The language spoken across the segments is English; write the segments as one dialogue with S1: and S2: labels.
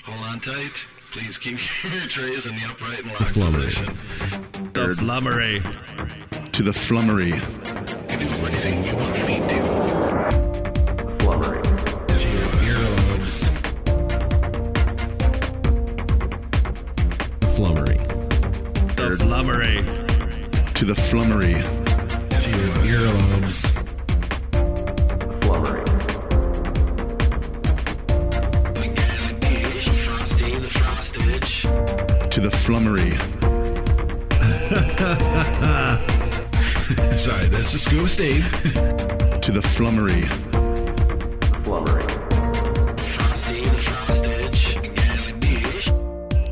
S1: Contite. Please keep your trays in the upright and
S2: The
S1: locked
S2: flummery.
S1: position.
S3: The flummery.
S4: To the flummery.
S1: You can do anything you want me to.
S5: Flummery.
S1: To your earlobes.
S2: The flummery.
S3: The flummery.
S4: To the flummery.
S1: To your earlobes.
S5: Flummery.
S1: Again, Gage, Frosty, the Frostage.
S4: To the flummery.
S1: Sorry, that's the Scoop Steve.
S4: To the flummery.
S5: Flummery.
S1: Frosty, the Frostage. Again, Gage.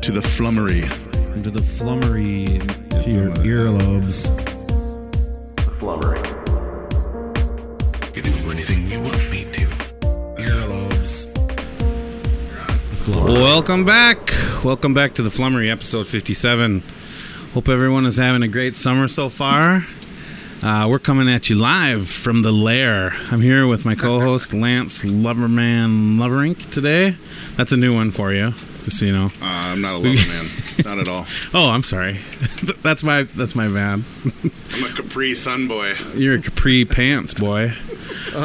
S4: To the flummery.
S6: Into the flummery, to your earlobes.
S5: Flummery.
S1: You can do anything you want me to. Earlobes.
S2: The flummery.
S6: Welcome back. Welcome back to the flummery, episode 57. Hope everyone is having a great summer so far. Uh, we're coming at you live from the lair. I'm here with my co-host Lance Loverman Loverink today. That's a new one for you, just so you know.
S4: Uh, I'm not a lover man. Not at all.
S6: Oh, I'm sorry. that's my that's my bad.
S4: I'm a Capri Sun boy.
S6: You're a capri pants boy.
S7: Oh.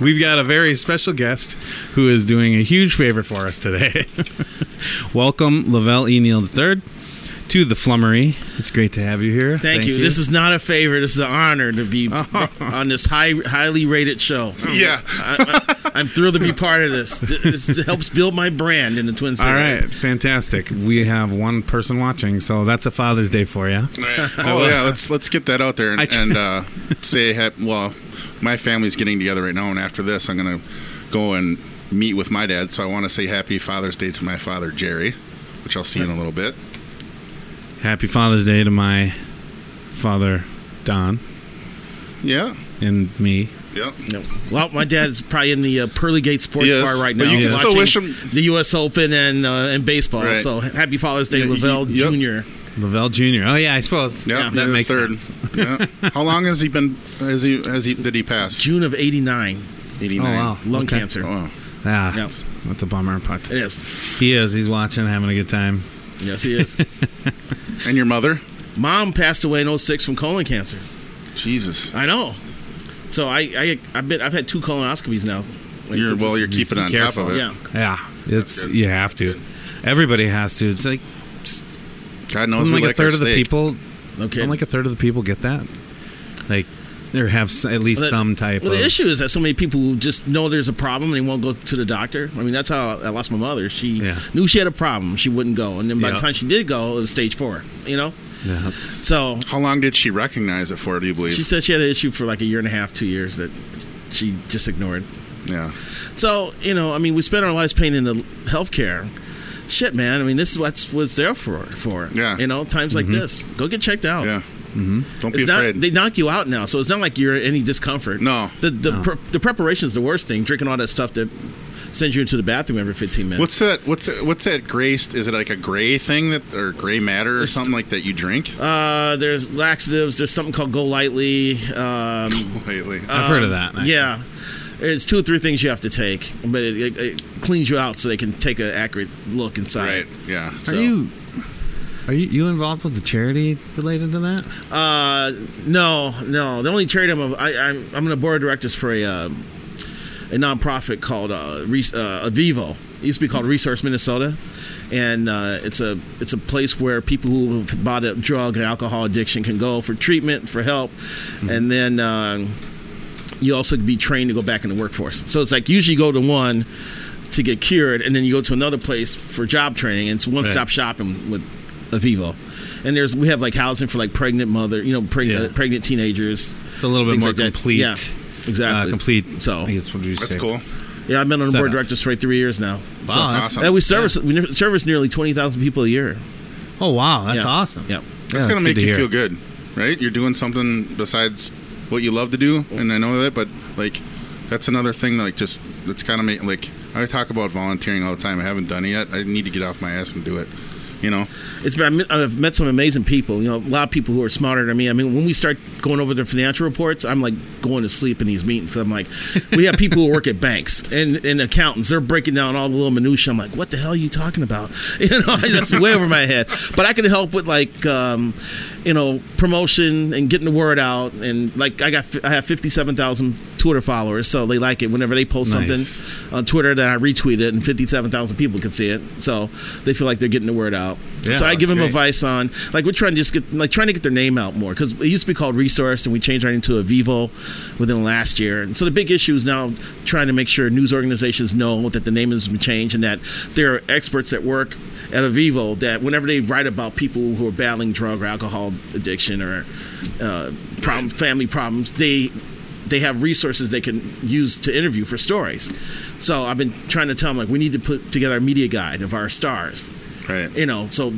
S6: We've got a very special guest who is doing a huge favor for us today. Welcome, Lavelle E. Neal III, to the Flummery. It's great to have you here.
S7: Thank, you. This is not a favor. This is an honor to be
S4: Oh.
S7: on this high, highly rated show.
S4: Yeah.
S7: I, I, I'm thrilled to be part of this. This helps build my brand in the Twin Cities.
S6: all right. Fantastic. We have one person watching, so that's a Father's Day for you.
S4: Oh yeah, let's let's get that out there and,
S6: I tr-
S4: and uh, say hap- well, my family's getting together right now, and after this, I'm gonna go and meet with my dad. So I want to say Happy Father's Day to my father Jerry, which I'll see in a little bit.
S6: Happy Father's Day to my father, Don,
S4: Yeah,
S6: and me.
S4: yeah.
S7: Well, my dad's probably in the uh, Pearly Gate Sports
S4: Yes,
S7: Bar right now,
S4: but you can
S7: watching
S4: still wish him-
S7: the U.S. Open and uh, and baseball.
S4: Right.
S7: So happy Father's Day,
S4: Yeah, y-
S7: Lavelle
S4: yep.
S7: Junior.
S6: Lavelle Jr. Oh, yeah, I suppose.
S4: Yeah,
S6: that
S4: you're
S6: makes
S4: third.
S6: sense.
S4: Yeah. How long has he been? Has he? Has he? Did he pass?
S7: June of '89,
S4: Eighty
S6: Oh,
S4: nine.
S6: wow.
S7: lung
S6: Okay.
S7: cancer.
S4: Oh,
S6: Ah,
S7: Yep.
S6: that's, that's a bummer. But
S7: It is.
S6: He is. He's watching, having a good time.
S7: Yes, he is.
S4: and your mother?
S7: Mom passed away in 06 from colon cancer.
S4: Jesus.
S7: I know. So I, I I've been I've had two colonoscopies now. Like,
S4: You're
S7: this
S4: well.
S7: is-
S4: You're keeping on top
S6: careful.
S4: of it.
S7: yeah.
S6: Yeah, it's
S4: good.
S6: you have to. Everybody has to. It's like
S4: God knows
S6: I'm
S4: we
S6: like,
S4: like
S6: a third
S4: our
S6: of the
S4: steak.
S6: people.
S7: Okay.
S6: I'm like a third of the people get that. Like there have s at least
S7: Well, that-
S6: some type
S7: Well,
S6: of
S7: the issue is that so many people just know there's a problem and they won't go to the doctor. I mean, that's how I lost my mother. She
S6: Yeah.
S7: knew she had a problem. She wouldn't go, and then by
S6: Yeah.
S7: the time she did go, it was stage four. You know,
S6: Yeah, that's-
S7: so
S4: How long did she recognize it for? Do you believe?
S7: she said she had an issue for like a year and a half, two years that she just ignored.
S4: yeah.
S7: So you know, I mean, we spend our lives paying into healthcare. Shit, man. I mean, this is what's what's there for. For
S4: Yeah.
S7: you know, times
S6: Mm-hmm.
S7: like this, go get checked out.
S4: Yeah. Mm-hmm. Don't be
S7: It's not
S4: afraid.
S7: they knock you out now, so it's not like you're in any discomfort.
S4: No.
S7: the the pre- the preparation is the worst thing. Drinking all that stuff that sends you into the bathroom every 15 minutes.
S4: What's that? What's that, what's that gray? st- Is it like a gray thing that or gray matter or
S7: It's-
S4: something like that you drink?
S7: uh, there's laxatives. There's something called Go Lightly. Um,
S4: Lately,
S6: I've heard of that. actually.
S7: yeah, it's two or three things you have to take, but it, it, it cleans you out so they can take an accurate look inside.
S4: right? Yeah.
S6: Are
S7: so-
S6: you are you, you involved with the charity related to that?
S7: Uh, no, no. The only charity I'm a, I, I'm I'm on the board of directors for a um, a nonprofit called uh, Re- uh, Avivo. It used to be called Resource Minnesota, and uh, it's a it's a place where people who have bought a drug and alcohol addiction can go for treatment for help, and then. Um, you also be trained to go back in the workforce. So it's like usually you go to one to get cured, and then you go to another place for job training. And it's one stop shopping with Avivo. And there's we have like housing for like pregnant mother, you know, pregnant
S6: Yeah.
S7: Uh, pregnant teenagers.
S6: It's a little bit
S7: things
S6: more
S7: like that.
S6: complete.
S7: Yeah, exactly.
S6: Uh, complete.
S7: So-
S6: I think it's what you
S4: That's
S6: say.
S4: cool.
S7: Yeah, I've been on the
S6: Setup.
S7: board of directors for like three years now.
S6: Wow,
S4: That's
S6: that's-
S4: awesome.
S7: And we service we ne- service nearly twenty thousand people a year.
S6: Oh wow, that's
S7: Yeah.
S6: awesome.
S7: Yeah.
S4: That's
S6: Yeah,
S4: gonna
S6: good
S4: make
S6: to
S4: you
S6: hear.
S4: feel good, right? You're doing something besides what you love to do, and I know that, but like, that's another thing. Like, just that's kind of make like I talk about volunteering all the time. I haven't done it yet. I need to get off my ass and do it. You know,
S7: it's been, I met- I've met some amazing people. You know, a lot of people who are smarter than me. I mean, when we start going over their financial reports, I'm like going to sleep in these meetings 'cause I'm like, we have people who work at banks and, and accountants. They're breaking down all the little minutia. I'm like, what the hell are you talking about? You know, that's way over my head. But I can help with like, um, you know, promotion and getting the word out. And like, I got I have fifty seven thousand Twitter followers, so they like it whenever they post
S6: Nice.
S7: something on Twitter that I retweet it, and fifty seven thousand people can see it. So they feel like they're getting the word out.
S6: Yeah,
S7: so I
S6: that's
S7: give them
S6: great.
S7: advice on like we're trying to just get like trying to get their name out more because it used to be called Resource and we changed right into a Vivo within the last year. And so the big issue is now trying to make sure news organizations know that the name has been changed and that there are experts that work at a Vivo that whenever they write about people who are battling drug or alcohol addiction or uh, problem family problems, they they have resources they can use to interview for stories. So I've been trying to tell them like we need to put together a media guide of our stars
S4: right?
S7: you know, so uh,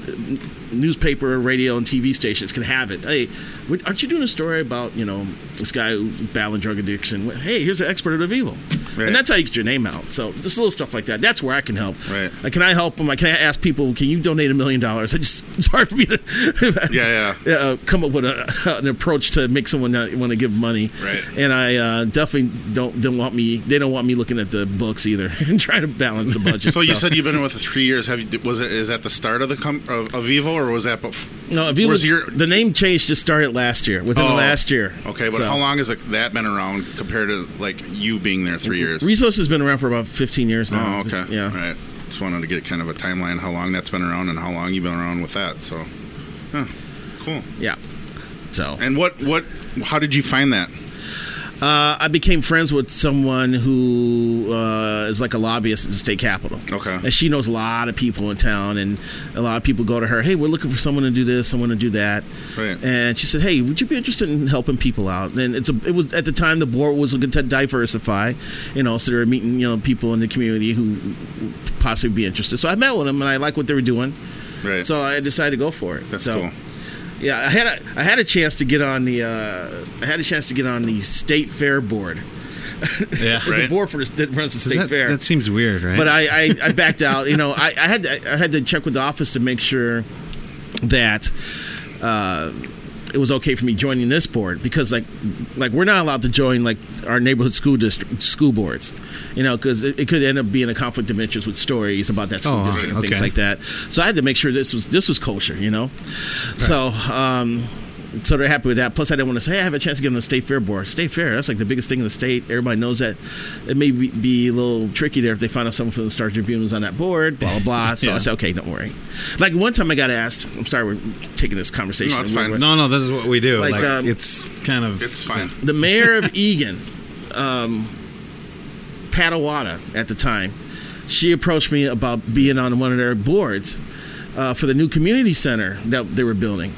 S7: newspaper, radio, and TV stations can have it. Hey, what- aren't you doing a story about you know this guy who battling drug addiction? Well, Hey, here's an expert of evil,
S4: Right.
S7: and that's how you get your name out. So just little stuff like that. That's where I can help.
S4: Right.
S7: Like, can I help them? I can I ask people, can you donate a million dollars? I just it's hard for me to
S4: Yeah, yeah.
S7: uh, come up with a, an approach to make someone not want to give money.
S4: Right.
S7: And I uh, definitely don't don't want me. They don't want me looking at the books either and trying to balance the budget.
S4: So you said you've been with us three years. Have you? Was it? Is that the start of the com- of, of Vivo, or was that? Bef-
S7: No, if you
S4: Where's
S7: was
S4: your-
S7: the name change just started last year, within the
S4: Oh,
S7: last year.
S4: Okay, but
S7: So,
S4: how long has it, that been around compared to like you being there three years?
S7: Resource has been around for about 15 years
S4: Oh,
S7: now.
S4: okay.
S7: Uh, Yeah.
S4: All right. Just wanted to get kind of a timeline how long that's been around and how long you've been around with that. So, huh. cool.
S7: Yeah. So
S4: And what what? How did you find that?
S7: uh, I became friends with someone who uh, is like a lobbyist at the state capitol.
S4: Okay.
S7: And she knows a lot of people in town, and a lot of people go to her, hey, we're looking for someone to do this, someone to do that.
S4: Right.
S7: And she said, hey, would you be interested in helping people out? And it's a, it was at the time the board was looking to diversify, you know, so they were meeting, you know, people in the community who possibly be interested. So I met with them, and I liked what they were doing.
S4: Right.
S7: So I decided to go for it.
S4: that's
S7: so,
S4: cool.
S7: Yeah, I had a I had a chance to get on the uh, I had a chance to get on the state fair board.
S6: Yeah.
S7: It's a
S4: Right.
S7: board for the, that runs the state
S6: That,
S7: fair.
S6: that seems weird, right?
S7: but I, I, I backed out. You know, I, I had to, I had to check with the office to make sure that uh, it was okay for me joining this board because like like we're not allowed to join like our neighborhood school district school boards, you know, because it, it could end up being a conflict of interest with stories about that school
S6: Oh,
S7: district and things
S6: okay.
S7: like that. So I had to make sure this was this was kosher, you know. So. um so they're happy with that. Plus, I didn't want to say hey, I have a chance to get on the state fair board. State fair, that's like the biggest thing in the state. Everybody knows that. It may be, be a little tricky there if they find out someone from the Star Tribune is on that board. Blah blah. blah. So I
S6: Yeah.
S7: said, okay, don't worry. Like one time, I got asked. I'm sorry, we're taking this conversation.
S4: No, it's
S7: a little
S4: fine.
S7: bit-
S6: no, no, this is what we do.
S7: Like,
S6: Like,
S7: um,
S6: it's kind of
S4: It's fine.
S7: the mayor of Egan, um, Patawata at the time, she approached me about being on one of their boards uh, for the new community center that they were building.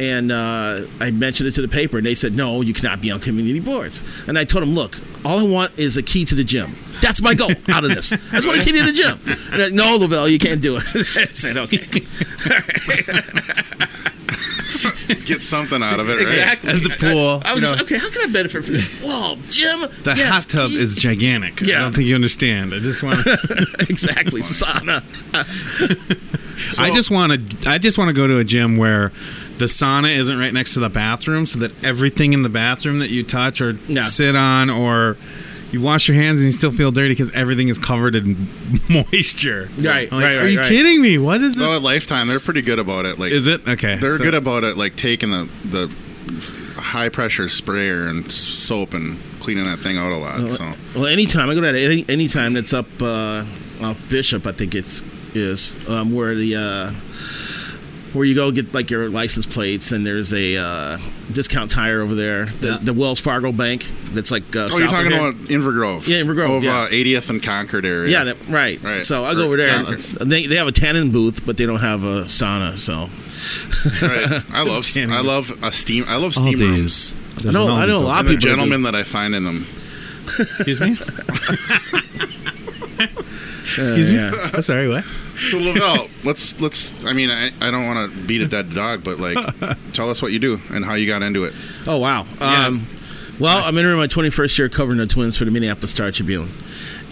S7: And uh, I mentioned it to the paper, and they said, "No, you cannot be on community boards." And I told them, "Look, all I want is a key to the gym. That's my goal out of this. I just want a key to the gym." And they're like, no, Lavelle, you can't do it. I said, "Okay."
S4: Get something out of it, right?
S7: Exactly.
S6: At the pool,
S7: I
S6: you
S7: was
S6: know.
S7: just, okay. How can I benefit from this? Whoa, Jim.
S6: the
S7: yes,
S6: hot tub
S7: key."
S6: is gigantic.
S7: Yeah.
S6: I don't think you understand. I just want.
S7: exactly sauna.
S6: I just want to. I just want to go to a gym where the sauna isn't right next to the bathroom, so that everything in the bathroom that you touch or
S7: Yeah.
S6: sit on or you wash your hands and you still feel dirty because everything is covered in moisture.
S7: Right,
S6: I'm like,
S7: right,
S6: Are
S7: right,
S6: you
S7: right.
S6: kidding me? What is
S4: Well,
S6: this?
S4: at Lifetime, they're pretty good about it. Like,
S6: Is it okay?
S4: They're
S6: so-
S4: good about it, like taking the the high pressure sprayer and s- soap and cleaning that thing out a
S7: Uh,
S4: lot. So
S7: Well, anytime I go to that, any anytime that's up uh, off Bishop, I think it's is um, where the uh, where you go get like your license plates, and there's a uh, discount tire over there, the,
S6: Yeah.
S7: the Wells Fargo Bank. That's like uh,
S4: Oh, you're
S7: south of
S4: talking
S7: here.
S4: about Invergrove.
S7: Yeah, Invergrove,
S4: Of
S7: yeah.
S4: uh, 80th and Concord area.
S7: Yeah, that, right.
S4: Right.
S7: So I go over there.
S4: Yeah.
S7: They, they have a tannin booth, but they don't have a sauna. So
S4: right. I love
S6: Tanning.
S4: I love a steam I love
S6: all
S4: steam rooms.
S6: days. There's
S7: I know-
S6: an all
S7: I know a
S6: these-
S7: lot-
S4: And the
S7: people do.
S4: gentlemen that I find in them.
S6: Excuse me. Excuse me.
S7: yeah.
S6: I'm sorry. What?
S4: So Lavelle, let's let's. I mean, I, I don't want to beat a dead dog, but like, tell us what you do and how you got into it.
S7: Oh wow. Um, Well, I'm entering my 21st year covering the Twins for the Minneapolis Star Tribune,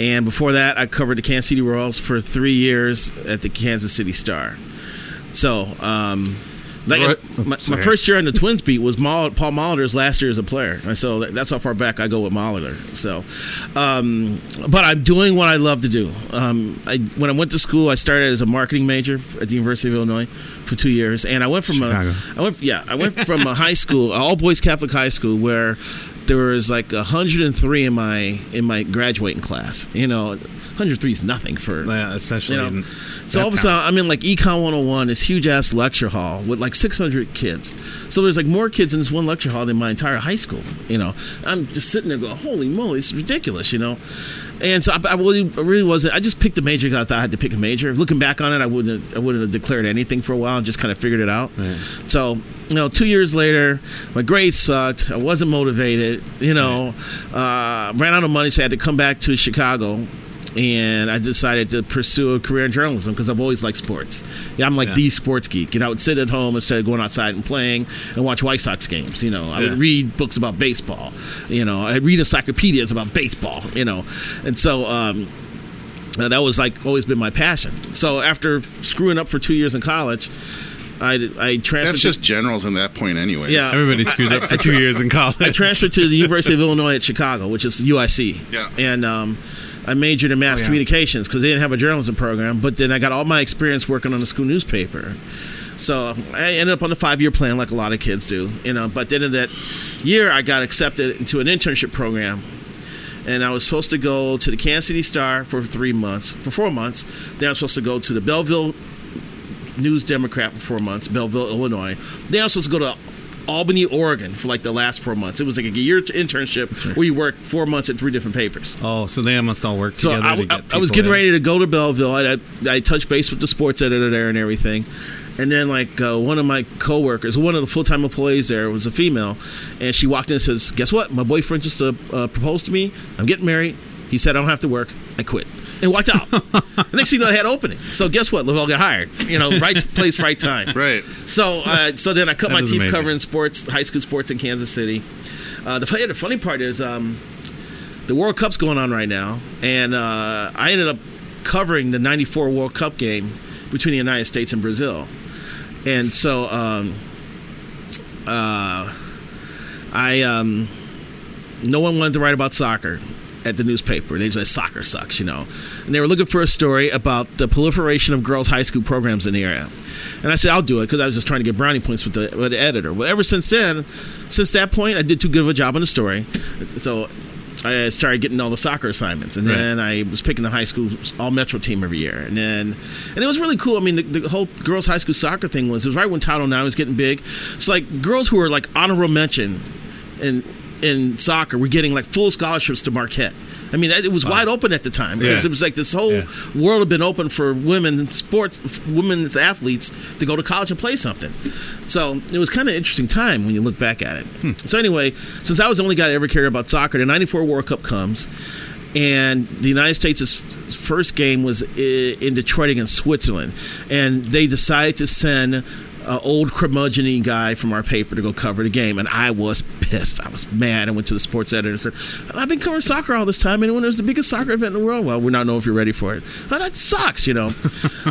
S7: and before that, I covered the Kansas City Royals for three years at the Kansas City Star. So, um, like
S6: Right.
S7: my, my
S6: Sorry.
S7: first year on the Twins beat was Mol- Paul Molitor's last year as a player, and so that- that's how far back I go with Molitor. So, um, but I'm doing what I love to do. Um, I, when I went to school, I started as a marketing major f- at the University of Illinois for two years, and I went from
S6: Chicago.
S7: a, I went, yeah, I went from a high school, all boys Catholic high school, where there was like 103 in my in my graduating class. You know, 103 is nothing for
S6: Yeah, especially.
S7: you know,
S6: in
S7: so all of a
S6: that
S7: sudden I'm in like Econ 101, this huge ass lecture hall with like 600 kids. So there's like more kids in this one lecture hall than my entire high school. You know, I'm just sitting there going, "Holy moly, this is ridiculous!" You know, and so I, I really, I really wasn't. I just picked a major because I thought I had to pick a major. Looking back on it, I wouldn't, have, I wouldn't have declared anything for a while and just kind of figured it out. So you know, two years later, my grades sucked. I wasn't motivated. You know, uh, ran out of money, so I had to come back to Chicago and I decided to pursue a career in journalism because I've always liked sports. Yeah, I'm like
S6: Yeah.
S7: the sports geek, and I would sit at home instead of going outside and playing and watch White Sox games. You know, I
S6: Yeah.
S7: would read books about baseball. You know, I'd read encyclopedias about baseball. You know, and so. Um, uh, that was like always been my passion. So after screwing up for two years in college, I I transferred.
S4: That's
S7: to-
S4: just generals in that point, anyways.
S6: town.
S7: Yeah.
S6: Everybody screws up for two years in college.
S7: I transferred to the University of Illinois at Chicago, which is UIC.
S4: Yeah.
S7: And um, I majored in mass
S6: Oh, yeah.
S7: communications because they didn't have a journalism program. But then I got all my experience working on the school newspaper. So I ended up on a five-year plan, like a lot of kids do, you know. But then in that year, I got accepted into an internship program, and I was supposed to go to the Kansas City Star for three months, for four months. Then I was supposed to go to the Belleville News Democrat for four months, Belleville, Illinois. Then I was supposed to go to Albany, Oregon for like the last four months. It was like a year internship where you work four months at three different papers.
S6: Oh, so they almost all work
S7: So
S6: together.
S7: I,
S6: to get
S7: I, I was
S6: people
S7: getting
S6: in.
S7: ready to go to Belleville. I, I, I touched base with the sports editor there and everything. And then, like, uh, one of my coworkers, one of the full time employees there was a female. And she walked in and says, Guess what? My boyfriend just uh, uh, proposed to me. I'm getting married. He said, I don't have to work. I quit. And walked out. Next thing you know, I had an opening. So guess what? Lavelle got hired. You know, right place, right time.
S4: Right.
S7: So, uh, so then I cut
S6: That
S7: my
S6: is
S7: teeth
S6: amazing.
S7: covering sports, high school sports in Kansas City. Uh, the, funny- the funny part is, um, the World Cup's going on right now, and uh, I ended up covering the '94 World Cup game between the United States and Brazil, and so um, uh, I um, no one wanted to write about soccer at the newspaper. They just said soccer sucks, you know. And they were looking for a story about the proliferation of girls' high school programs in the area. And I said, I'll do it because I was just trying to get brownie points with the, with the editor. Well, ever since then, since that point, I did too good of a job on the story. So I started getting all the soccer assignments. And
S6: Right.
S7: then I was picking the high school all metro team every year. And then, and it was really cool. I mean, the, the whole girls' high school soccer thing was, it was right when Title IX was getting big. So, like, girls who were like honorable mention in in soccer we're getting like full scholarships to Marquette. I mean, that- it was wide open at the time because
S6: Yeah.
S7: it was like this whole
S6: Yeah.
S7: world had been open for women in sports, f- women's athletes to go to college and play something. So it was kind of interesting time when you look back at it.
S6: Hmm.
S7: So anyway, since I was the only guy that ever cared about soccer, the '94 World Cup comes, and the United States' f- first game was i- in Detroit against Switzerland, and they decided to send an old curmudgeon guy from our paper to go cover the game, and I was pissed. I was mad. I went to the sports editor and said, "I've been covering soccer all this time, and when there's the biggest soccer event in the world, well, we're not know if you're ready for it. Well, that sucks, you know."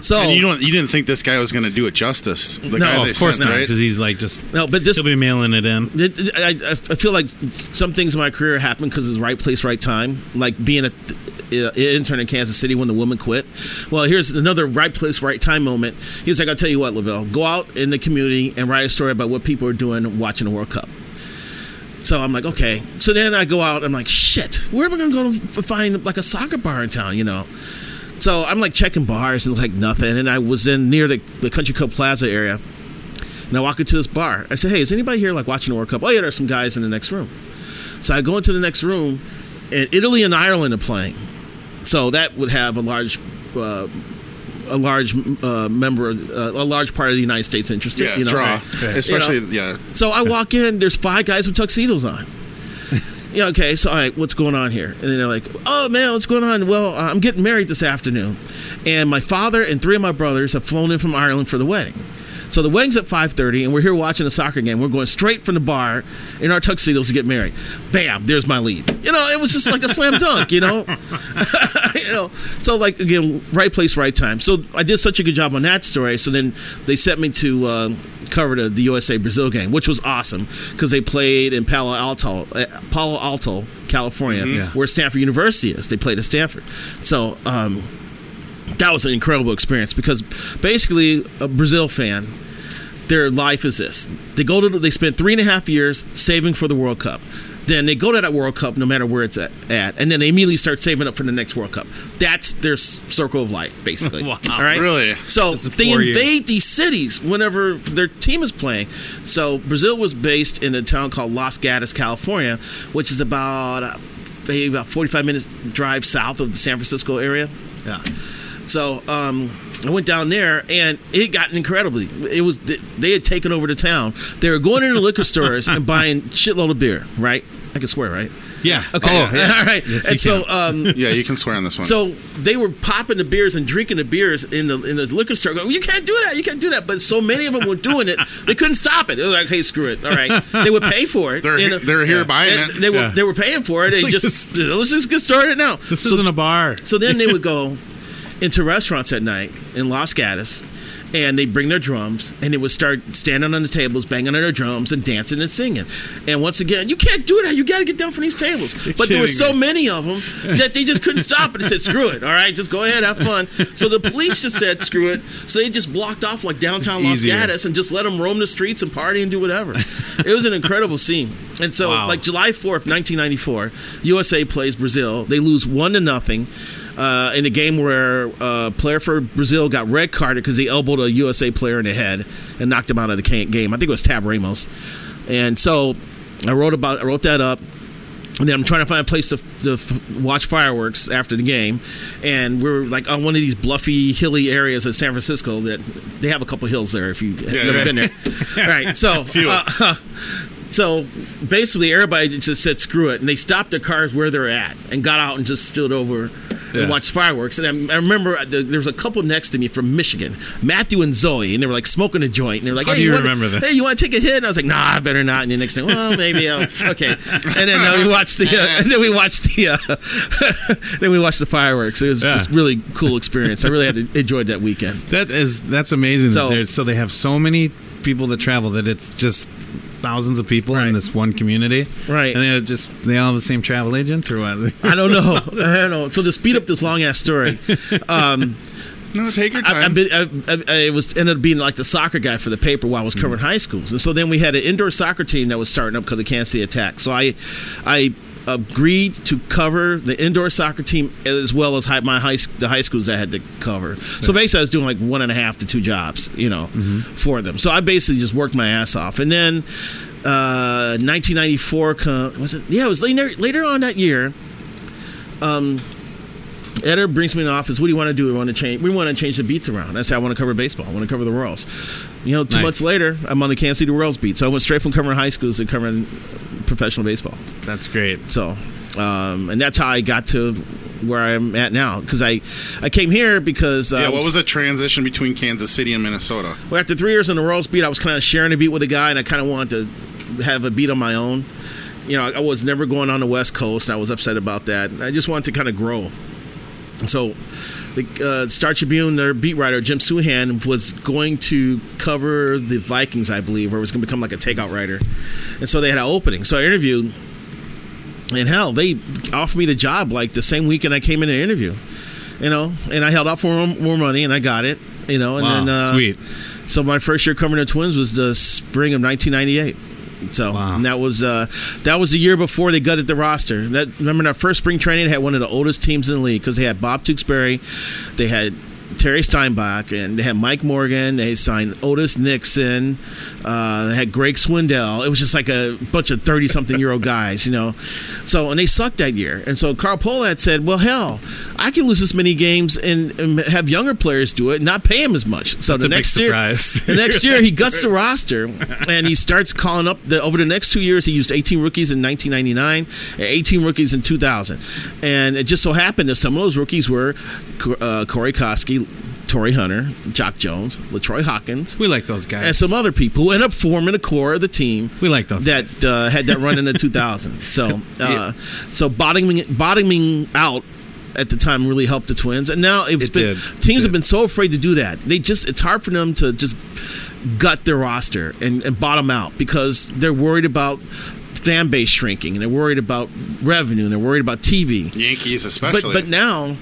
S7: So
S4: And you don't. You didn't think this guy was going to do it justice. The guy
S6: Oh,
S4: they
S6: of course
S4: sent,
S6: not,
S4: right?
S6: because he's like just.
S7: no, but this
S6: He'll be mailing it in.
S7: It- it- I, I I feel like some things in my career happen because it's right place, right time. Like being a uh, intern in Kansas City when the woman quit. Well, here's another right place, right time moment. He was like, "I'll tell you what, Lavelle, go out in the community and write a story about what people are doing watching the World Cup." So I'm like, okay. So then I go out. I'm like, shit. Where am I gonna go to f- find like a soccer bar in town? You know. So I'm like checking bars and it's like nothing. And I was in near the, the Country Club Plaza area. And I walk into this bar. I say, hey, is anybody here like watching the World Cup? Oh, yeah, there's some guys in the next room. So I go into the next room, and Italy and Ireland are playing. So that would have a large. Uh, a large uh, member, of, uh, a large part of the United States interested.
S4: yeah,
S7: you know?
S4: draw.
S7: You know?
S4: Especially, yeah.
S7: So I walk in, there's five guys with tuxedos on. Yeah, okay, so all right, what's going on here? And then they're like, oh man, what's going on? Well, uh, I'm getting married this afternoon. And my father and three of my brothers have flown in from Ireland for the wedding. So the wedding's at 5:30, and we're here watching a soccer game. We're going straight from the bar in our tuxedos to get married. Bam! There's my lead. You know, it was just like a slam dunk. You know, you know. So like again, right place, right time. So I did such a good job on that story. So then they sent me to. Uh, cover the, the USA Brazil game, which was awesome because they played in Palo Alto, uh, Palo Alto, California, where Stanford University is. They played at Stanford, so um, that was an incredible experience because basically a Brazil fan, their life is this: they go to they spend three and a half years saving for the World Cup. Then they go to that World Cup, no matter where it's at, at, and then they immediately start saving up for the next World Cup. That's their s- circle of life, basically.
S6: Wow.
S7: All right,
S4: Really?
S7: So
S6: That's a
S7: they
S6: four-year.
S7: invade invade these cities whenever their team is playing. So Brazil was based in a town called Los Gatos, California, which is about uh, maybe about 45 minutes drive south of the San Francisco area. Yeah. So um, I went down there, and it got incredibly. It was they had taken over the town. They were going into liquor stores and buying shitload of beer. Right? I can swear, right?
S6: Yeah.
S7: Okay. All right.
S6: Yes, you
S7: and so um,
S4: Yeah, you can swear on this one.
S7: so they were popping the beers and drinking the beers in the in the liquor store. Going, you can't do that, you can't do that. But so many of them were doing it, they couldn't stop it. They were like, hey, screw it. All right, they would pay for it.
S4: They're
S7: And,
S4: he- they're here buying
S7: and
S4: it.
S7: They were
S6: Yeah.
S7: they were paying for it. They
S6: like
S7: just let's just get started now.
S6: This
S7: So-
S6: isn't a bar.
S7: so then they would go into restaurants at night in Los Gatos, and they bring their drums, and they would start standing on the tables, banging on their drums, and dancing and singing. And once again, you can't do that. You got to get down from these tables. but there
S6: kidding
S7: were so
S6: me.
S7: many of them that they just couldn't stop it. They said, "Screw it! All right, just go ahead, have fun." So the police just said, "Screw it!" So they just blocked off like downtown
S6: It's
S7: Los
S6: easier.
S7: Gatos and just let them roam the streets and party and do whatever. It was an incredible scene. And so,
S6: Wow.
S7: like July 4th, 1994, USA plays Brazil. They lose one to nothing uh, in a game where uh, player for Brazil got red carded because he elbowed a USA player in the head and knocked him out of the ca- game. I think it was Tab Ramos. And so I wrote about I wrote that up. And then I'm trying to find a place to, to f- watch fireworks after the game, and we're like on one of these bluffy, hilly areas of San Francisco that they have a couple hills there. If you've never
S4: yeah.
S7: been there, right? So, uh, so basically, everybody just said screw it, and they stopped their cars where they're at and got out and just stood over
S6: Yeah.
S7: and watched fireworks. And I, I remember uh, the, there was a couple next to me from Michigan, Matthew and Zoe, and they were like smoking a joint, and they're like,
S6: How
S7: "Hey,
S6: do you
S7: wanna-
S6: remember that?
S7: Hey, you want to take a hit?" And I was like, "Nah, I better not." And the next thing, well, maybe I'll, okay. And then uh, we watched the, uh, and then we watched the, uh, then we watched the fireworks. It was
S6: Yeah.
S7: just really cool experience. I really had enjoyed that weekend.
S6: That is that's amazing. So, that
S7: So-
S6: there's- so they have so many people that travel that it's just thousands of people in this one community.
S7: Right.
S6: And they're just they all have the same travel agent or what?
S7: I don't know. I don't know. So to speed up this long ass story, um,
S4: no, take your time.
S7: I, I've been, I, I, I was ended up being like the soccer guy for the paper while I was covering high schools, and so then we had an indoor soccer team that was starting up because of Kansas City Attack. So I, I agreed to cover the indoor soccer team as well as high, my high s- the high schools I had to cover. So basically, I was doing like one and a half to two jobs, you know, for them. So I basically just worked my ass off, and then. Uh, 1994 co- was it? Yeah, it was later later on that year. Editor brings me in the office. What do you want to do? We want to change. We want to change the beats around. I said I want to cover baseball. I want to cover the Royals. You know, two
S6: Nice.
S7: months later, I'm on the Kansas City Royals beat. So I went straight from covering high schools to covering professional baseball.
S6: that's great.
S7: So, um, and that's how I got to where I'm at now. Because I, I came here because uh,
S4: yeah, what was the transition between Kansas City and Minnesota?
S7: well, after three years in the Royals beat, I was kind of sharing a beat with a guy, and I kind of wanted to have a beat on my own. You know, I, I was never going on the West Coast, and I was upset about that. I just wanted to kind of grow. So, the uh, Star Tribune, their beat writer Jim Suhan was going to cover the Vikings, I believe, or was going to become like a takeout writer, and so they had an opening. So I interviewed, and hell, they offered me the job like the same weekend I came in to interview. You know, and I held out for more, more money, and I got it. You know, and
S6: Wow,
S7: then uh,
S6: Oh, sweet.
S7: so my first year covering the Twins was the spring of 1998. So
S6: Wow.
S7: and that was uh, that was the year before they gutted the roster. That, remember in our first spring training, they had one of the oldest teams in the league because they had Bob Tewksbury, they had Terry Steinbach, and they had Mike Morgan. They signed Otis Nixon. Uh, they had Greg Swindell. It was just like a bunch of thirty-something-year-old guys, you know. So and they sucked that year. And so Carl Polat said, "Well, hell, I can lose this many games and, and have younger players do it, and not pay them as much." So
S6: That's
S7: the
S6: a big
S7: next year,
S6: surprise.
S7: the next year he guts the roster and he starts calling up the over the next two years he used 18 rookies in 1999 and 18 rookies in 2000 and it just so happened that some of those rookies were uh, Corey Koski Tory Hunter, Jock Jones, Latroy Hawkins,
S6: We like those guys.
S7: and some other people who end up forming a core of the team
S6: we like those. guys.
S7: that uh, had that run in the 2000s. So, uh, so bottoming bottoming out at the time really helped the Twins, and now it's
S6: It
S7: been,
S6: did. It
S7: teams have
S6: did.
S7: been so afraid to do that. They just it's hard for them to just gut their roster and, and bottom out because they're worried about fan base shrinking and they're worried about revenue and they're worried about TV.
S4: Yankees
S7: But
S4: especially.
S7: but now,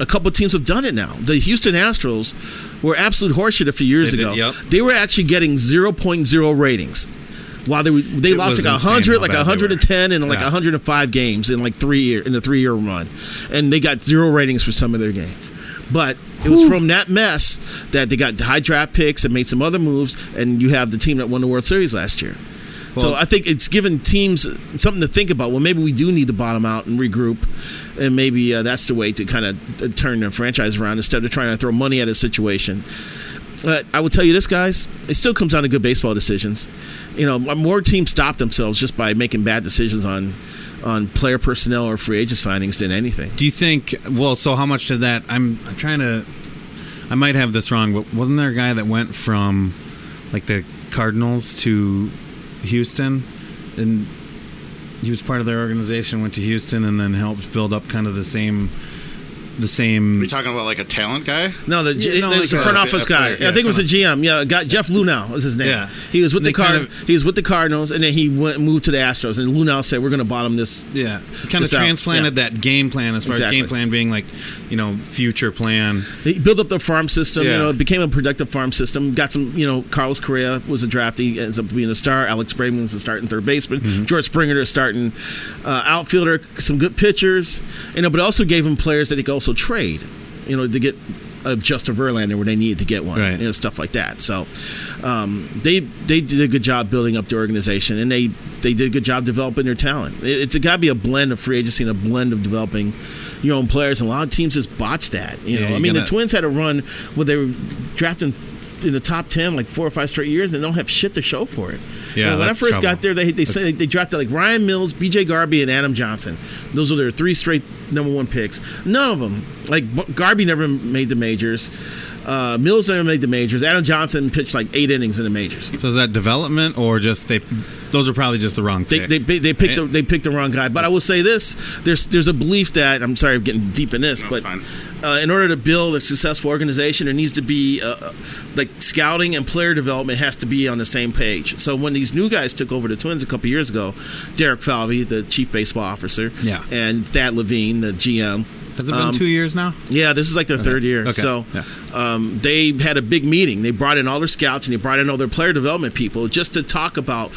S7: a couple teams have done it now. The Houston Astros were absolute horseshit a few years
S6: They did,
S7: ago.
S6: yep.
S7: They were actually getting 0.0 ratings. While they were, they
S6: It
S7: lost
S6: was
S7: like
S6: insane how
S7: 100, like
S6: bad they
S7: 110, and like
S6: Yeah.
S7: 105 games in like three year in a three year run, and they got zero ratings for some of their games. But it was from that mess that they got high draft picks and made some other moves, and you have the team that won the World Series last year. so
S6: Well-
S7: I think it's given teams something to think about. Well, maybe we do need to bottom out and regroup, and maybe uh, that's the way to kind of uh, turn the franchise around instead of trying to throw money at a situation. But I will tell you this, guys, it still comes down to good baseball decisions. You know, more teams stop themselves just by making bad decisions on on player personnel or free agent signings than anything.
S6: Do you think? Well, so how much did that? I'm I'm trying to. I might have this wrong, but wasn't there a guy that went from like the Cardinals to Houston, and he was part of their organization, went to Houston, and then helped build up kind of the same, the
S4: Are
S6: same.
S4: we talking about like a talent guy?
S7: No, the G-
S6: Yeah, no,
S7: it was
S6: like
S7: a
S6: a-
S7: front office
S4: a
S7: guy.
S4: player.
S7: I think it was a
S6: Yeah,
S7: GM. Yeah, guy, Jeff Lunau was his name.
S6: Yeah.
S7: He was with
S6: And
S7: the
S6: they kind
S7: Card-
S6: of-
S7: he was with the Cardinals, and then he went moved to the Astros. And Lunau said, "We're going to bottom this."
S6: Yeah, kind of
S7: This out,
S6: transplanted
S7: yeah.
S6: that game plan as far
S7: Exactly.
S6: as game plan being like, you know, future plan.
S7: He built up the farm system. You
S6: Yeah.
S7: know, it became a productive farm system. Got some. You know, Carlos Correa was a draftee, ends up being a star. Alex Bregman's a starting third baseman.
S6: Mm-hmm.
S7: George Springer is starting uh, outfielder. Some good pitchers. You know, but also gave him players that he could also trade. You know, to get. Of Justin Verlander, where they needed to get one,
S6: Right.
S7: you know, stuff like that. So, um, they they did a good job building up the organization, and they they did a good job developing their talent. It, it's got to be a blend of free agency and a blend of developing your own players. And a lot of teams just botch that. You
S6: Yeah,
S7: know, I
S6: you
S7: mean, the
S6: gotta-
S7: Twins had a run where they were drafting in the top ten like four or five straight years, and they don't have shit to show for it.
S6: Yeah,
S7: You know, when I
S6: that's
S7: first got
S6: trouble.
S7: there, they they say they drafted like Ryan Mills, B.J. Garby, and Adam Johnson. Those were their three straight number one picks. None of them like B- Garby never made the majors. Uh, Mills never made the majors. Adam Johnson pitched like eight innings in the majors.
S6: So is that development or just they? Those are probably just the wrong.
S7: They,
S6: pick.
S7: they, they picked the, they picked the wrong guy. But I will say this: there's there's a belief that I'm sorry, I'm getting deep in this,
S4: No,
S7: but
S4: it's fine.
S7: uh, in order to build a successful organization, there needs to be uh, like scouting and player development has to be on the same page. So when these new guys took over the Twins a couple years ago, Derek Falvey, the chief baseball officer,
S6: Yeah.
S7: and Thad Levine, the GM,
S6: Has it been
S7: um,
S6: two years now?
S7: yeah, this is like their third year.
S6: Okay.
S7: So
S6: Yeah.
S7: um, they had a big meeting. They brought in all their scouts and they brought in all their player development people just to talk about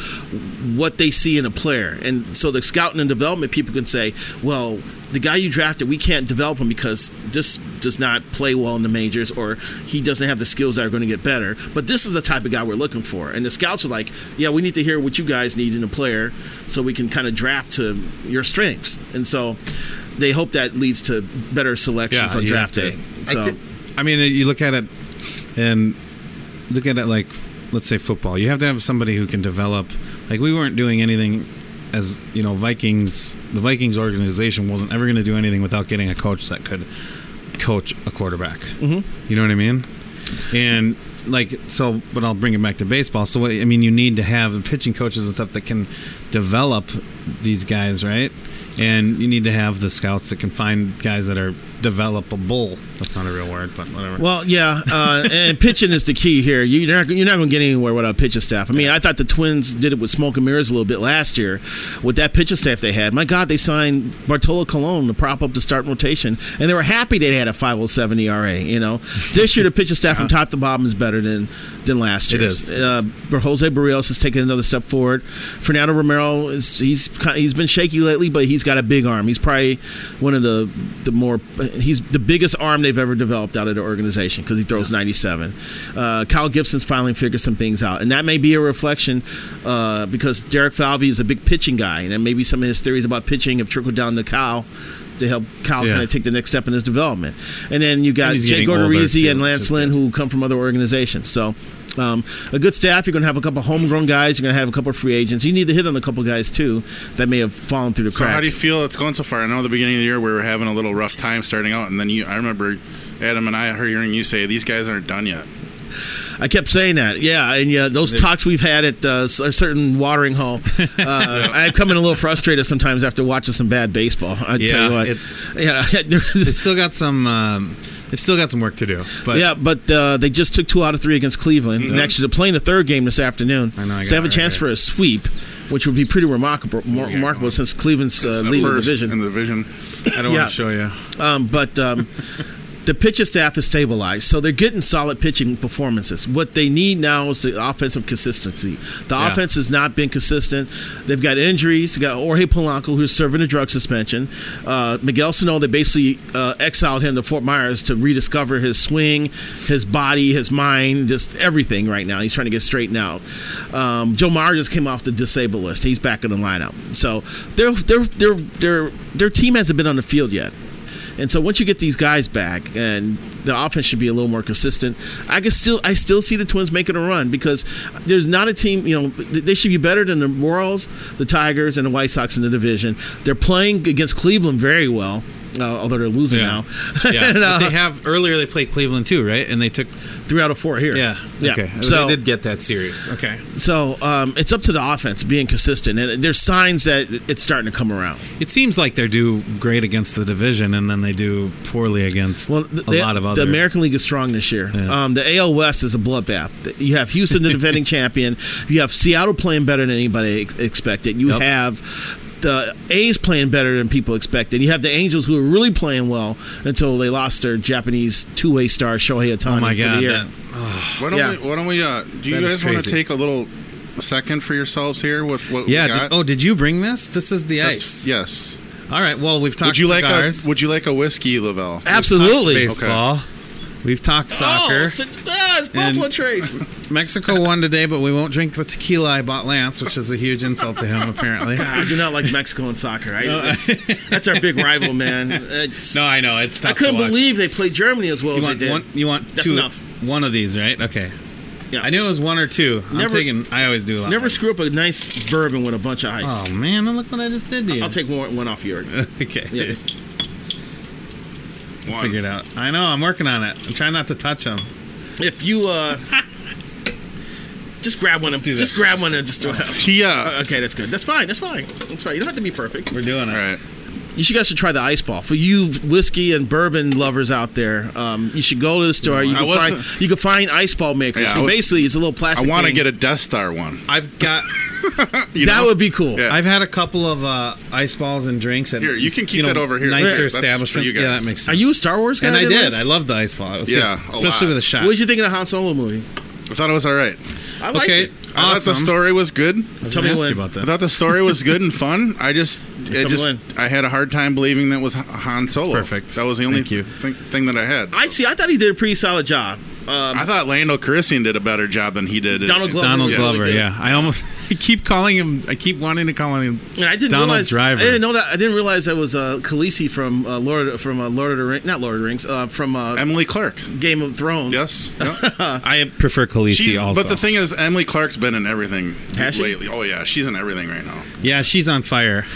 S7: what they see in a player. And so the scouting and development people can say, well, the guy you drafted, we can't develop him because this does not play well in the majors or he doesn't have the skills that are going to get better. But this is the type of guy we're looking for. And the scouts are like, yeah, we need to hear what you guys need in a player so we can kind of draft to your strengths. And so they hope that leads to better selections
S6: Yeah,
S7: on
S6: you
S7: draft
S6: have
S7: day.
S6: to-
S7: So,
S6: I mean, you look at it and look at it like, let's say football. You have to have somebody who can develop. Like we weren't doing anything as you know, Vikings. The Vikings organization wasn't ever going to do anything without getting a coach that could coach a quarterback. You know what I mean? And like so, but I'll bring it back to baseball. So what- I mean, you need to have the pitching coaches and stuff that can develop these guys, right? And you need to have the scouts that can find guys that are developable. That's not a real word, but whatever.
S7: well, yeah, uh, and pitching is the key here. You- You're not, you're not going to get anywhere without a pitching staff. I mean, I thought the Twins did it with smoke and mirrors a little bit last year with that pitching staff they had. My God, they signed Bartolo Colon to prop up the starting rotation, and they were happy they had a 5.07 ERA. E You know, this year the pitching staff from top to bottom is better than than last year.
S6: is.
S7: Uh, Jose Barrios has taken another step forward. Fernando Romero is he's kind he's been shaky lately, but he's got a big arm. He's probably one of the the more he's the biggest arm they've ever developed out of the organization because he throws 97. Uh, Kyle Gibson's finally figured some things out, and that may be a reflection uh, because Derek Falvey is a big pitching guy, and then maybe some of his theories about pitching have trickled down to Kyle. To help Kyle
S6: Yeah.
S7: kind of take the next step in his development, and then you got
S6: And he's
S7: Jay
S6: getting older,
S7: Gordorizzi
S6: too,
S7: and
S6: which
S7: Lance
S6: is
S7: Lynn,
S6: good.
S7: who who come from other organizations. So, um, a good staff. You're going to have a couple homegrown guys. You're going to have a couple free agents. You need to hit on a couple guys too that may have fallen through the
S4: So
S7: cracks.
S4: how do you feel it's going so far? I know at the beginning of the year we were having a little rough time starting out, and then you, I remember Adam and I are hearing you say these guys aren't done yet.
S7: I kept saying that. Yeah, and yeah, those talks we've had at uh, s- a certain watering hole. Uh, I come in a little frustrated sometimes after watching some bad baseball. I
S6: Yeah,
S7: tell you what.
S6: it-
S7: yeah,
S6: They've still got some. Um, they've still got some work to do. But
S7: yeah, but uh, they just took two out of three against Cleveland. And actually, they're playing the third game this afternoon.
S6: I know, I got
S7: so they have
S6: it
S7: a
S6: right
S7: chance
S6: here.
S7: for a sweep, which would be pretty remarkable, mar-
S6: got
S7: remarkable
S6: going.
S7: since Cleveland's uh,
S4: It's the
S7: leading the
S4: first
S7: division.
S4: in the division.
S6: I don't
S7: yeah.
S6: want to show you.
S7: Um, but um, the pitching staff is stabilized, so they're getting solid pitching performances. What they need now is the offensive consistency. The
S6: Yeah.
S7: offense has not been consistent. They've got injuries. They got Jorge Polanco, who's serving a drug suspension. Uh, Miguel Sano, they basically uh, exiled him to Fort Myers to rediscover his swing, his body, his mind, just everything right now. He's trying to get straightened out. Um, Joe Mauer just came off the disabled list. He's back in the lineup. So their their their their their team hasn't been on the field yet. And so once you get these guys back, and the offense should be a little more consistent, I can still I still see the Twins making a run because there's not a team you know th- they should be better than the Royals, the Tigers, and the White Sox in the division. They're playing against Cleveland very well, uh, although they're losing
S6: Yeah.
S7: now.
S6: Yeah.
S7: And,
S6: but
S7: uh,
S6: they have earlier. They played Cleveland too, right? And they took.
S7: three out of four here.
S6: Yeah.
S7: yeah.
S6: Okay.
S7: So
S6: they did get that series. Okay.
S7: so um, it's up to the offense being consistent, and there's signs that it's starting to come around.
S6: It seems like they do great against the division, and then they do poorly against
S7: Well,
S6: a
S7: the,
S6: lot of other.
S7: the American League is strong this year.
S6: Yeah.
S7: Um, the AL West is a bloodbath. You have Houston, the defending champion. You have Seattle playing better than anybody ex- expected. You
S6: Yep.
S7: have the A's playing better than people expected. You have the Angels who are really playing well until they lost their Japanese two-way star Shohei Ohtani
S6: oh my
S7: for the
S6: god!
S7: year.
S6: that-
S4: Why don't
S7: Yeah.
S4: we? Why don't we? Uh, do you
S6: That is
S4: guys want to
S6: crazy.
S4: take a little second for yourselves here with what
S6: yeah.
S4: we
S6: Did,
S4: got?
S6: oh, did you bring this? This is the
S4: That's-
S6: ice.
S4: Yes.
S6: All right. Well, we've talked
S4: Would you like
S6: cigars.
S4: a Would you like a whiskey, Lavelle?
S7: Absolutely.
S6: baseball. We've talked soccer.
S7: Oh, it's, ah, it's Buffalo
S6: And-
S7: Trace.
S6: Mexico won today, but we won't drink the tequila I bought Lance, which is a huge insult to him, apparently.
S7: I do not like Mexico in soccer. I, it's, that's our big rival, man. It's,
S6: No, I know it's. Tough
S7: I couldn't
S6: to watch.
S7: believe they played Germany as well
S6: you
S7: as
S6: want
S7: they did.
S6: one. You want
S7: That's
S6: two,
S7: enough.
S6: One of these, right? Okay.
S7: Yeah.
S6: I knew it was one or two. I'm
S7: Never-
S6: taking. I always do. a lot
S7: Never
S6: of-
S7: screw up a nice bourbon with a bunch of ice.
S6: Oh man! Look what I just did to you.
S7: I'll take more, one off yours.
S6: Okay.
S7: Yeah, just,
S4: One.
S6: Figure it out. I know. I'm working on it. I'm trying not to touch them.
S7: if you uh, just grab one, and,
S6: do
S7: just
S6: this.
S7: grab one and just throw it out.
S4: He, uh,
S7: Okay, that's good. That's fine. That's fine. That's right. You don't have to be perfect.
S6: We're doing it.
S4: all right.
S7: You should, guys should try the ice ball for you whiskey and bourbon lovers out there. Um, you should go to the store. You
S4: I
S7: can
S4: wasn't-
S7: find you can find ice ball makers.
S4: Yeah, I
S7: But
S4: was-
S7: basically, it's a little
S4: I
S7: plastic.
S4: want to
S7: thing.
S4: get a Death Star one.
S6: I've got.
S4: You
S7: that
S4: know?
S7: would be cool.
S4: Yeah.
S6: I've had a couple of uh, ice balls and drinks. At,
S4: Here, you can keep
S6: know,
S4: that over here.
S6: Nicer
S4: Here, that's for
S6: establishments.
S4: you guys.
S6: Yeah, that makes
S7: Are
S6: sense.
S7: you a Star Wars guy?
S6: and I
S7: there,
S6: did.
S7: Lance?
S6: I loved the ice ball. It was
S4: Yeah, oh,
S6: good,
S4: a
S6: especially
S4: lot.
S6: with a shot.
S7: What did you think of the Han Solo movie?
S4: I thought it was all right.
S7: I liked
S6: Okay.
S7: it.
S4: I thought the
S6: Awesome.
S4: story was good.
S6: I was
S7: Tell
S6: gonna
S7: me
S6: ask
S7: when.
S6: you about
S4: I
S6: this.
S4: thought the story was good and fun. I just,
S7: Tell
S4: it
S7: me
S4: just,
S7: when.
S4: I had a hard time believing that was Han- Han Solo.
S6: perfect.
S4: That was the only
S6: Thank you.
S4: Thing, thing that I had.
S7: I see. I thought he did a pretty solid job. Um,
S4: I thought Lando Calrissian did a better job than he did.
S7: Donald Glover.
S6: Donald
S4: Yeah.
S6: Glover.
S7: Really good.
S6: yeah, I almost I keep calling him. I keep wanting to call him.
S7: And I didn't
S6: Donald
S7: realize.
S6: Driver.
S7: I didn't know that. I didn't realize that was uh, Khaleesi from uh, Lord from uh, Lord of the Rings. Not Lord of the Rings. Uh, from uh,
S4: Emily Clark.
S7: Game of Thrones.
S4: Yes. Yep.
S6: I prefer Khaleesi
S4: She's,
S6: also.
S4: but the thing is, Emily Clark's been in everything
S7: Has she?
S4: lately. Oh yeah, she's in everything right now.
S6: yeah, she's on fire.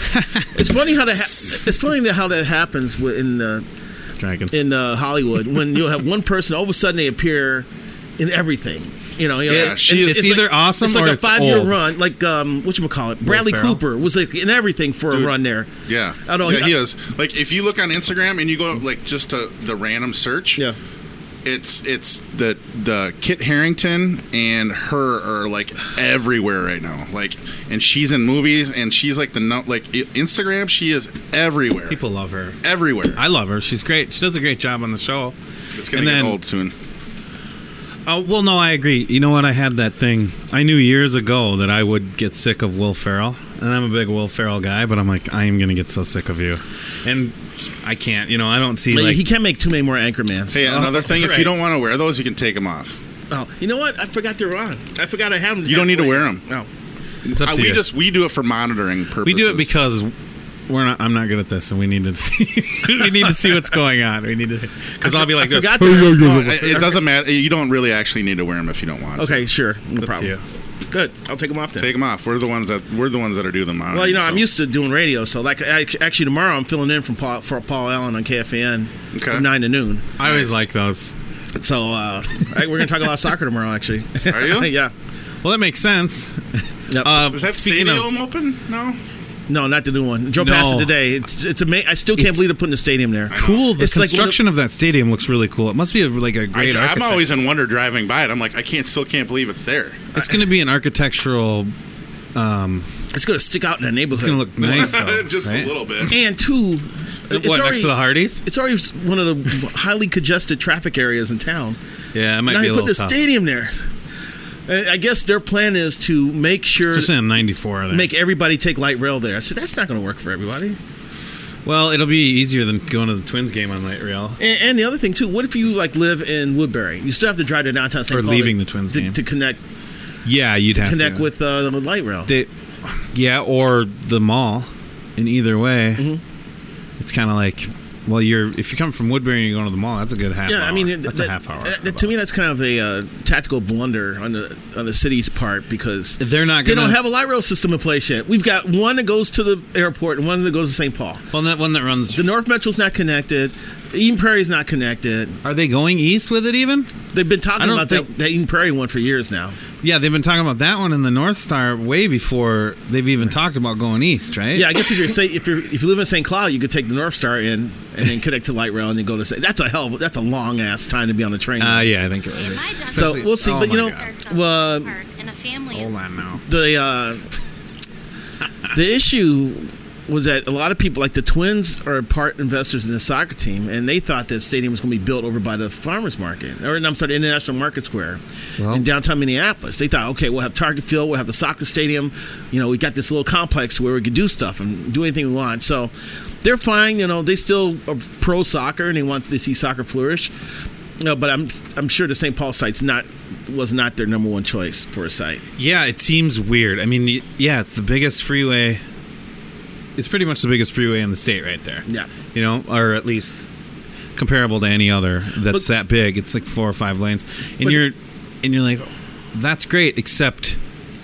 S7: It's funny how that. Ha- it's funny that how that happens wi- in uh,
S6: Dragon.
S7: in uh, Hollywood when you'll have one person all of a sudden they appear in everything. You know, you know,
S4: Yeah,
S7: and
S4: she is-
S6: It's either awesome
S7: It's like
S6: or
S7: a
S6: it's
S7: five-year
S6: old.
S7: run, like um, what you call it? Bradley
S6: Ferrell.
S7: Cooper was like in everything for a run there.
S4: Yeah,
S7: I don't.
S4: yeah,
S7: I-
S4: he is. Like if you look on Instagram and you go like just to the random search,
S7: Yeah.
S4: it's it's the the Kit Harrington and her are like everywhere right now. Like, and she's in movies and she's like the no, like i- Instagram. She is everywhere,
S6: People love her.
S4: everywhere.
S6: I love her. She's great. She does a great job on the show.
S4: it's gonna
S6: and
S4: get
S6: then-
S4: old soon.
S6: Oh well, no, I agree. You know what? I had that thing. I knew years ago that I would get sick of Will Ferrell, and I'm a big Will Ferrell guy. But I'm like, I am gonna get so sick of you, and I can't. You know, I don't see
S7: Like,
S6: like
S7: he can't make too many more Anchormans.
S4: Hey,
S6: Oh,
S4: another thing. If
S6: right.
S4: you don't want to wear those, you can take them off.
S7: Oh, you know what? I forgot they were on. I forgot I had them.
S4: You don't need to wear them.
S7: No.
S6: it's up
S4: Uh,
S6: to
S4: we
S6: you.
S4: just we do it for monitoring purposes.
S6: we do it because we're not. I'm not good at this, and we need to see. we need to see what's going on. We need to because I'll be like,
S7: I
S6: this.
S7: forgot they were.
S4: Well, it it doesn't matter. You don't really actually need to wear them if you don't want. to.
S7: Okay, sure. No
S6: Up to
S7: problem.
S6: you.
S7: Good. I'll take them off then.
S4: Take them off. We're the ones that we're the ones that are doing the monitoring.
S7: well, you know, I'm
S4: so-
S7: used to doing radio, so like ac- actually tomorrow I'm filling in from Paul, for Paul Allen on KFAN
S4: Okay.
S7: from nine to noon.
S6: I always like those.
S7: So uh, I- we're gonna talk about soccer tomorrow. Actually,
S4: Are you?
S7: yeah.
S6: Well, that makes sense.
S7: Yep.
S6: Uh,
S4: Is that
S6: speaking of-
S4: stadium open? No.
S7: no, not the new one. Joe
S6: No.
S7: passed it today. It's it's ama- I still can't
S6: It's-
S7: believe they're putting the stadium there.
S6: cool, the
S7: It's like one of-
S6: construction of that stadium looks really cool. It must be a, like a
S4: I,
S6: great.
S4: I'm
S6: architect-
S4: always in wonder driving by it. I'm like, I can't still can't believe it's there.
S6: It's going to be an architectural. Um,
S7: It's gonna stick out in the neighborhood.
S6: it's going to look nice, though.
S4: Just
S6: right?
S4: a little bit.
S7: And two, it's
S6: What
S7: already,
S6: next to the Hardys?
S7: It's already one of the highly congested traffic areas in town.
S6: Yeah, it might
S7: Now
S6: be a
S7: you put
S6: little
S7: the
S6: tough.
S7: stadium there. I I guess their plan is to make sure
S6: Especially on 94. There.
S7: make everybody take light rail there. I said that's not going to work for everybody.
S6: well, it'll be easier than going to the Twins game on light rail.
S7: And, and the other thing too, what if you like live in Woodbury? You still have to drive to downtown St.
S6: Or
S7: Paul
S6: leaving
S7: to-
S6: the Twins
S7: to,
S6: game.
S7: to connect
S6: Yeah, you'd have
S7: connect
S6: to.
S7: with uh, the light rail.
S6: They, yeah, or the mall. In either way,
S7: Mm-hmm.
S6: it's kind of like, well, you're if you come from Woodbury and you're going to the mall, that's a good half. hour.
S7: yeah, I mean
S6: that's
S7: that-
S6: a half hour.
S7: that- to me, that's kind of a uh, tactical blunder on the on the city's part because
S6: They're not
S7: they
S6: gonna-
S7: don't have a light rail system in place yet. We've got one that goes to the airport and one that goes to St. Paul.
S6: well, that one that runs.
S7: The North Metro's not connected. Eden Prairie's not connected.
S6: are they going east with it even?
S7: They've been
S6: I
S7: talking
S6: don't
S7: about
S6: think-
S7: that, that Eden Prairie one for years now.
S6: Yeah, they've been talking about that one in the North Star way before they've even talked about going east, right?
S7: Yeah, I guess if you're say, if you if you live in St. Cloud, you could take the North Star in and then connect to light rail and then go to. St. That's a hell. of- That's a long ass time to be on the train.
S6: Uh, yeah, I think it was.
S7: so we'll see.
S6: oh
S7: but you
S6: my
S7: know, well, oh
S8: and a family
S6: Hold
S8: is
S6: on now.
S7: the uh, the issue was that a lot of people, like the Twins, are part investors in the soccer team, and they thought that stadium was going to be built over by the farmers market, or no, I'm sorry, International Market Square
S6: Well-
S7: in downtown Minneapolis. They thought, okay, we'll have Target Field, we'll have the soccer stadium, you know, we got this little complex where we could do stuff and do anything we want. So they're fine, you know, they still are pro soccer and they want to see soccer flourish. No, but I'm I'm sure the St. Paul site's not was not their number one choice for a site.
S6: Yeah, it seems weird. I mean, y- yeah, it's the biggest freeway. It's pretty much the biggest freeway in the state, right there.
S7: Yeah.
S6: you know, or at least comparable to any other that's
S7: But-
S6: that big. It's like four or five lanes, and
S7: But-
S6: you're and you're like, that's great, except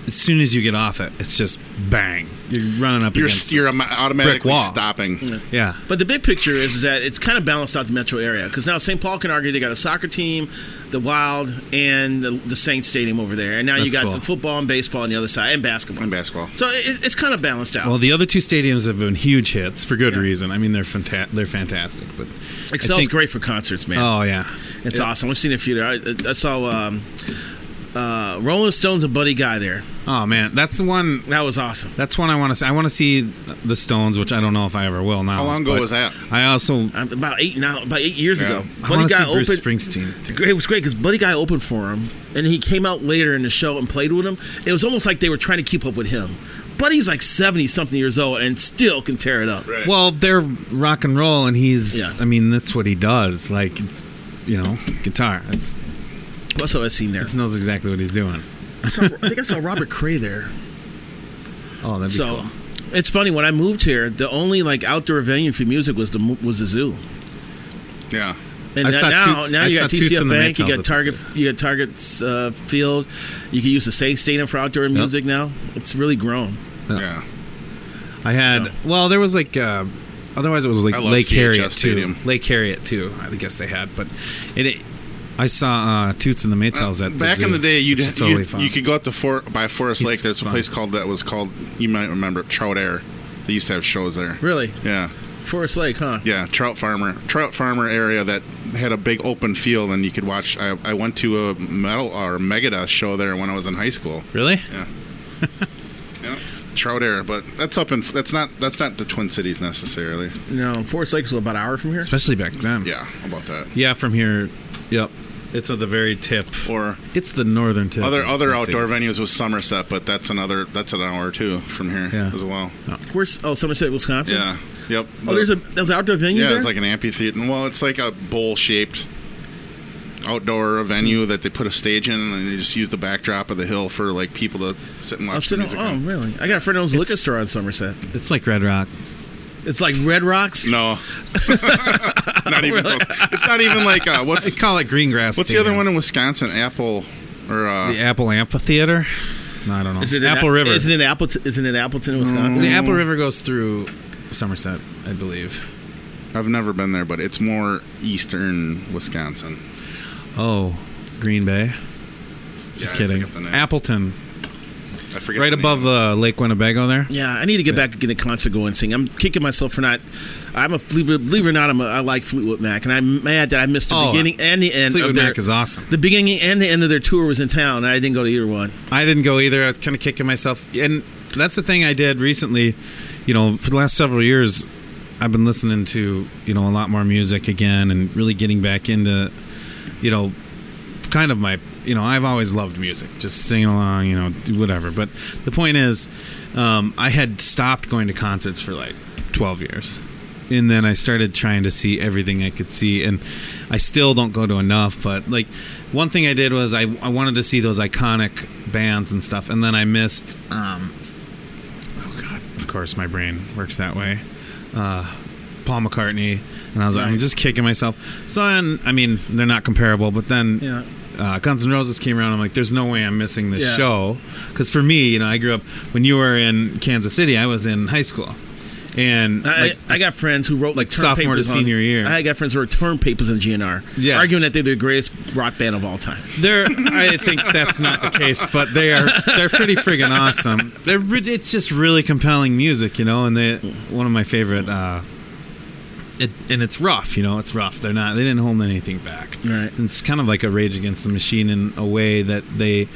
S6: as soon as you get off it, it's just bang, you're running up
S4: You're
S6: against.
S4: you're am-
S6: Brick
S4: automatically
S6: wall.
S4: stopping.
S6: yeah,
S7: But the big picture is, is that it's kind of balanced out the metro area because now St. Paul can argue they got a soccer team, the Wild, and the, the Saints Stadium over there, and now you
S6: That's
S7: got
S6: cool.
S7: the football and baseball on the other side and basketball.
S4: And basketball.
S7: So it, it's kind of balanced out.
S6: Well, the other two stadiums have been huge hits for good
S7: Yeah.
S6: reason. I mean, they're fanta- they're fantastic, but I
S7: Excel's
S6: think-
S7: great for concerts, man.
S6: Oh yeah,
S7: it's awesome. We've seen a few there. I, I saw um, uh, Rolling Stones and Buddy Guy there.
S6: oh man, that's the one.
S7: That was awesome.
S6: That's one I want to see. I want to see the Stones, which I don't know if I ever will now.
S4: How long ago
S6: but
S4: was that?
S6: I also
S7: Um, about eight now, about eight years
S4: Yeah.
S7: ago,
S6: I
S7: Buddy
S6: want to
S7: Guy
S6: see Bruce
S7: opened.
S6: Springsteen.
S7: It's great- It was great because Buddy Guy opened for him, and he came out later in the show and played with him. It was almost like they were trying to keep up with him. Buddy's like seventy something years old and still can tear it up.
S4: Right.
S6: Well, they're rock and roll, and he's.
S7: Yeah.
S6: I mean, that's what he does. Like, it's, you know, guitar. That's,
S7: What else have I seen there?
S6: he knows exactly what he's doing.
S7: I, saw, I think I saw Robert Cray there.
S6: Oh, that'd be
S7: So
S6: cool.
S7: it's funny when I moved here, the only like outdoor venue for music was the mo- was the zoo.
S4: yeah.
S7: And
S6: I
S7: that-
S6: saw
S7: now,
S6: Toots-
S7: now
S6: I
S7: you
S6: saw
S7: got
S6: Toots
S7: TCF
S6: in the
S7: Bank, you
S6: Maytals at the
S7: got Target, you got Target's uh, Field. You can use the Say Stadium for outdoor music now. It's really grown.
S4: Yeah.
S6: I had.
S7: so-
S6: Well, there was like. Uh, otherwise, it was like
S4: I love
S6: Lake
S4: CHS
S6: Harriet
S4: Stadium.
S6: too. Lake Harriet too. I guess they had, but it. it- I saw uh, Toots and the Maytals at the
S4: Back in
S6: zoo,
S4: the day, you'd,
S6: which
S4: you
S6: is totally fun.
S4: you could go up to for, by Forest
S6: He's
S4: Lake. There's a
S6: fun.
S4: place called that was called you might remember it, Trout Air. They used to have shows there.
S7: Really,
S4: Yeah,
S7: Forest Lake, huh?
S4: yeah. Trout farmer, trout farmer area that had a big open field, and you could watch. I, I went to a metal or Megadeth show there when I was in high school.
S6: really.
S4: Yeah, Trout Air, but that's up in that's not that's not the Twin Cities necessarily.
S7: No, Forest Lake is about an hour from here.
S6: Especially back then.
S4: Yeah, how about that.
S6: Yeah, from here. Yep. It's at the very tip.
S4: Or
S6: It's the northern tip.
S4: other
S6: of
S4: other
S6: Twin
S4: outdoor
S6: Cities.
S4: venues was Somerset, but that's another that's an hour or two from here
S6: Yeah.
S4: as well.
S7: Where's oh Somerset, Wisconsin?
S4: Yeah. Yep.
S7: Oh, there's a there's an outdoor venue
S4: Yeah,
S7: there.
S4: it's like an amphitheater. Well, it's like a bowl shaped outdoor venue that they put a stage in and they just use the backdrop of the hill for like people to sit and watch
S7: I'll
S4: the
S7: sit on,
S4: music.
S7: oh,
S4: on.
S7: really? I got a friend who owns a liquor
S6: It's-
S7: store on Somerset.
S6: It's like Red Rock.
S7: It's like Red Rocks.
S4: No. not even close. It's not even like uh,
S6: They
S4: what's
S6: call it Greengrass.
S4: what's the other
S6: Stadium.
S4: one in Wisconsin? Apple or uh,
S6: The Apple Amphitheater. No, I don't know.
S7: Is it in
S6: Apple
S7: Ap-
S6: River.
S7: Isn't it Appleton? Isn't it Appleton, Wisconsin?
S4: Mm.
S6: the Apple River goes through Somerset, I believe.
S4: I've never been there, but it's more eastern Wisconsin.
S6: Oh, Green Bay. Just
S4: Yeah, I
S6: kidding.
S4: forget the name.
S6: Appleton,
S4: I forget
S6: right
S4: the name.
S6: above the Lake Winnebago there.
S7: Yeah, I need to get back in a concert going sing. I'm kicking myself for not. I'm a Fleet- believe it or not, I'm a, I like Fleetwood Mac, and I'm mad that I missed the
S6: Oh,
S7: beginning and the end.
S6: Fleetwood
S7: of their,
S6: Mac is awesome.
S7: The beginning and the end of their tour was in town, and I didn't go to either one.
S6: I didn't go either. I was kind of kicking myself. And that's the thing I did recently. You know, for the last several years, I've been listening to, you know, a lot more music again and really getting back into, you know, kind of my, you know, I've always loved music, just singing along, you know, do whatever. But the point is, um, I had stopped going to concerts for like 12 years. And then I started trying to see everything I could see. And I still don't go to enough. But like, one thing I did was I, I wanted to see those iconic bands and stuff. And then I missed, um, oh God, of course, my brain works that way. Uh, Paul McCartney. And I was like, I'm
S7: Right.
S6: just kicking myself. So, and I mean, they're not comparable, but then
S7: Yeah.
S6: uh, Guns N' Roses came around, I'm like, there's no way I'm missing this
S7: Yeah.
S6: show. Because for me, you know, I grew up, when you were in Kansas City, I was in high school. And
S7: I,
S6: like,
S7: I got friends who wrote like term
S6: Sophomore to
S7: papers on-
S6: senior year.
S7: I got friends who wrote term papers in GNR,
S6: Yeah.
S7: arguing that they're the greatest rock band of all time.
S6: They're, I think that's not the case, but they are. They're pretty friggin' awesome. They're. re- It's just really compelling music, you know. And they, one of my favorite. Uh, it, and it's rough, you know. It's rough. They're not. They didn't hold anything back.
S7: Right.
S6: It's kind of like a Rage Against the Machine in a way that they.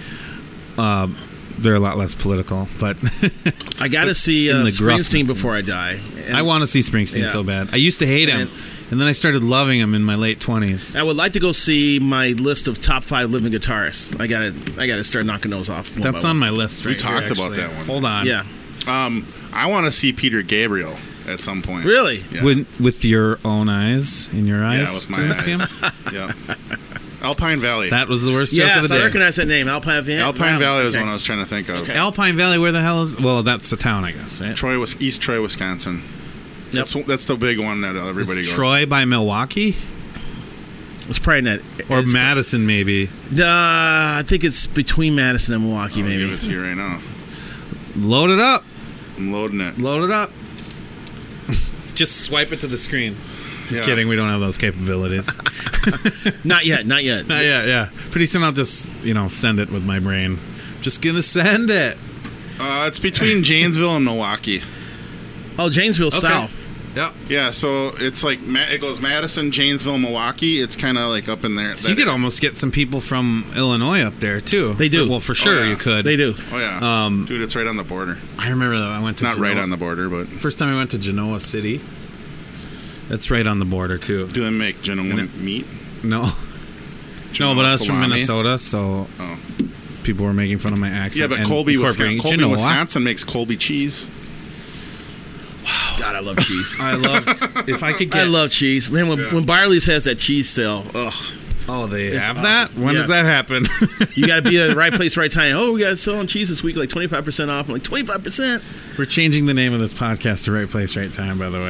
S6: Um, they're a lot less political, but
S7: I got to see
S6: in
S7: uh,
S6: the
S7: Springsteen
S6: gruffness.
S7: before I die. And
S6: I want to see Springsteen
S7: Yeah.
S6: so bad. I used to hate him,
S7: And-
S6: and then I started loving him in my late twenties.
S7: I would like to go see my list of top five living guitarists. I gotta, I gotta start knocking those off. one
S6: That's
S7: by
S6: on my
S7: one.
S6: list. Right
S4: We talked
S6: here,
S4: about
S6: actually.
S4: that one.
S6: Hold on.
S7: Yeah,
S4: Um, I want to see Peter Gabriel at some point.
S7: really.
S4: Yeah.
S6: With, with your own eyes, in your
S4: Yeah,
S6: eyes.
S4: with my
S6: Didn't I see him?
S4: eyes. yeah. Alpine Valley.
S6: That was the worst joke
S7: Yes,
S6: of the
S7: I
S6: day.
S7: recognize that name. Alpine Valley.
S4: Alpine Valley was
S7: okay.
S4: one I was trying to think of.
S6: Alpine Valley, where the hell is? Well, that's the town, I guess, right?
S4: Troy was East Troy, Wisconsin.
S7: Yep.
S4: That's that's the big one that
S6: Is
S4: everybody goes.
S6: Troy by Milwaukee
S7: It's probably not.
S6: or
S7: it's-
S6: Madison, maybe.
S7: Nah, I think it's between Madison and Milwaukee,
S4: I'll
S7: maybe.
S4: Oh, give it to you right now.
S6: Load it up.
S4: I'm loading it.
S6: Load it up. Just swipe it to the screen. Just
S4: Yeah.
S6: kidding. We don't have those capabilities.
S7: Not yet. Not yet.
S6: Uh, yeah, yeah. Pretty soon I'll just, you know, send it with my brain. Just gonna send it.
S4: Uh, it's between Janesville and Milwaukee.
S7: Oh, Janesville South.
S6: Yeah.
S4: Yeah, so it's like Ma- it goes Madison, Janesville, Milwaukee. It's kind of like up in there.
S6: So you
S4: That-
S6: could almost get some people from Illinois up there too.
S7: They do.
S6: well, for sure
S4: yeah.
S6: you could.
S7: They do.
S4: oh yeah,
S6: um,
S4: dude, it's right on the border.
S6: I remember that I went to
S4: Not right
S6: Genoa-
S4: on the border, but
S6: First time I went to Genoa City. That's right on the border too.
S4: do they make Genoa meat?
S6: No, no,
S4: Genoa
S6: but I was from
S4: salami?
S6: Minnesota, so
S4: Oh.
S6: people were making fun of my accent.
S4: Yeah, but
S6: and
S4: Colby,
S6: incorporating
S4: Wisconsin, Colby
S6: Genoa.
S4: Wisconsin makes Colby cheese.
S7: God, I love cheese.
S6: I love. If I could get.
S7: I love cheese, man. When, when Barley's has that cheese sale, ugh,
S6: Oh, they have
S7: awesome.
S6: that. When does
S7: Yes.
S6: that happen?
S7: you got to be at the right place, right time. Oh, we got selling cheese this week, like twenty five percent off. I'm like twenty five percent.
S6: We're changing the name of this podcast to Right Place, Right Time. By the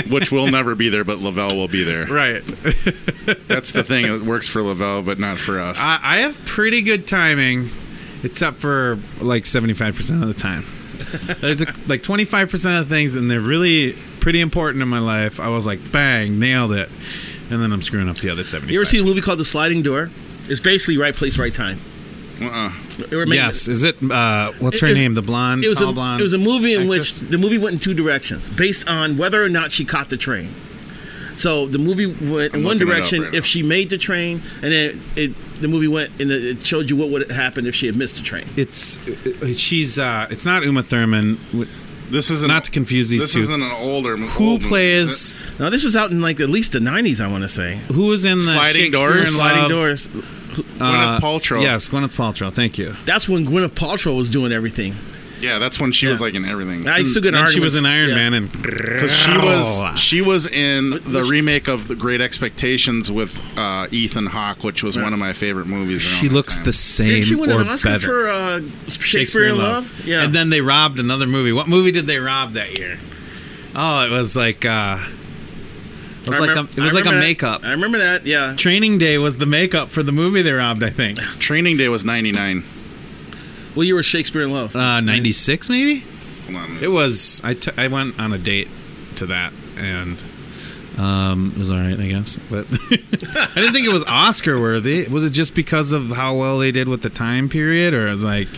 S6: way,
S4: which will never be there, but Lavelle will be there.
S6: right.
S4: That's the thing. It works for Lavelle, but not for us.
S6: I, I have pretty good timing, except for like seventy five percent of the time. There's like twenty five percent of things, and they're really pretty important in my life. I was like, bang, nailed it, and then I'm screwing up the other seventy.
S7: You ever see a movie called The Sliding Door? It's basically right place, right time.
S4: uh-uh.
S7: It remains-
S6: Yes, is it? Uh, what's her
S7: It was-
S6: name? The blonde,
S7: It was,
S6: tall
S7: a,
S6: blonde.
S7: it was a movie in
S6: actress?
S7: which the movie went in two directions based on whether or not she caught the train. So the movie went in
S4: I'm
S7: one
S4: looking it up
S7: direction
S4: right now.
S7: if she made the train, and then it, the movie went and it showed you what would have happened if she had missed the train.
S6: It's uh, she's. Uh, it's not Uma Thurman. W-
S4: This isn't
S6: Not to confuse these
S4: this
S6: two.
S4: isn't an older.
S6: Who plays?
S7: Now this was out in like at least the nineties, I want to say.
S6: Who was in the
S4: Sliding
S6: Shakespeare
S4: Doors?
S6: in
S7: Sliding
S6: Love? uh,
S7: doors.
S4: Gwyneth Paltrow.
S6: Yes, Gwyneth Paltrow. Thank you.
S7: That's when Gwyneth Paltrow was doing everything.
S4: Yeah, that's when she was
S7: Yeah.
S4: like in everything.
S7: I still get
S6: And then she
S7: arguments-
S6: was in Iron
S7: yeah.
S6: Man, and
S4: Because she
S6: Oh.
S4: was she was in the
S7: which-
S4: remake of The Great Expectations with uh, Ethan Hawke, which was one of my favorite movies. around
S6: she
S4: that
S6: looks
S4: time.
S6: the same
S7: Did she win
S6: or
S7: an Oscar
S6: better.
S7: for uh, Shakespeare, in Love? Yeah.
S6: And then they robbed another movie. What movie did they rob that year? Oh, it was like uh it was
S7: I
S6: like
S7: remem-
S6: a, it was
S7: I
S6: like a
S7: remember that.
S6: makeup.
S7: I remember that. Yeah.
S6: Training Day was the makeup for the movie they robbed, I think.
S4: Training Day was ninety nine.
S7: Well, you were Shakespeare in Love.
S6: Uh, 96 maybe?
S4: Hold on.
S6: It was. I, t- I went on a date to that, and um, it was all right, I guess. But I didn't think it was Oscar worthy. Was it just because of how well they did with the time period, or it was like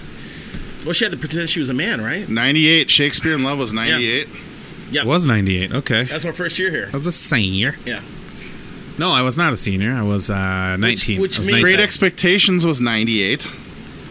S7: well, she had to pretend she was a man, right?
S4: 98. Shakespeare in Love was 98.
S7: Yeah.
S6: it was 98? Okay, I
S7: That's my first year here.
S6: was a senior.
S7: Yeah.
S6: No, I was not a senior. I was uh, 19.
S7: which
S6: I was
S7: means-
S6: 19.
S4: Great Expectations was 98.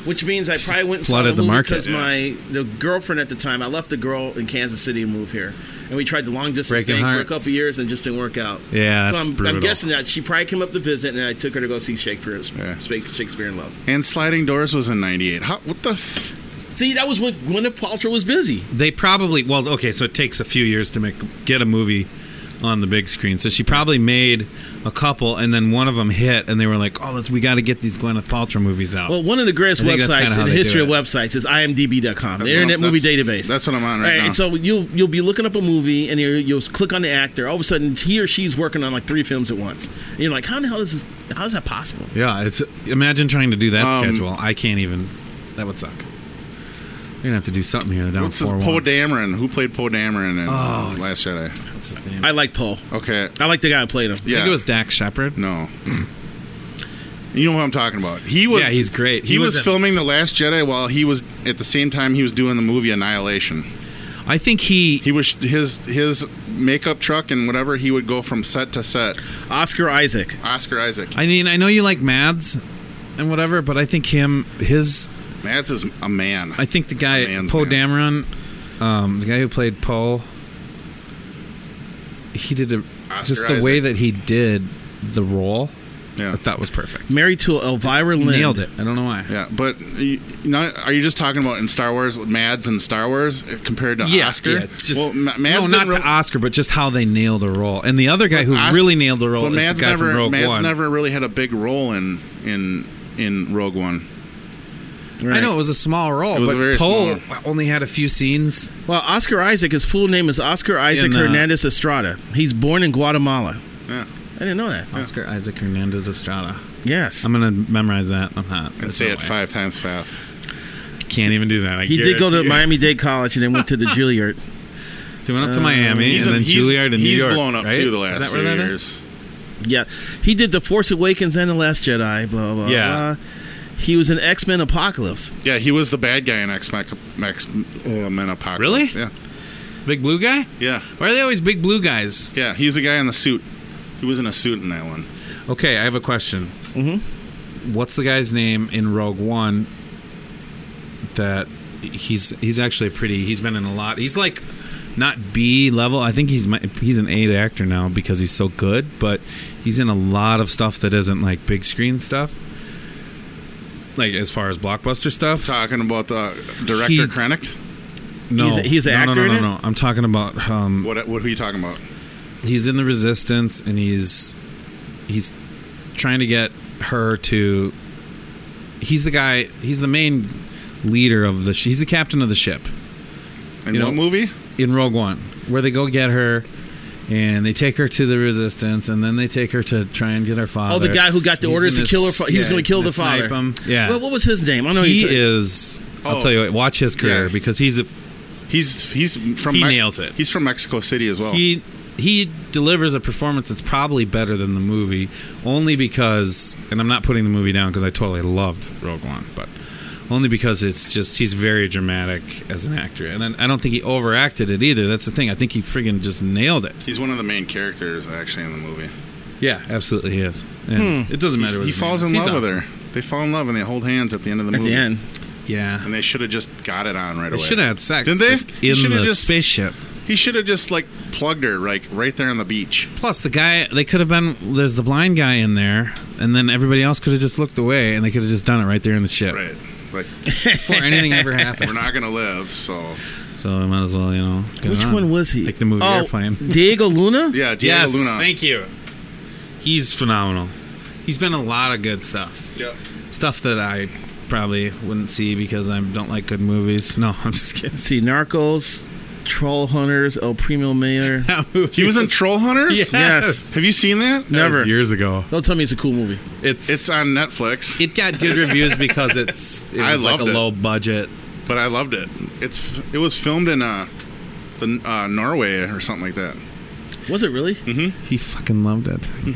S7: Which means I probably went and saw
S6: flooded the
S7: the movie
S6: market,
S7: because
S6: yeah.
S7: my the girlfriend at the time. I left the girl in Kansas City and moved here, and we tried the long distance
S6: Breaking
S7: thing for a
S6: hearts.
S7: couple years and it just didn't work out.
S6: Yeah,
S7: so
S6: that's
S7: I'm, I'm
S6: brutal.
S7: guessing that she probably came up to visit, and I took her to go see Shakespeare,
S4: Yeah.
S7: Shake- Shakespeare in Love.
S4: And Sliding Doors was in 98. How, what the f-
S6: Oh,
S7: See, that was when Gwyneth Paltrow was busy.
S6: they probably well okay so it takes a few years to make get a movie on the big screen so she probably made a couple and then one of them hit and they were like oh let's we got to get these gwyneth paltrow movies out
S7: Well, one of the greatest
S6: I think that's
S7: websites
S6: kinda
S7: in
S6: how
S7: the
S6: they
S7: history
S6: do
S7: of websites is imdb.com, the
S4: what
S7: Internet
S4: I'm-
S7: Movie
S4: that's-
S7: Database.
S4: that's what I'm on right now.
S7: And so you'll you'll you'll be looking up a movie, and you'll, you'll click on the actor. All of a sudden, he or she's working on like three films at once. And you're like, how in the hell is this? How is that possible?
S6: yeah it's imagine trying to do that
S4: Um,
S6: schedule i can't even that would suck you're gonna have to do something here down
S4: What's this?
S6: four
S4: Poe Dameron. Who played Poe Dameron in
S6: Oh, it's-
S4: Last Jedi?
S6: what's his name
S7: I like Poe.
S4: Okay.
S7: I like the guy who played him.
S6: i
S4: Yeah.
S6: think it was dax shepard
S4: No. You know what I'm talking about. He was.
S6: Yeah, he's great.
S4: He,
S6: He
S4: was,
S6: was in-
S4: filming The Last Jedi while he was at the same time he was doing the movie Annihilation.
S6: i think he
S4: He was his his makeup truck and whatever. He would go from set to set.
S7: Oscar Isaac.
S4: Oscar Isaac.
S6: i mean i know you like mads and whatever but i think him his
S4: Mads is a man.
S6: I think the guy
S4: Man's
S6: Poe
S4: man.
S6: Dameron, um, the guy who played Poe, he did a,
S4: Oscar
S6: just the way
S4: Isaac.
S6: that he did the role.
S4: Yeah.
S6: I thought was perfect.
S7: Married to Elvira
S6: He
S7: Lynn.
S6: nailed it. I don't know why.
S4: Yeah, but you, not, are you just talking about in Star Wars, Mads and Star Wars uh, compared to Oscar?
S6: just,
S4: well, Ma- Mads
S6: no,
S4: didn't
S6: not
S4: really-
S6: to Oscar, but just how they nailed the role. And the other guy who
S4: Os-
S6: really nailed the role
S4: But
S6: is
S4: Mads
S6: the guy
S4: never,
S6: from Rogue
S4: Mads
S6: One.
S4: never really had a big role in in in Rogue One.
S6: I know it was a small role,
S4: It was
S6: but
S4: a very
S6: Poe only had a few scenes.
S7: Well, Oscar Isaac, his full name is Oscar Isaac
S6: In, uh,
S7: Hernandez Estrada. He's born in Guatemala.
S4: Yeah,
S7: I didn't know that.
S6: Oscar Isaac Hernandez Estrada.
S7: Yes.
S6: I'm gonna memorize that. I'm not.
S4: and
S6: There's
S4: say
S6: no
S4: it
S6: way.
S4: five times fast.
S6: Can't even do that. I
S7: he did go to
S6: guarantee you.
S7: Miami Dade College and then went to the Juilliard.
S6: So he went up to Miami
S4: He's
S6: and
S4: a-
S6: then
S4: he's-
S6: Juilliard in New
S4: he's
S6: York.
S4: blown up
S6: right?
S4: too the
S6: Is
S4: last
S6: that
S4: few
S6: where that is?
S4: years.
S7: Yeah, he did the Force Awakens and the Last Jedi. Blah blah.
S6: Yeah.
S7: blah. He was in X Men Apocalypse.
S4: Yeah, he was the bad guy in X Max uh, Men Apocalypse.
S6: Really?
S4: Yeah,
S6: Big blue guy?
S4: yeah,
S6: Why are they always big blue guys?
S4: yeah. He's the guy in the suit. He was in a suit in that one.
S6: Okay, I have a question. Mm-hmm. What's the guy's name in Rogue One? That he's he's actually pretty. He's been in a lot. He's like not B level. I think he's my, he's an A actor now because he's so good. But he's in a lot of stuff that isn't like big screen stuff. Like as far as blockbuster stuff.
S4: Talking about the director
S6: He's-
S4: Krennic.
S6: No,
S7: He's a- he's an
S6: no,
S7: actor
S6: No, no,
S7: in
S6: no,
S7: it?
S6: no. I'm talking about um,
S4: What? What are you talking about?
S6: he's in the resistance and he's he's trying to get her to he's the guy he's the main leader of the sh- he's the captain of the ship
S4: In
S6: You
S4: what
S6: know-
S4: movie?
S6: in Rogue One where they go get her and they take her to the resistance and then they take her to try and get her father
S7: Oh, the guy who got the
S6: He's
S7: orders
S6: gonna
S7: to kill her.
S6: s-
S7: Fa- he was
S6: yeah,
S7: going
S6: he's
S7: to kill the
S6: snipe
S7: father.
S6: him. yeah
S7: Well, what was his name? I know
S6: he
S7: you-
S6: is I'll
S4: Oh.
S6: tell you what watch his career
S4: Yeah.
S6: because he's a
S4: He's he's from
S6: He nails it.
S4: He's from Mexico City as well.
S6: he he delivers a performance that's probably better than the movie only because and i'm not putting the movie down because i totally loved rogue one but only because it's just he's very dramatic as an actor and i I don't think he overacted it either that's the thing i think he friggin just nailed it
S4: He's one of the main characters actually in the movie.
S6: yeah absolutely he is and it doesn't matter
S4: Hmm.
S6: what
S4: He
S6: his
S4: falls
S6: name
S4: in
S6: is.
S4: love
S6: He's
S4: with
S6: awesome.
S4: her. They fall in love and they hold hands at the end of the
S7: at
S4: movie.
S7: the end.
S6: yeah
S4: And they should have just got it on right
S6: they
S4: away.
S6: should have had sex
S4: Didn't they?
S6: like,
S4: He
S6: in
S4: shoulda
S6: the
S4: just-
S6: spaceship
S4: He should have just like plugged her like right there on the beach.
S6: Plus, the guy, they could have been, there's the blind guy in there, and then everybody else could have just looked away and they could have just done it right there in the ship
S4: Right. Like
S6: before anything ever
S4: we're
S6: happened.
S4: not gonna live. So
S6: So I might as well, you know. get
S7: Which
S6: on.
S7: one was he?
S6: Like the movie
S7: oh,
S6: Airplane.
S7: Diego Luna.
S4: yeah, Diego
S6: yes,
S4: Luna.
S6: thank you. He's phenomenal. He's been a lot of good stuff.
S4: Yeah.
S6: Stuff that I probably wouldn't see because I don't like good movies. No, I'm just kidding.
S7: Let's see Narcos, Troll Hunters, El Primo Mayor.
S6: That movie
S4: He was in Troll Hunters.
S6: Yes.
S4: Have you seen that?
S6: That was
S7: Never.
S6: years ago.
S7: Don't tell me it's a cool movie.
S6: It's,
S4: It's on Netflix,
S6: it got good reviews because it's it
S4: I
S6: was like a
S4: loved it.
S6: low budget.
S4: but I loved it. It's it was filmed in uh, the uh, Norway or something like that.
S7: Was it really?
S6: He fucking loved it. He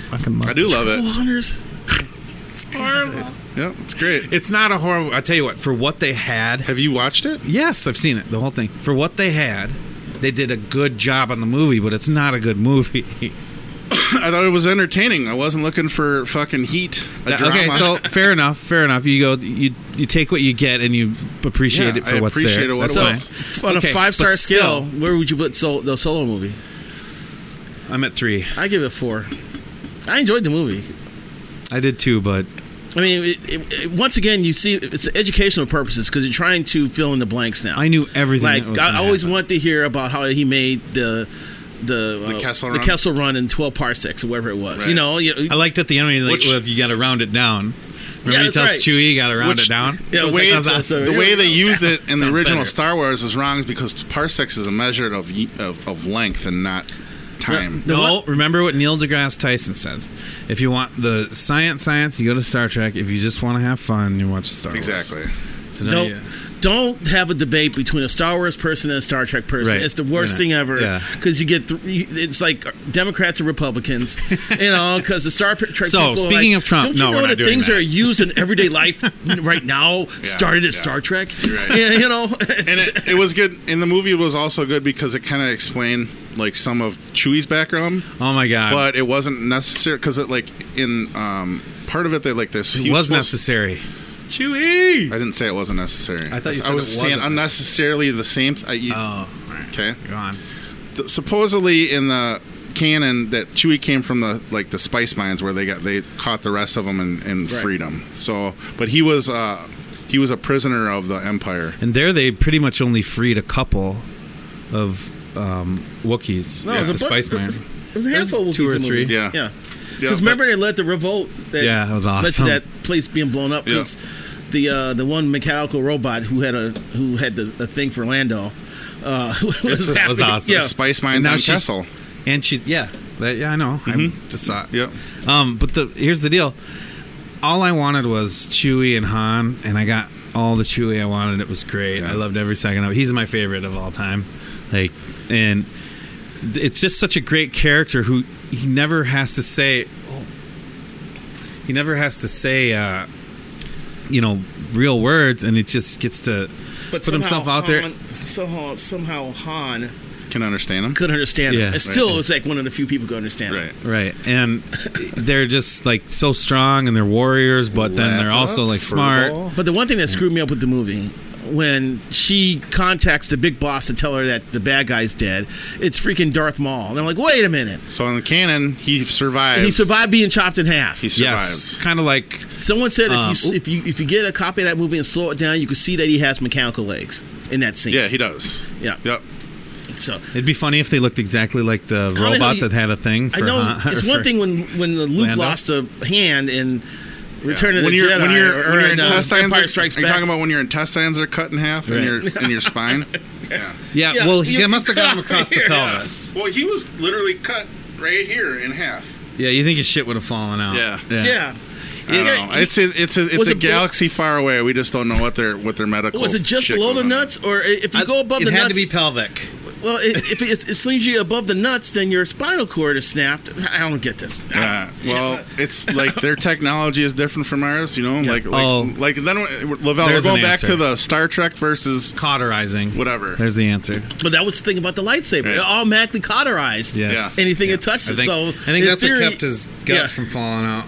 S6: fucking
S4: Mm-hmm.
S6: loved
S4: I do love
S7: Troll
S4: it.
S7: Hunters.
S4: Yep, it's great.
S6: It's not a horror. I tell you what, for what they had,
S4: Have you watched it?
S6: yes, I've seen it, the whole thing. For what they had, they did a good job on the movie, but it's not a good movie.
S4: I thought it was entertaining. I wasn't looking for fucking heat. A drama.
S6: okay, so fair enough, fair enough. You go, you you take what you get, and you appreciate
S4: Yeah,
S6: it for
S4: I
S6: what's
S4: appreciate
S6: there.
S4: it what it
S6: That's fine.
S4: was.
S7: On
S6: Okay,
S7: a five star
S6: but still,
S7: scale, where would you put Sol- the solo movie?
S6: I'm at three.
S7: I give it four. I enjoyed the movie.
S6: I did two, but
S7: I mean, it, it, it- once again, you see, it's educational purposes because you're trying to fill in the blanks now.
S6: I knew everything.
S7: Like,
S6: that was
S7: I
S6: gonna
S7: always
S6: happen.
S7: want to hear about how he made the the, uh,
S4: The Kessel
S7: the
S4: Run?
S7: Kessel Run in 12 parsecs or whatever it was. You
S4: Right.
S7: know, you,
S6: I liked at the end when
S4: Which-
S6: you, you got to round it down. Remember
S7: Yeah,
S6: he
S7: that's
S6: tells
S7: right.
S6: Chewie you got to round
S4: Which-
S6: it down.
S7: Yeah, it was
S4: way-
S7: like-
S6: How's that?
S7: so-
S4: the way they used it in the
S6: Sounds
S4: original
S6: better.
S4: Star Wars is wrong because parsecs is a measure of ye- of, of length and not time.
S7: The
S6: no,
S7: one-
S6: remember what Neil deGrasse Tyson says. If you want the science, science, you go to Star Trek. If you just want to have fun, you watch Star
S4: exactly.
S6: Wars. So now
S7: don't
S6: you-
S7: don't have a debate between a Star Wars person and a Star Trek person.
S6: Right.
S7: It's the worst
S6: Yeah.
S7: thing ever
S6: Yeah.
S7: because you get th- you- it's like Democrats and Republicans, you know, because the Star Trek.
S6: So,
S7: people are
S6: speaking
S7: like,
S6: of Trump,
S7: don't you
S6: no, we're
S7: know
S6: not
S7: that
S6: doing
S7: things
S6: that."
S7: are used in everyday life right now started at
S4: yeah.
S7: Star Trek.
S4: right.
S7: Yeah, you know,
S4: And it, it was good. And the movie was also good because it kind of explained like some of Chewie's background,
S6: oh my god,
S4: but it wasn't necessary because it like in um, part of it they like this.
S6: it was necessary. Chewie.
S4: I didn't say it wasn't necessary.
S6: I thought you
S4: I
S6: said it
S4: was saying
S6: wasn't
S4: unnecessarily the same. Th- I, you,
S6: Oh, all right.
S4: okay.
S6: Go on.
S4: Th- supposedly in the canon that Chewie came from the like the spice mines where they got they caught the rest of them in, in
S7: Right.
S4: freedom. So, but he was uh, he was a prisoner of the Empire.
S6: And there they pretty much only freed a couple of um, Wookiees.
S7: it was
S6: the
S7: a bunch-
S6: Spice Man.
S7: It was a handful of
S6: two
S7: movies
S6: or
S7: in the
S6: three.
S7: movie.
S4: Yeah.
S7: yeah.
S4: Yeah,
S7: Because remember they led the revolt. That
S6: Yeah, that was awesome.
S7: Led to that place being blown up
S4: Yeah.
S7: because the uh, the one mechanical robot who had a who had the, a thing for Lando. Uh, was,
S4: It's just-
S7: happy-
S6: was awesome.
S7: Yeah.
S4: the spice mines
S6: now
S4: on
S6: she's-
S4: Kessel.
S6: And she's yeah, that, yeah, I know. I just saw it.
S4: Yep.
S6: Um, but the here's the deal. All I wanted was Chewie and Han, and I got all the Chewie I wanted. It was great.
S4: Yeah.
S6: I loved every second of it. He's my favorite of all time. Like, and th- it's just such a great character who he never has to say. Oh, he never has to say, uh, you know, real words, and it just gets to put
S7: somehow
S6: himself out there.
S7: Han, Somehow, somehow Han
S4: Can understand him.
S7: could understand
S6: Yeah.
S7: him. And still, it's like one of the few people could understand him.
S4: Right.
S6: Right, and they're just like so strong, and they're warriors, but then they're
S4: Laugh
S6: also
S4: up,
S6: like smart.
S4: furball.
S7: But the one thing that screwed me up with the movie when she contacts the big boss to tell her that the bad guy's dead, it's freaking Darth Maul. And I'm like, wait a minute.
S4: So in the canon, he survives.
S7: He survived being chopped in half.
S4: He
S6: Yes,
S4: survives.
S6: kind of like
S7: Someone said
S6: Um,
S7: if, you, if you if you get a copy of that movie and slow it down, you can see that he has mechanical legs in that scene.
S4: Yeah, he does.
S7: yeah.
S4: Yep.
S7: So
S6: it'd be funny if they looked exactly like the
S7: hell
S6: robot
S7: you-
S6: that had a thing.
S7: I
S6: For
S7: know
S6: Han-
S7: it's
S6: or
S7: one
S6: for-
S7: thing when when the Luke
S6: Lando?
S7: lost a hand in Return of
S4: when
S7: the
S4: you're
S7: Jedi
S4: when you're
S7: or
S4: when your
S7: in, uh,
S4: intestines
S7: Empire
S4: are,
S7: Strikes
S4: are you
S7: Back.
S4: talking about when your intestines are cut in half and
S6: Right.
S4: your in your spine. Yeah.
S6: Yeah,
S7: Yeah,
S6: well, he
S7: you-
S6: must have got him across the
S7: Yeah.
S6: pelvis.
S4: Well, he was literally cut right here in half.
S6: Yeah, you think his shit would have fallen out?
S4: Yeah.
S7: yeah.
S4: I don't
S7: Yeah,
S4: know. It's a, it's a,
S7: Was
S4: it's a
S7: it bel-
S4: galaxy far away. We just don't know what their what their medical.
S7: Was it just
S4: shit
S7: below
S4: goes
S7: the
S4: on.
S7: nuts, or i- if you
S6: I-
S7: go above
S6: it
S7: the
S6: had
S7: nuts?
S6: to be pelvic.
S7: well, i if it's, as soon as you're above the nuts, then your spinal cord is snapped. I don't get this.
S4: Yeah. Well, it's like their technology is different from ours. You know, like like,
S6: Oh.
S4: like then we- Lavelle. We're
S6: There's an
S4: going back
S6: answer.
S4: to the Star Trek versus
S6: Cauterizing.
S4: whatever.
S6: There's the answer.
S7: But that was the thing about the lightsaber;
S4: Right.
S7: it automatically cauterized.
S6: Yes.
S4: Yeah.
S7: anything it touched.
S6: I think,
S7: so
S6: I think
S7: in
S6: that's
S7: theory-
S6: what kept his guts
S7: Yeah.
S6: from falling out.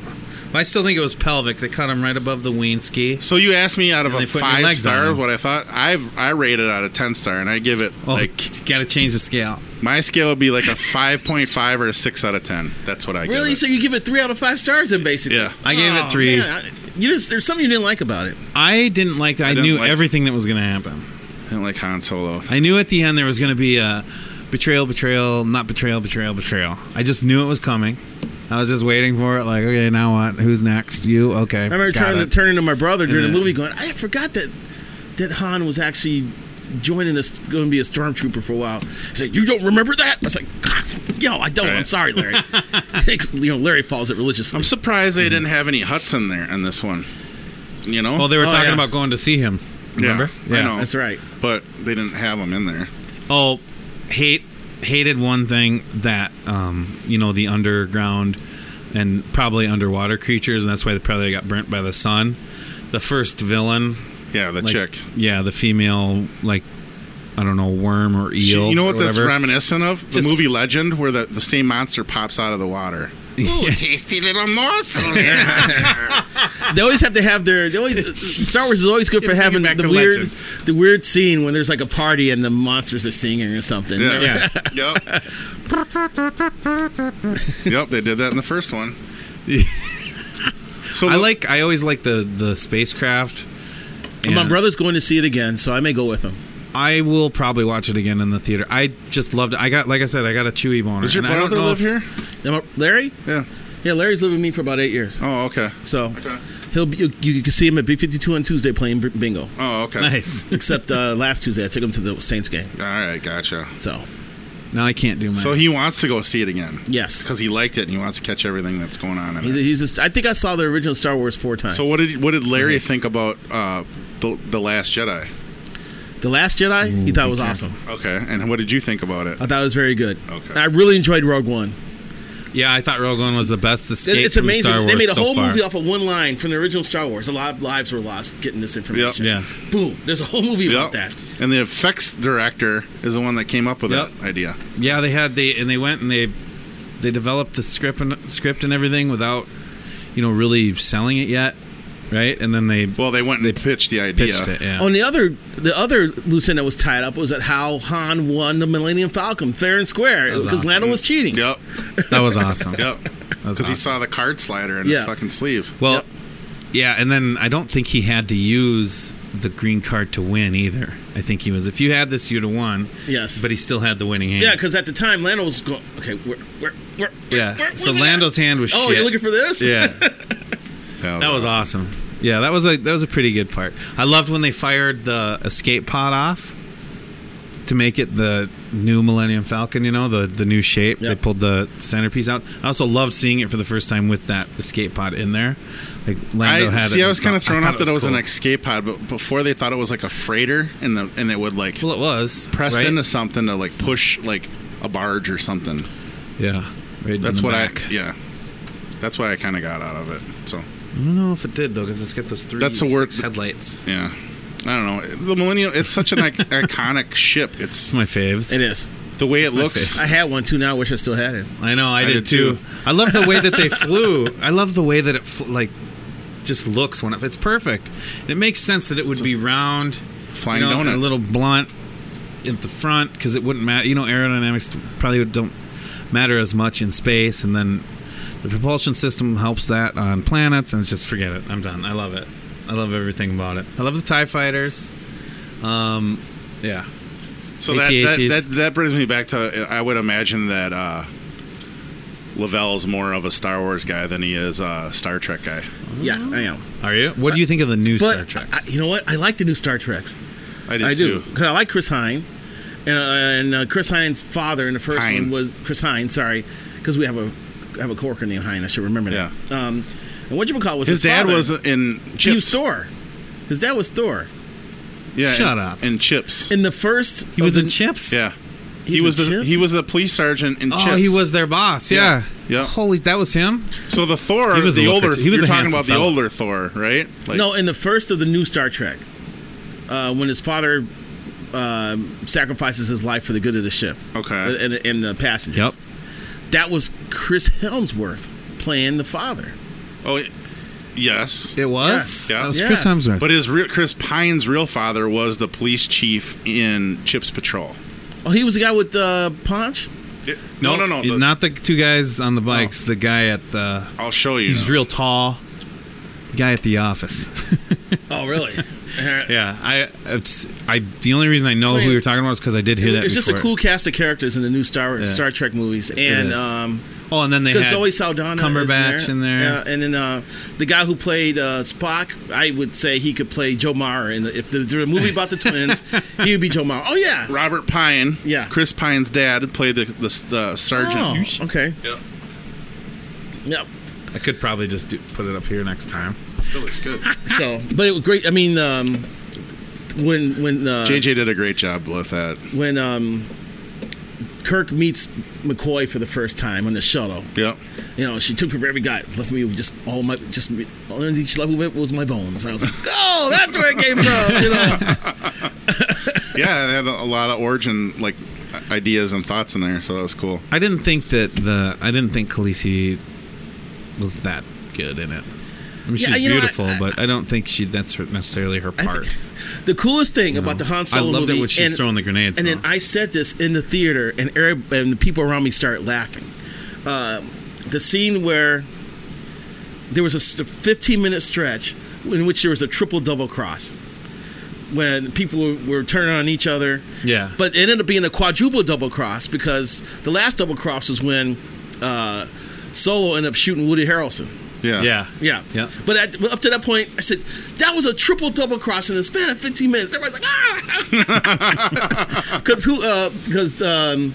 S6: But I still think it was pelvic. They cut him right above the weenski.
S4: So you asked me out of
S6: And
S4: a
S6: they put your
S4: five
S6: legs on
S4: star
S6: them.
S4: what I thought. I've I rate it out of ten star, and I give it
S6: Oh,
S4: like
S6: got to change the scale.
S4: my scale would be like a five point five or a six out of ten. That's what I
S7: Really?
S4: Give
S7: So
S4: it.
S7: you give it three out of five stars then, basically?
S4: Yeah.
S6: I gave it
S7: Aw,
S6: three.
S7: man, I- you just, there's something you didn't like about it.
S6: I didn't like that. I,
S4: didn't
S6: knew
S4: like-
S6: everything that was going to happen.
S4: I didn't like Han Solo.
S6: I knew at the end there was going to be a betrayal, betrayal, not betrayal, betrayal, betrayal. I just knew it was coming. I was just waiting for it. Like, okay, now what? Who's next? You? Okay.
S7: I remember
S6: got
S7: turning,
S6: it.
S7: turning to my brother during
S6: And
S7: the
S6: then-
S7: movie, going, "I forgot that that Han was actually joining us, going to be a stormtrooper for a while. He's like, you don't remember that? I was like, yo, I don't. I'm sorry, Larry. you know, Larry follows it religiously.
S4: I'm surprised they didn't have any huts in there in this one. You know?
S6: Well, they were
S7: Oh,
S6: talking
S7: yeah.
S6: about going to see him. Remember?
S4: Yeah, I know.
S7: That's right.
S4: But they didn't have them in there.
S6: Oh, hate hated one thing that um, you know the underground and probably underwater creatures, and that's why they probably got burnt by the sun. The first villain,
S4: Yeah, the
S6: like,
S4: chick.
S6: yeah, the female, like I don't know, worm or eel.
S4: She- you know what
S6: or
S4: that's
S6: whatever.
S4: reminiscent of? The
S6: Just-
S4: movie Legend, where the, the same monster pops out of the water. Ooh, tasty little morsel.
S7: They always have to have their. They always Star Wars is always good for
S6: Bring it
S7: having
S6: back
S7: the
S6: to
S7: weird,
S6: legend.
S7: the weird scene when there's like a party and the monsters are singing or something.
S4: Yeah.
S6: Yeah.
S4: yep. yep, they did that in the first one. so
S6: I
S4: the-
S6: like. I always like the the spacecraft.
S7: And my
S6: and
S7: brother's going to see it again, so I may go with him.
S6: I will probably watch it again in the theater. I just loved it. I got, like I said, I got a chewy boner.
S4: Does your
S6: and I don't
S4: brother
S6: know
S4: live
S6: if-
S4: here?
S7: Am I- Larry?
S4: Yeah.
S7: Yeah, Larry's living with me for about eight years.
S4: Oh, okay.
S7: So
S4: Okay.
S7: he'll be, you, you can see him at B fifty two on Tuesday playing b- bingo.
S4: Oh, okay.
S6: Nice.
S7: Except uh, last Tuesday, I took him to the Saints game.
S4: All right, gotcha.
S7: So
S6: Now I can't do my.
S4: So he wants to go see it again.
S7: yes,
S4: Because he liked it and he wants to catch everything that's going on in
S7: he's,
S4: it.
S7: he's just, I think I saw the original Star Wars four times.
S4: So what did what did Larry think about uh, the the Last Jedi?
S7: The Last Jedi,
S6: Mm,
S7: he thought it was awesome.
S4: Okay, and what did you think about it?
S7: I thought it was very good.
S4: Okay.
S7: I really enjoyed Rogue One.
S6: yeah, I thought Rogue One was the best escape.
S7: It- it's
S6: from
S7: amazing.
S6: Star Wars
S7: They made a
S6: so
S7: whole
S6: far.
S7: movie off of one line from the original Star Wars. A lot of lives were lost getting this information.
S6: Yep.
S7: Boom. There's a whole movie about that.
S4: And the effects director is the one that came up with
S6: Yep.
S4: that idea.
S6: Yeah, they had they and they went and they they developed the script and script and everything without you know really selling it yet, right? And then they
S4: Well, they went and pitched the idea.
S6: pitched it. Yeah.
S7: On the other, the other loose end that was tied up was that how Han won the Millennium Falcon fair and square
S6: was
S7: because
S6: awesome.
S7: Lando was cheating.
S4: Yep.
S6: that was awesome.
S4: Yep. Because
S6: awesome.
S4: he saw the card slider in his
S7: Yeah.
S4: fucking sleeve.
S6: Well, yeah, and then I don't think he had to use the green card to win either. I think he was if you had this, you'd have won.
S7: Yes.
S6: but he still had the winning hand.
S7: Yeah, because at the time Lando was going. Okay, where, where, where,
S6: yeah.
S7: where-
S6: so
S7: where's it
S6: Lando's
S7: at?
S6: hand was.
S7: Oh,
S6: shit.
S7: you're looking for this?
S6: Yeah, that was awesome. Yeah, that was a that was a pretty good part. I loved when they fired the escape pod off to make it the new Millennium Falcon. You know, the the new shape.
S7: Yeah.
S6: They pulled the centerpiece out. I also loved seeing it for the first time with that escape pod in there. Like Lando
S4: I,
S6: had.
S4: see,
S6: it
S4: I was
S6: and
S4: kind of
S6: thought-
S4: thrown
S6: thought
S4: off that it was an
S6: cool.
S4: escape pod, but before they thought it was like a freighter, and the and they would like
S6: Well, it was
S4: press
S6: right?
S4: into something to like push like a barge or something.
S6: Yeah, right in
S4: That's
S6: the
S4: what
S6: back.
S4: I yeah. That's what I kind of got out of it. So
S6: I don't know if it did though, because it's got those three.
S4: That's the word-
S6: six headlights.
S4: yeah, I don't know. The Millennium, it's such an ic- iconic ship. It's
S6: It's my faves.
S7: It is.
S4: the way it
S6: favorite.
S4: looks.
S7: I had one too. Now I wish I still had it.
S6: I know, I, did,
S4: did
S6: too.
S4: too.
S6: I love the way that they flew. I love the way that it fl- like just looks when it, it's perfect. And it makes sense that it would be round,
S4: Flying
S6: you know,
S4: donut.
S6: a little blunt at the front because it wouldn't matter. You know, aerodynamics probably don't matter as much in space, and then the propulsion system helps that on planets. And it's just forget it. I'm done. I love it. I love everything about it. I love the Tie Fighters. Um, yeah.
S4: So that, that,
S6: ATATs.
S4: that that brings me back to I would imagine that uh, Lavelle's more of a Star Wars guy than he is a Star Trek guy.
S7: Yeah, I am.
S6: Are you? What do you think of the new Star
S7: But
S6: Oh. Trek?
S7: I- you know what? I like the new Star Treks.
S4: I do.
S7: I do
S4: too.
S7: because I like Chris Hine, and uh, and uh, Chris Hine's father in the first
S4: Hine.
S7: one was Chris Hine. Sorry, because we have a have a coworker named Hine. I should remember that. Um, and what you call was
S4: His,
S7: his,
S4: dad
S7: father.
S6: uh,
S4: was in
S7: he was
S4: Chips.
S7: Thor. His dad was Thor
S4: yeah,
S6: Shut
S4: in-
S6: up.
S4: In Chips.
S7: in the first.
S6: he was in Chips.
S4: yeah.
S7: He's
S4: He was the
S7: in Chips?
S4: he was the police sergeant in
S6: Oh,
S4: Chips.
S6: he was their boss. Yeah.
S4: Yeah. Yeah.
S6: Holy, that was him.
S4: So the Thor,
S6: He was a
S4: the
S6: looker,
S4: older.
S6: too. He was
S4: you're
S6: a
S4: talking
S6: handsome
S4: about the
S6: fella.
S4: older Thor, right? Like,
S7: no, in the first of the new Star Trek, uh, when his father um, sacrifices his life for the good of the ship. Uh,
S4: Okay.
S7: and and the passengers. That was Chris Helmsworth playing the father.
S4: Oh, it- yes.
S6: It was.
S7: Yes.
S4: Yeah.
S6: That was
S7: Yes.
S6: Chris Hemsworth.
S4: But his real, Chris Pine's real father was the police chief in Chips Patrol.
S7: Oh, he was the guy with the uh, punch.
S4: It- no, no, no. the- Oh.
S6: Not the two guys on the bikes. The guy at the.
S4: I'll show you.
S6: He's real tall. The guy at the office.
S7: Oh, really?
S6: yeah. I. It's, I. The only reason I know
S7: So,
S6: who
S7: yeah.
S6: you're talking about is because I did hear that.
S7: it's just a
S6: before.
S7: cool cast of characters in the new Star
S6: Yeah.
S7: Star Trek movies,
S6: is.
S7: and um,
S6: Oh, and then they had
S7: Because Zoe Saldana is
S6: Cumberbatch in there.
S7: Yeah, and then uh, the guy who played uh, Spock, I would say he could play Joe Mauer. And if there there were a movie about the twins, he would be Joe Mauer. Oh yeah,
S4: Robert Pine,
S7: Yeah.
S4: Chris Pine's dad played the the, the sergeant.
S7: Oh, okay.
S4: Yep.
S7: Yep.
S6: I could probably just do, put it up here next time.
S4: Still looks good.
S7: So, but it was great. I mean, um, when when uh,
S4: JJ did a great job with that.
S7: when um, Kirk meets McCoy for the first time on the shuttle,
S4: Yep.
S7: you know, she took me for every guy. Left me with just all my, just me- all the only thing she left me with was my bones. And I was like, oh, that's where it came from. You know,
S4: Yeah, they had a lot of origin like ideas and thoughts in there, so that was cool.
S6: I didn't think that the I didn't think Khaleesi was that good in it. I mean,
S7: Yeah,
S6: she's
S7: you know, I-
S6: beautiful, but I don't think she that's her, necessarily her
S7: I
S6: part.
S7: think- the coolest thing about the Han Solo
S6: I loved
S7: movie,
S6: it when she's throwing the grenades.
S7: and
S6: though.
S7: then I said this in the theater, and Arab, and the people around me started laughing. Um, the scene where there was a s- 15 minute stretch in which there was a triple double cross. When people were- were turning on each other,
S6: Yeah.
S7: but it ended up being a quadruple double cross because the last double cross was when uh, Solo ended up shooting Woody Harrelson.
S4: Yeah.
S6: yeah,
S7: Yeah.
S6: yeah.
S7: But at, but up to that point, I said, that was a triple double cross in the span of 15 minutes. Everybody's like, ah! Because who, uh, because, um,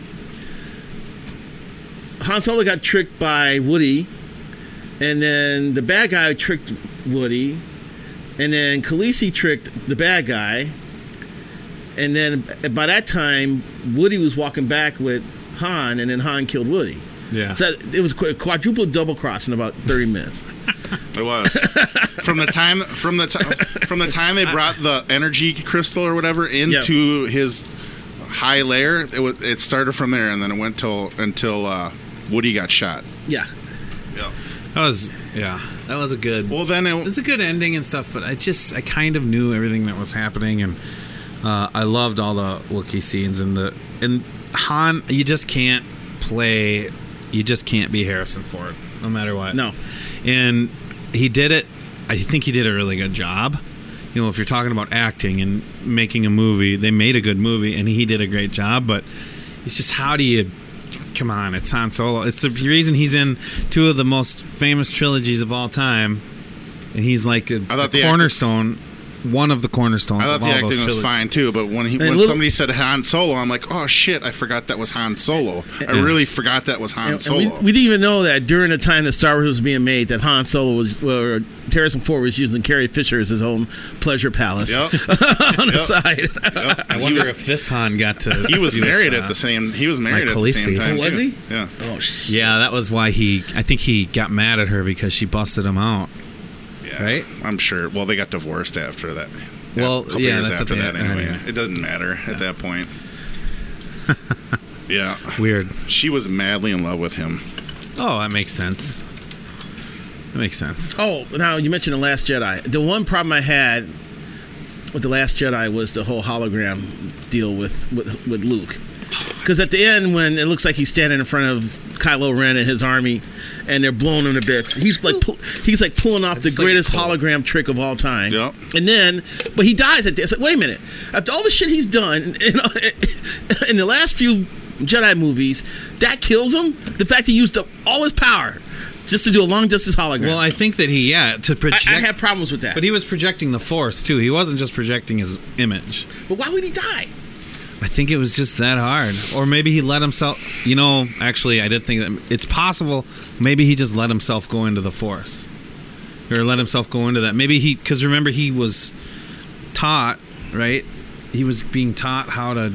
S7: Han Solo got tricked by Woody, and then the bad guy tricked Woody, and then Khaleesi tricked the bad guy, and then by that time, Woody was walking back with Han, and then Han killed Woody.
S6: Yeah.
S7: So it was a quadruple double cross in about 30 minutes.
S4: It was from the time from the time from the time they brought the energy crystal or whatever into his high layer. It was it started from there, and then it went till until uh, Woody got shot.
S7: Yeah.
S4: Yeah.
S6: That was yeah. That was a good.
S4: Well, then it,
S6: it's a good ending and stuff, but I just I kind of knew everything that was happening, and uh, I loved all the Wookiee scenes and the and Han. You just can't play. You just can't be Harrison Ford, no matter what.
S7: No.
S6: and he did it. I think he did a really good job. You know, if you're talking about acting and making a movie, they made a good movie, and he did a great job. But it's just how do you? Come on, it's Han Solo. It's the reason he's in two of the most famous trilogies of all time and he's like a,
S4: I thought
S6: the
S4: the
S6: cornerstone, one of the cornerstones.
S4: I thought
S6: of
S4: the
S6: all
S4: acting
S6: those
S4: was
S6: trilogies.
S4: fine too, but when he, when
S7: little-
S4: somebody said Han Solo, I'm like, oh shit, I forgot that was Han Solo. I really forgot that was Han
S7: And- and
S4: Solo.
S7: we, we didn't even know that during the time that Star Wars was being made, that Han Solo was, or Harrison Ford was using Carrie Fisher as his own pleasure palace
S4: Yep.
S7: on the side.
S4: Yep.
S6: I wonder if this Han got to.
S4: he was
S6: do it,
S4: married at
S6: uh,
S4: the same. He was married at the
S6: Khaleesi.
S4: same time.
S7: Oh, was
S4: too.
S7: he?
S4: Yeah.
S7: oh shit!
S6: Yeah, that was why he. I think he got mad at her because she busted him out.
S4: yeah.
S6: Right?
S4: I'm sure. Well, they got divorced after that.
S6: Well,
S4: a couple
S6: yeah,
S4: years
S6: that-
S4: after
S6: that-
S4: that,
S6: that-
S4: anyway.
S6: anyway.
S4: It doesn't matter at that point. yeah,
S6: Weird.
S4: she was madly in love with him.
S6: Oh, that makes sense. That makes sense.
S7: Oh, now you mentioned the Last Jedi. The one problem I had with the Last Jedi was the whole hologram deal with with, with Luke. Because at the end, when it looks like he's standing in front of Kylo Ren and his army, and they're blowing him to bits, he's like pull, he's like pulling off the
S6: just like
S7: greatest
S6: a cult.
S7: hologram trick of all time.
S4: Yep.
S7: And then, but he dies at the It's like, wait a minute. After all the shit he's done in, in the last few Jedi movies, that kills him. The fact he used up all his power just to do a long distance hologram.
S6: Well, I think that he yeah to
S7: I,
S6: project.
S7: I had problems with that.
S6: but
S7: But,
S6: he was projecting the force too. He wasn't just projecting his image.
S7: why would he die?
S6: I think it was just that hard, or maybe he let himself. You know, actually, I did think that it's possible. Maybe he just let himself go into the force, or let himself go into that. Maybe he, because remember, he was taught, right? He was being taught how to,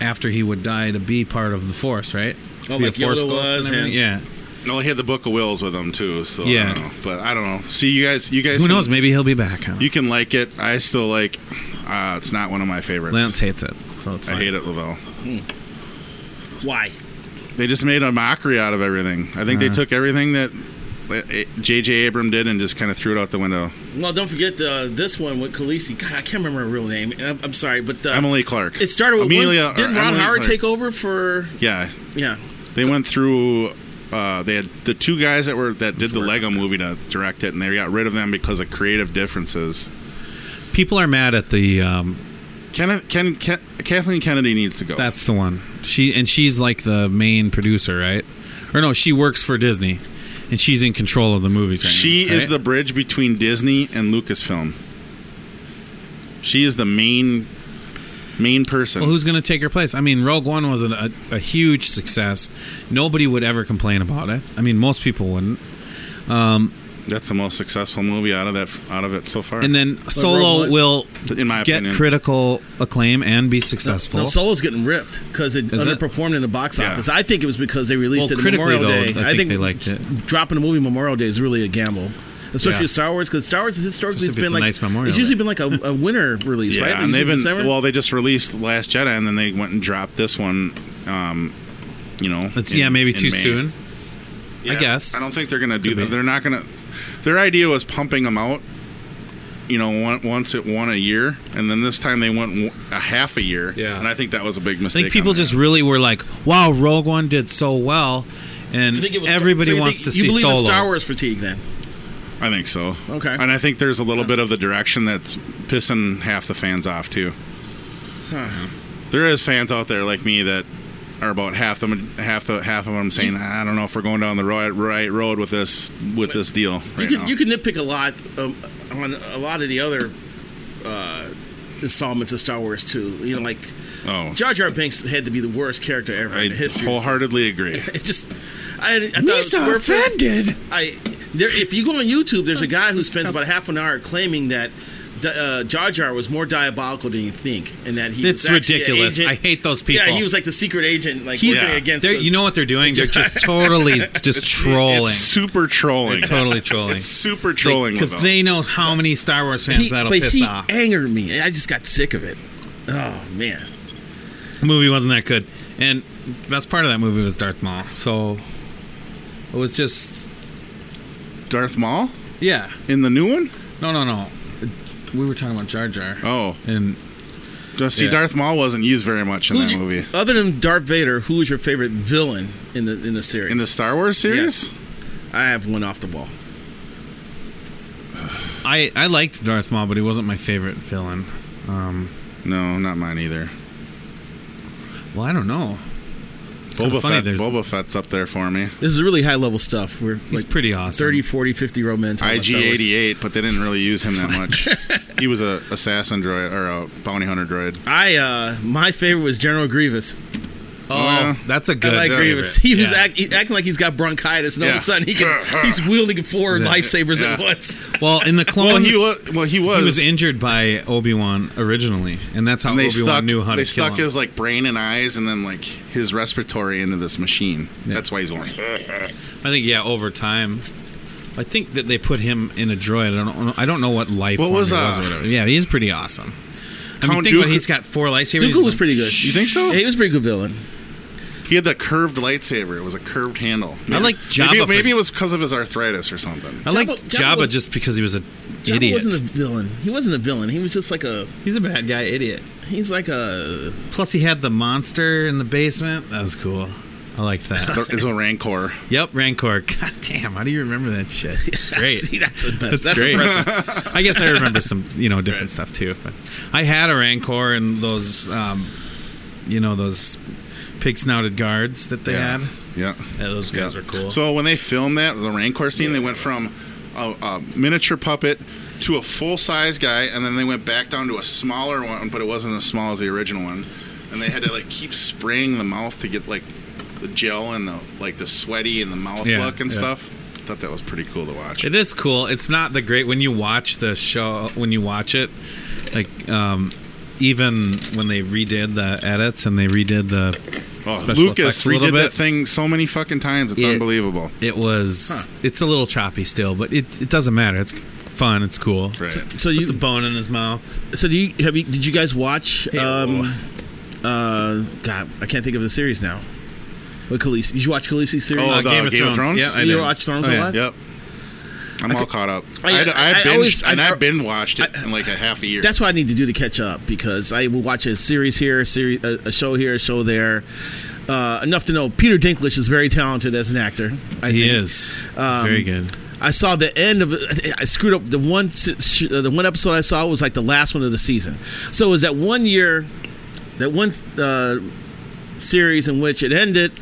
S6: after he would die, to be part of the force, right?
S7: Oh,
S6: Be a
S7: like
S6: Force ghost
S7: Yoda
S6: and
S7: was,
S6: everything. yeah.
S4: No, he had the Book of Wills with him too. So
S6: Yeah.
S4: I don't know. but I don't know. See, you guys, you guys,
S6: Who
S4: can-
S6: knows? Maybe he'll be back. Huh?
S4: You can like it. I still like. Uh, it's not one of my favorites.
S6: Lance hates it. So it's
S4: I
S6: fine.
S4: hate it, Lavelle.
S7: Why?
S4: They just made a mockery out of everything. I
S6: Uh-huh.
S4: think they took everything that uh, J.J. Abram did and just kind of threw it out the window.
S7: Well, don't forget uh, this one with Khaleesi. God, I can't remember her real name. I'm, I'm sorry, but uh,
S4: Emily Clark.
S7: It started with
S4: Amelia.
S7: one,
S4: or
S7: didn't Ron
S4: Emily
S7: Howard
S4: Clark.
S7: take over for?
S4: Yeah,
S7: Yeah.
S4: they went through. Uh, they had the two guys that were that did the Lego movie to direct it, and they got rid of them because of creative differences.
S6: People are mad at the. Um,
S4: Ken, Ken, Ken, Kathleen Kennedy needs to go.
S6: That's the one. She and she's like the main producer, right? or no, she works for Disney, and she's in control of the movies. Right
S4: She
S6: now,
S4: is
S6: right?
S4: the bridge between Disney and Lucasfilm. She is the main main person.
S6: Well, who's going to take her place? I mean, Rogue One was an, a, a huge success. Nobody would ever complain about it. I mean, most people wouldn't.
S4: That's the most successful movie out of that out of it so far.
S6: And then Solo
S7: One-
S6: will
S4: in my
S6: get
S4: opinion,
S6: critical acclaim and be successful.
S7: No, Solo's getting ripped because it
S6: Is it?
S7: underperformed in the box
S4: Yeah.
S7: office. I think it was because they released
S6: Well,
S7: it
S6: critically,
S7: Memorial
S6: though,
S7: Day.
S6: I think they liked it.
S7: Dropping a movie Memorial Day is really a gamble, especially
S6: Yeah.
S7: with Star Wars because Star Wars has historically
S6: Especially if
S7: been
S6: it's a
S7: like
S6: nice Memorial
S7: it's usually
S6: Day.
S7: been like a, a winter release,
S4: yeah,
S7: right?
S4: and
S7: Usually
S4: they've been
S7: December?
S4: well. They just released Last Jedi, and then they went and dropped this one. Um, you know,
S6: It's,
S4: in-
S6: yeah, maybe
S4: in
S6: too
S4: May.
S6: soon. I
S4: Yeah,
S6: guess.
S4: I don't think they're gonna do
S6: Could
S4: that.
S6: be.
S4: They're not gonna. Their idea was pumping them out. You know, on- once it won a year, and then this time they went w- a half a year.
S6: Yeah.
S4: and I think that was a big
S6: I
S4: mistake.
S6: think people
S4: on their
S6: just really were like, "Wow, Rogue One did so well," and
S7: You think it was-
S6: everybody
S7: so you
S6: wants
S7: think-
S6: to
S7: You
S6: see
S7: believe
S6: Solo.
S7: in Star Wars fatigue then?
S4: I think so.
S7: Okay.
S4: And I think there's a little bit of the direction that's pissing half the fans off too.
S6: Uh-huh.
S4: There is fans out there like me that are about half them, half the half of them saying, I don't know if we're going down the right right road with this with this deal
S7: You
S4: right
S7: can
S4: now.
S7: you can nitpick a lot um, on a lot of the other uh, installments of Star Wars too. You know, like
S4: oh,
S7: Jar Jar Binks had to be the worst character ever
S4: I
S7: in history.
S4: wholeheartedly agree.
S7: It just I, I thought it was worthless. I there, if you go on YouTube, there's a guy who spends about half an hour claiming that D- uh, Jar Jar was more diabolical than you think, and that he.
S6: It's
S7: was actually an
S6: ridiculous.
S7: agent-
S6: I hate those people.
S7: Yeah, he was like the secret agent, like
S6: He-
S7: working
S4: Yeah.
S7: against.
S6: They're-
S7: the-
S6: you know what they're doing? They're just totally just trolling.
S4: It's super trolling.
S6: totally trolling.
S4: It's super trolling.
S6: because
S4: with
S6: they know how many Star Wars fans
S7: he,
S6: that'll
S7: but
S6: piss
S7: he
S6: off.
S7: angered me, and I just got sick of it. Oh man,
S6: The movie wasn't that good, and the best part of that movie was Darth Maul. So it was just
S4: them. Darth Maul
S6: yeah.
S4: in the new one.
S6: No, no, no. We were talking about Jar Jar,
S4: Oh,
S6: and
S4: see,
S6: Yeah.
S4: Darth Maul wasn't used very much in
S7: Who'd
S4: that
S7: you-
S4: movie.
S7: Other than Darth Vader, who is your favorite villain in the in the series?
S4: In the Star Wars series,
S7: I have one off the wall.
S6: I I liked Darth Maul, but he wasn't my favorite villain. Um,
S4: no, not mine either.
S6: well, I don't know. It's kinda
S4: Boba,
S6: funny.
S4: Fett,
S6: There's
S4: Boba Fett's up there for me.
S7: This is really high level stuff. We're
S6: he's
S7: like
S6: pretty awesome.
S7: 30, 40, 50 year old men. talking about Star Wars.
S4: IG-88, but they didn't really use him that much. he was a assassin droid or a bounty hunter droid.
S7: I uh, my favorite was General Grievous.
S6: Oh,
S4: Yeah.
S6: that's a good.
S7: I like
S4: Yeah.
S7: Grievous. He was
S6: Yeah.
S7: act, he- acting like he's got bronchitis, and all of
S4: Yeah.
S7: a sudden he can, he's wielding four lifesavers at
S4: Yeah.
S7: once.
S6: Well, in the clone,
S4: Well, he was. Well, he was.
S6: He was injured by Obi Wan originally, and that's how
S4: and they
S6: Obi
S4: stuck.
S6: Wan knew how
S4: they
S6: to kill
S4: stuck
S6: him.
S4: his like brain and eyes, and then like his respiratory into this machine. That's why he's going.
S6: I think yeah, over time. I think that they put him in a droid. I don't. Know, I don't know what life.
S4: What
S6: form
S4: was,
S6: he was
S4: uh,
S6: or whatever. Yeah, he's pretty awesome. I mean,
S4: Count
S6: think about
S4: Dooku-
S6: it, he's got four lightsabers.
S7: Dooku was pretty good.
S4: You think so?
S7: He was a pretty good villain.
S4: He had the curved lightsaber. It was a curved handle.
S6: I like
S4: Maybe,
S6: Jabba for-
S4: maybe it was because of his arthritis or something.
S6: I like
S7: Jabba-
S6: Jabba,
S7: Jabba was-
S6: just because he was a
S7: Jabba
S6: idiot.
S7: wasn't a villain. He wasn't a villain. He was just like a
S6: he's a bad guy, idiot.
S7: he's like a
S6: Plus, he had the monster in the basement. That was cool. I liked that.
S4: There is a rancor.
S6: yep, Rancor. God damn, how do you remember that shit? Great.
S7: see that's the best.
S6: That's,
S7: That's,
S6: great.
S7: impressive.
S6: I guess I remember some, you know, different stuff too. But I had a rancor and those, um, you know, those pig snouted guards that they
S4: Yeah.
S6: had.
S4: Yeah.
S6: Yeah, those guys
S4: Yeah.
S6: were cool.
S4: So when they filmed that, the Rancor scene, they went from a, a miniature puppet to a full size guy, and then they went back down to a smaller one, but it wasn't as small as the original one. And they had to like keep spraying the mouth to get like the gel and the like the sweaty and the mouth
S6: Yeah,
S4: look and
S6: yeah.
S4: stuff. Thought that was pretty cool to watch.
S6: it is cool. It's not the great when you watch the show when you watch it, like um, even when they redid the edits and they redid the
S4: Oh,
S6: special
S4: Lucas
S6: effects a little
S4: redid that
S6: bit.
S4: thing so many fucking times. It's
S6: Yeah.
S4: unbelievable.
S6: It was it's a little choppy still, but it it doesn't matter. It's fun. It's cool.
S4: Right.
S7: So
S6: Puts a
S7: you
S6: bone in his mouth.
S7: so do you have you did you guys watch um uh God I can't think of the series now. With Khaleesi, did you watch Khaleesi's series?
S4: Oh,
S6: Uh,
S4: the Game of Thrones?
S6: Yeah, I
S7: you
S6: did.
S7: watch Thrones
S6: Oh,
S7: a
S6: yeah.
S7: lot?
S4: Yep.
S7: uh,
S4: I'm all caught up.
S7: I-
S4: I, I,
S7: Oh, I- I
S4: binged,
S7: always-
S4: and
S7: I-
S4: I, have been watched it in like a half a year.
S7: That's what I need to do to catch up because I will watch a series here, a, series, a, a show here, a show there. Uh, enough to know Peter Dinklage is very talented as an actor. I
S6: He
S7: think.
S6: is
S7: Um,
S6: very good.
S7: I saw the end of. I screwed up the one. se- sh- uh, The one episode I saw was like the last one of the season. So it was that one year, that one uh, series in which it ended.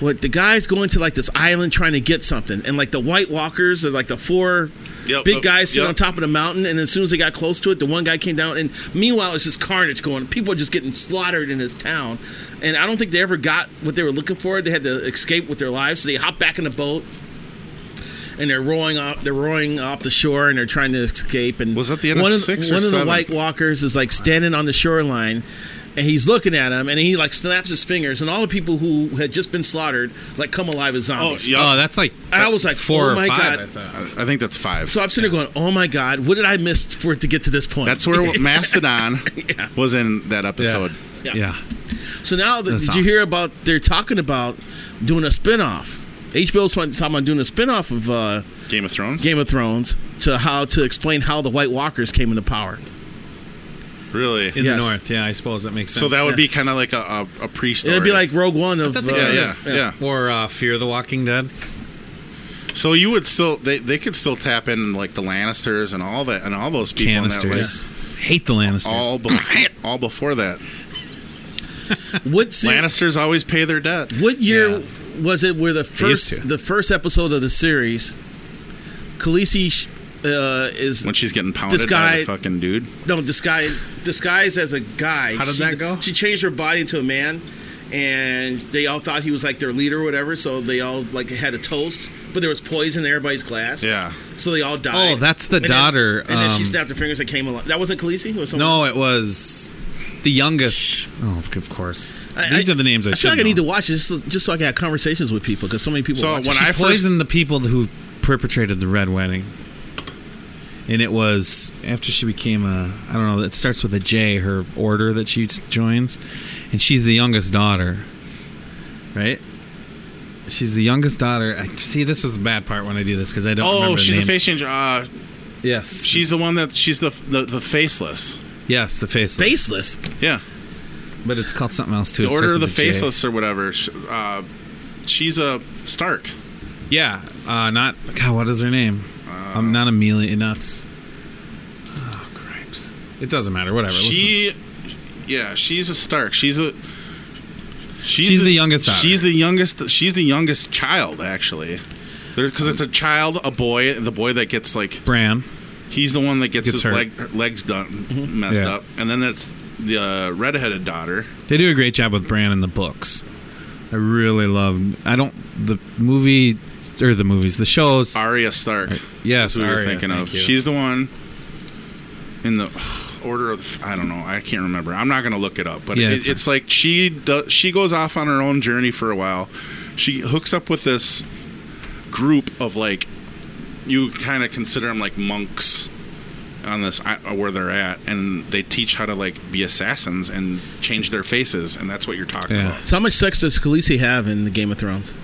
S7: What the guys going to like this island trying to get something, and like the White Walkers or like the four
S4: Yep,
S7: big
S4: yep,
S7: guys sitting
S4: yep.
S7: on top of the mountain, and as soon as they got close to it, the one guy came down, and meanwhile it's just carnage going. People are just getting slaughtered in this town, and I don't think they ever got what they were looking for. They had to escape with their lives, so they hop back in the boat. And they're roaring off. They're roaring off the shore, and they're trying to escape. And
S4: Was that the end of
S7: one of,
S4: six or
S7: one of the
S4: seven?
S7: White Walkers is like standing on the shoreline and he's looking at him and he like snaps his fingers and all the people who had just been slaughtered like come alive as zombies.
S4: yeah.
S6: Oh, that's like
S7: And I was like,
S6: four
S7: oh
S6: or
S7: my
S6: five.
S7: God.
S6: I thought.
S4: I think that's five.
S7: So I'm sitting there going, oh my God, what did I miss for it to get to this point?
S4: that's where Mastodon was in that episode.
S6: Yeah.
S7: Yeah. so now that, did
S6: That's
S7: you
S6: awesome.
S7: hear about they're talking about doing a spinoff? HBO's talking about doing a spinoff of uh,
S4: Game of Thrones.
S7: Game of Thrones to how to explain how the White Walkers came into power.
S4: Really.
S6: In the
S7: Yes.
S6: north, yeah, I suppose that makes sense.
S4: so that would be kind of like a a, a pre-story.
S7: It'd be like Rogue One of
S6: That's a
S7: uh,
S4: yeah, yeah,
S6: of-
S4: yeah,
S6: or uh, Fear the Walking Dead.
S4: So you would still they, they could still tap in like the Lannisters and all that and all those people in that
S6: Lannisters.
S4: list.
S6: Hate the Lannisters.
S4: All before, all before that,
S7: What se-
S4: Lannisters always pay their debt.
S7: What year
S6: Yeah.
S7: was it where the
S6: to.
S7: first the first episode of the series, Khaleesi sh- uh, is
S4: When she's getting pounded
S7: This
S4: by
S7: guy-
S4: the fucking dude,
S7: no disguised disguised as a guy.
S4: How did
S7: She-
S4: that go?
S7: She changed her body into a man, and they all thought he was like their leader or whatever. So they all like had a toast, but there was poison in everybody's glass.
S4: Yeah.
S7: So they all died.
S6: Oh, that's the
S7: And then-
S6: daughter,
S7: And then she
S6: um,
S7: snapped her fingers and came along. That wasn't Khaleesi. It was someone
S6: no,
S7: else?
S6: it was the youngest. Oh, of- of course.
S7: I-
S6: These
S7: I-
S6: are the names I,
S7: I feel
S6: should
S7: like I need to
S6: know.
S7: watch this just so- just so I can have conversations with people because so many people.
S4: So
S7: watch
S4: when
S7: it.
S6: She
S4: I first-
S6: poisoned the people who perpetrated the Red Wedding. And it was after she became a I don't know. It starts with a J. Her order that she joins, and she's the youngest daughter, right? She's the youngest daughter. I, see, this is the bad part when I do this because I don't. remember
S4: oh,
S6: the
S4: she's the
S6: names.
S4: face changer. Uh,
S6: Yes,
S4: she's the one that she's the the, the faceless.
S6: yes the faceless.
S7: faceless.
S4: Yeah,
S6: But it's called something else too.
S4: the
S6: It
S4: Order
S6: starts
S4: of the
S6: with a J.
S4: Faceless or whatever. Sh- Uh, she's a Stark.
S6: Yeah, uh, not God. What is her name? I'm not Amelia. Nuts. Oh, cripes. It doesn't matter. Whatever. Listen.
S4: She, yeah, she's a Stark. She's a. She's,
S6: She's
S4: a-
S6: the youngest daughter.
S4: She's the youngest. She's the youngest child, actually. Because it's a child, a boy, the boy that gets like
S6: Bran.
S4: he's the one that gets,
S6: Gets
S4: his
S6: hurt. Mm-hmm.
S4: leg, her legs done messed
S6: Yeah.
S4: up, and then that's the uh, redheaded daughter.
S6: They do a great job with Bran in the books. I really love. I don't the movie or the movies, the shows.
S4: Arya Stark.
S6: yes,
S4: That's who
S6: Arya,
S4: you're thinking
S6: thank
S4: of.
S6: you.
S4: She's the one in the order of. I don't know. I can't remember. I'm not gonna look it up. But
S6: Yeah,
S4: it-
S6: it's
S4: it's, like she do, she goes off on her own journey for a while. She hooks up with this group of like you kind of consider them like monks on this i- uh, where they're at, and they teach how to like be assassins and change their faces, and that's what you're talking
S6: Yeah.
S4: about.
S7: So how much sex does Khaleesi have in the Game of Thrones?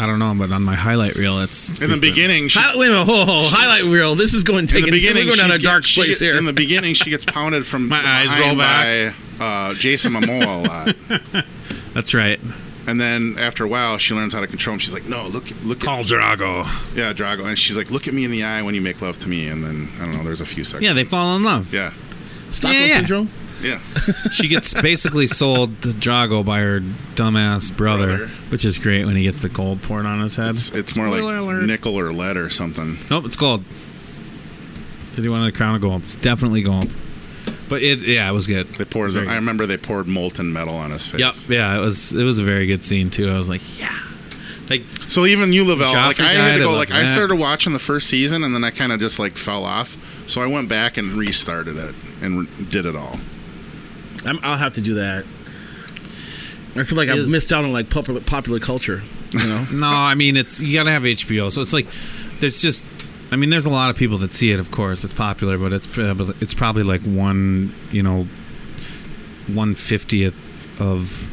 S6: I don't know, but on my highlight reel, it's
S4: In the beginning, she,
S7: Hi- wait a minute, whoa, whoa, whoa, highlight reel. This is going
S4: in
S7: taking.
S4: the beginning,
S7: we're going down a
S4: she's
S7: dark
S4: get- she
S7: place
S4: get-
S7: here.
S4: In the beginning, she gets pounded from
S6: My eyes
S4: behind
S6: roll back.
S4: by uh, Jason Momoa a lot,
S6: That's right.
S4: and then after a while, she learns how to control him. She's like, "No, look, look, at,
S6: Paul Drago.
S4: yeah, Drago," and she's like, "Look at me in the eye when you make love to me." And then I don't know. There's a few seconds.
S6: Yeah, they fall in love.
S4: Yeah,
S7: Stockholm
S6: Yeah, yeah.
S7: syndrome.
S4: yeah.
S6: She gets basically sold to Drago by her dumbass brother,
S4: Brother.
S6: which is great when he gets the gold poured on his head.
S4: It's, it's more like
S6: Spoiler alert.
S4: nickel or lead or something.
S6: Nope, it's gold. Did he want a crown of gold? It's definitely gold. But it, yeah, it was good.
S4: They poured.
S6: It's very
S4: I remember they poured molten metal on his face.
S6: Yep, yeah, it was. It was a very good scene too. I was like, yeah, like
S4: So even you, Lavelle, like
S6: Joffrey
S4: I had
S6: died,
S4: to
S6: I
S4: go.
S6: love
S4: Like I
S6: that.
S4: started watching the first season, and then I kind of just like fell off. So I went back and restarted it and re- did it all.
S7: I'm, I'll have to do that. I feel like I've
S6: Is-
S7: missed out on like popular popular culture. You know,
S6: no. I mean, it's you gotta have HBO. So it's like, there's just. I mean, there's a lot of people that see it. Of course, it's popular, but it's prob- it's probably like one, you know, one fiftieth of.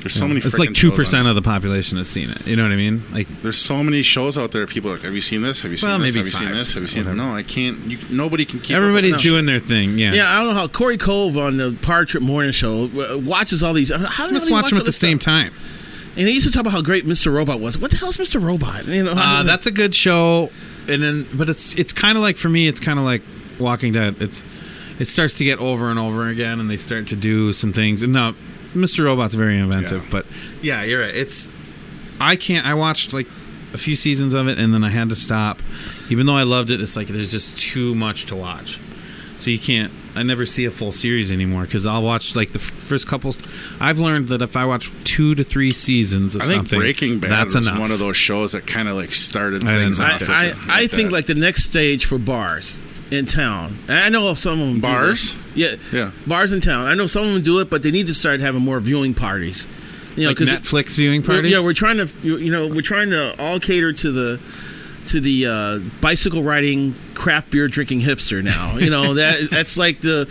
S4: There's so many.
S6: It's like
S4: frickin'
S6: two
S4: shows on
S6: percent of the population has seen it. You know what I mean? Like
S4: There's so many shows out there. People are like, have you seen this? Have you seen
S6: Well,
S4: this?
S6: maybe
S4: have you seen
S6: five,
S4: this? Have you seen?
S6: whatever.
S4: No, I can't. You, nobody can keep. up with
S6: everybody's
S4: it.
S6: doing their thing. Yeah.
S7: yeah, I don't know how Corey Cove on the Power Trip Morning Show uh, watches all these. How do
S6: Let's
S7: you
S6: watch them
S7: all
S6: at the
S7: this
S6: same
S7: stuff?
S6: time.
S7: And he used to talk about how great Mr. Robot was. What the hell's Mr. Robot? You know, how
S6: Uh,
S7: does it-
S6: that's a good show, and then but it's it's kind of like for me, it's kind of like Walking Dead. It's it starts to get over and over again, and they start to do some things. And now Mr. Robot's very inventive,
S4: Yeah.
S6: but yeah, you're right. It's I can't. I watched like a few seasons of it, and then I had to stop. Even though I loved it, it's like there's just too much to watch. So you can't. I never see a full series anymore because I'll watch like the f- first couple. I've learned that if I watch two to three seasons of
S4: I think
S6: something,
S4: Breaking Bad
S6: that's
S4: was
S6: enough.
S4: one of those shows that kind of like started
S6: I
S4: things.
S6: didn't
S4: off
S6: know.
S4: with
S7: I,
S4: it
S7: I, I think
S4: that.
S7: like the next stage for bars in town. And I know of some of them do
S4: Bars?
S7: this. Yeah,
S4: Yeah.
S7: bars in town. I know some of them do it, but they need to start having more viewing parties. You know,
S6: like Netflix viewing
S7: we're-
S6: parties.
S7: yeah, we're trying to you you know we're trying to all cater to the to the uh, bicycle riding craft beer drinking hipster now. You know that that's like the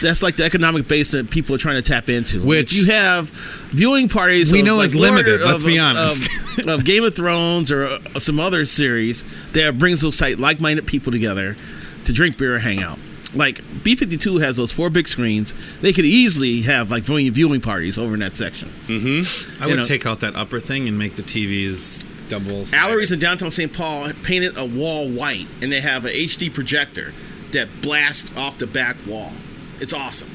S7: that's like the economic base that people are trying to tap into.
S6: Which-
S7: if you have viewing parties
S6: We
S7: of,
S6: know
S7: like,
S6: is limited,
S7: Lord-
S6: let's
S7: of-
S6: be
S7: of-
S6: honest.
S7: of, of Game of Thrones or uh, some other series that brings those type like minded people together to drink beer and hang out. Like B fifty two has those four big screens. They could easily have like viewing viewing parties over in that section.
S6: I would
S7: you know.
S6: take out that upper thing and make the TVs double.
S7: Alleries in downtown St. Paul painted a wall white, and they have an HD projector that blasts off the back wall. It's awesome.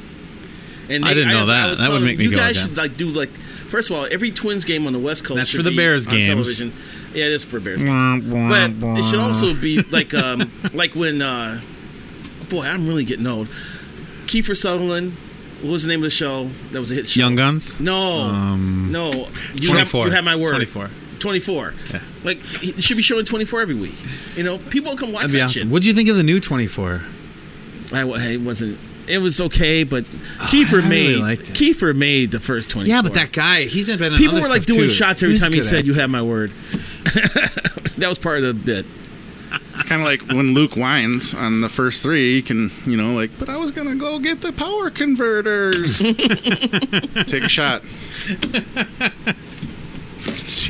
S7: And
S6: I didn't know that. That would
S7: telling
S6: make me
S7: you
S6: go
S7: guys
S6: again.
S7: should like do like first of all, every Twins game on the West Coast.
S6: That's
S7: should
S6: for the
S7: be
S6: Bears
S7: on
S6: games.
S7: Television. Yeah, it is for Bears. games. But it should also be like um like when uh boy, I'm really getting old. Kiefer Sutherland. What was the name of the show that was a hit show?
S6: Young Guns.
S7: No,
S6: Um,
S7: no. You have,
S6: 24.
S7: you have my word.
S6: 24.
S7: 24. Like, it should be showing 24 every week. You know, people come watch
S6: That'd be
S7: that
S6: awesome.
S7: shit.
S6: What do you think of the new Twenty Four?
S7: I, wa- it wasn't. It was okay, but Kiefer
S6: I really
S7: made
S6: liked it.
S7: Kiefer made the first 24.
S6: Yeah, but that guy, he's been in
S7: people
S6: other
S7: were like
S6: stuff,
S7: doing
S6: too.
S7: shots every
S6: He's
S7: time he
S6: good at
S7: said,
S6: it.
S7: "You have my word." that was part of the bit.
S4: It's kind of like when Luke whines on the first three, you can, you know, like, but I was going to go get the power converters. Take a shot.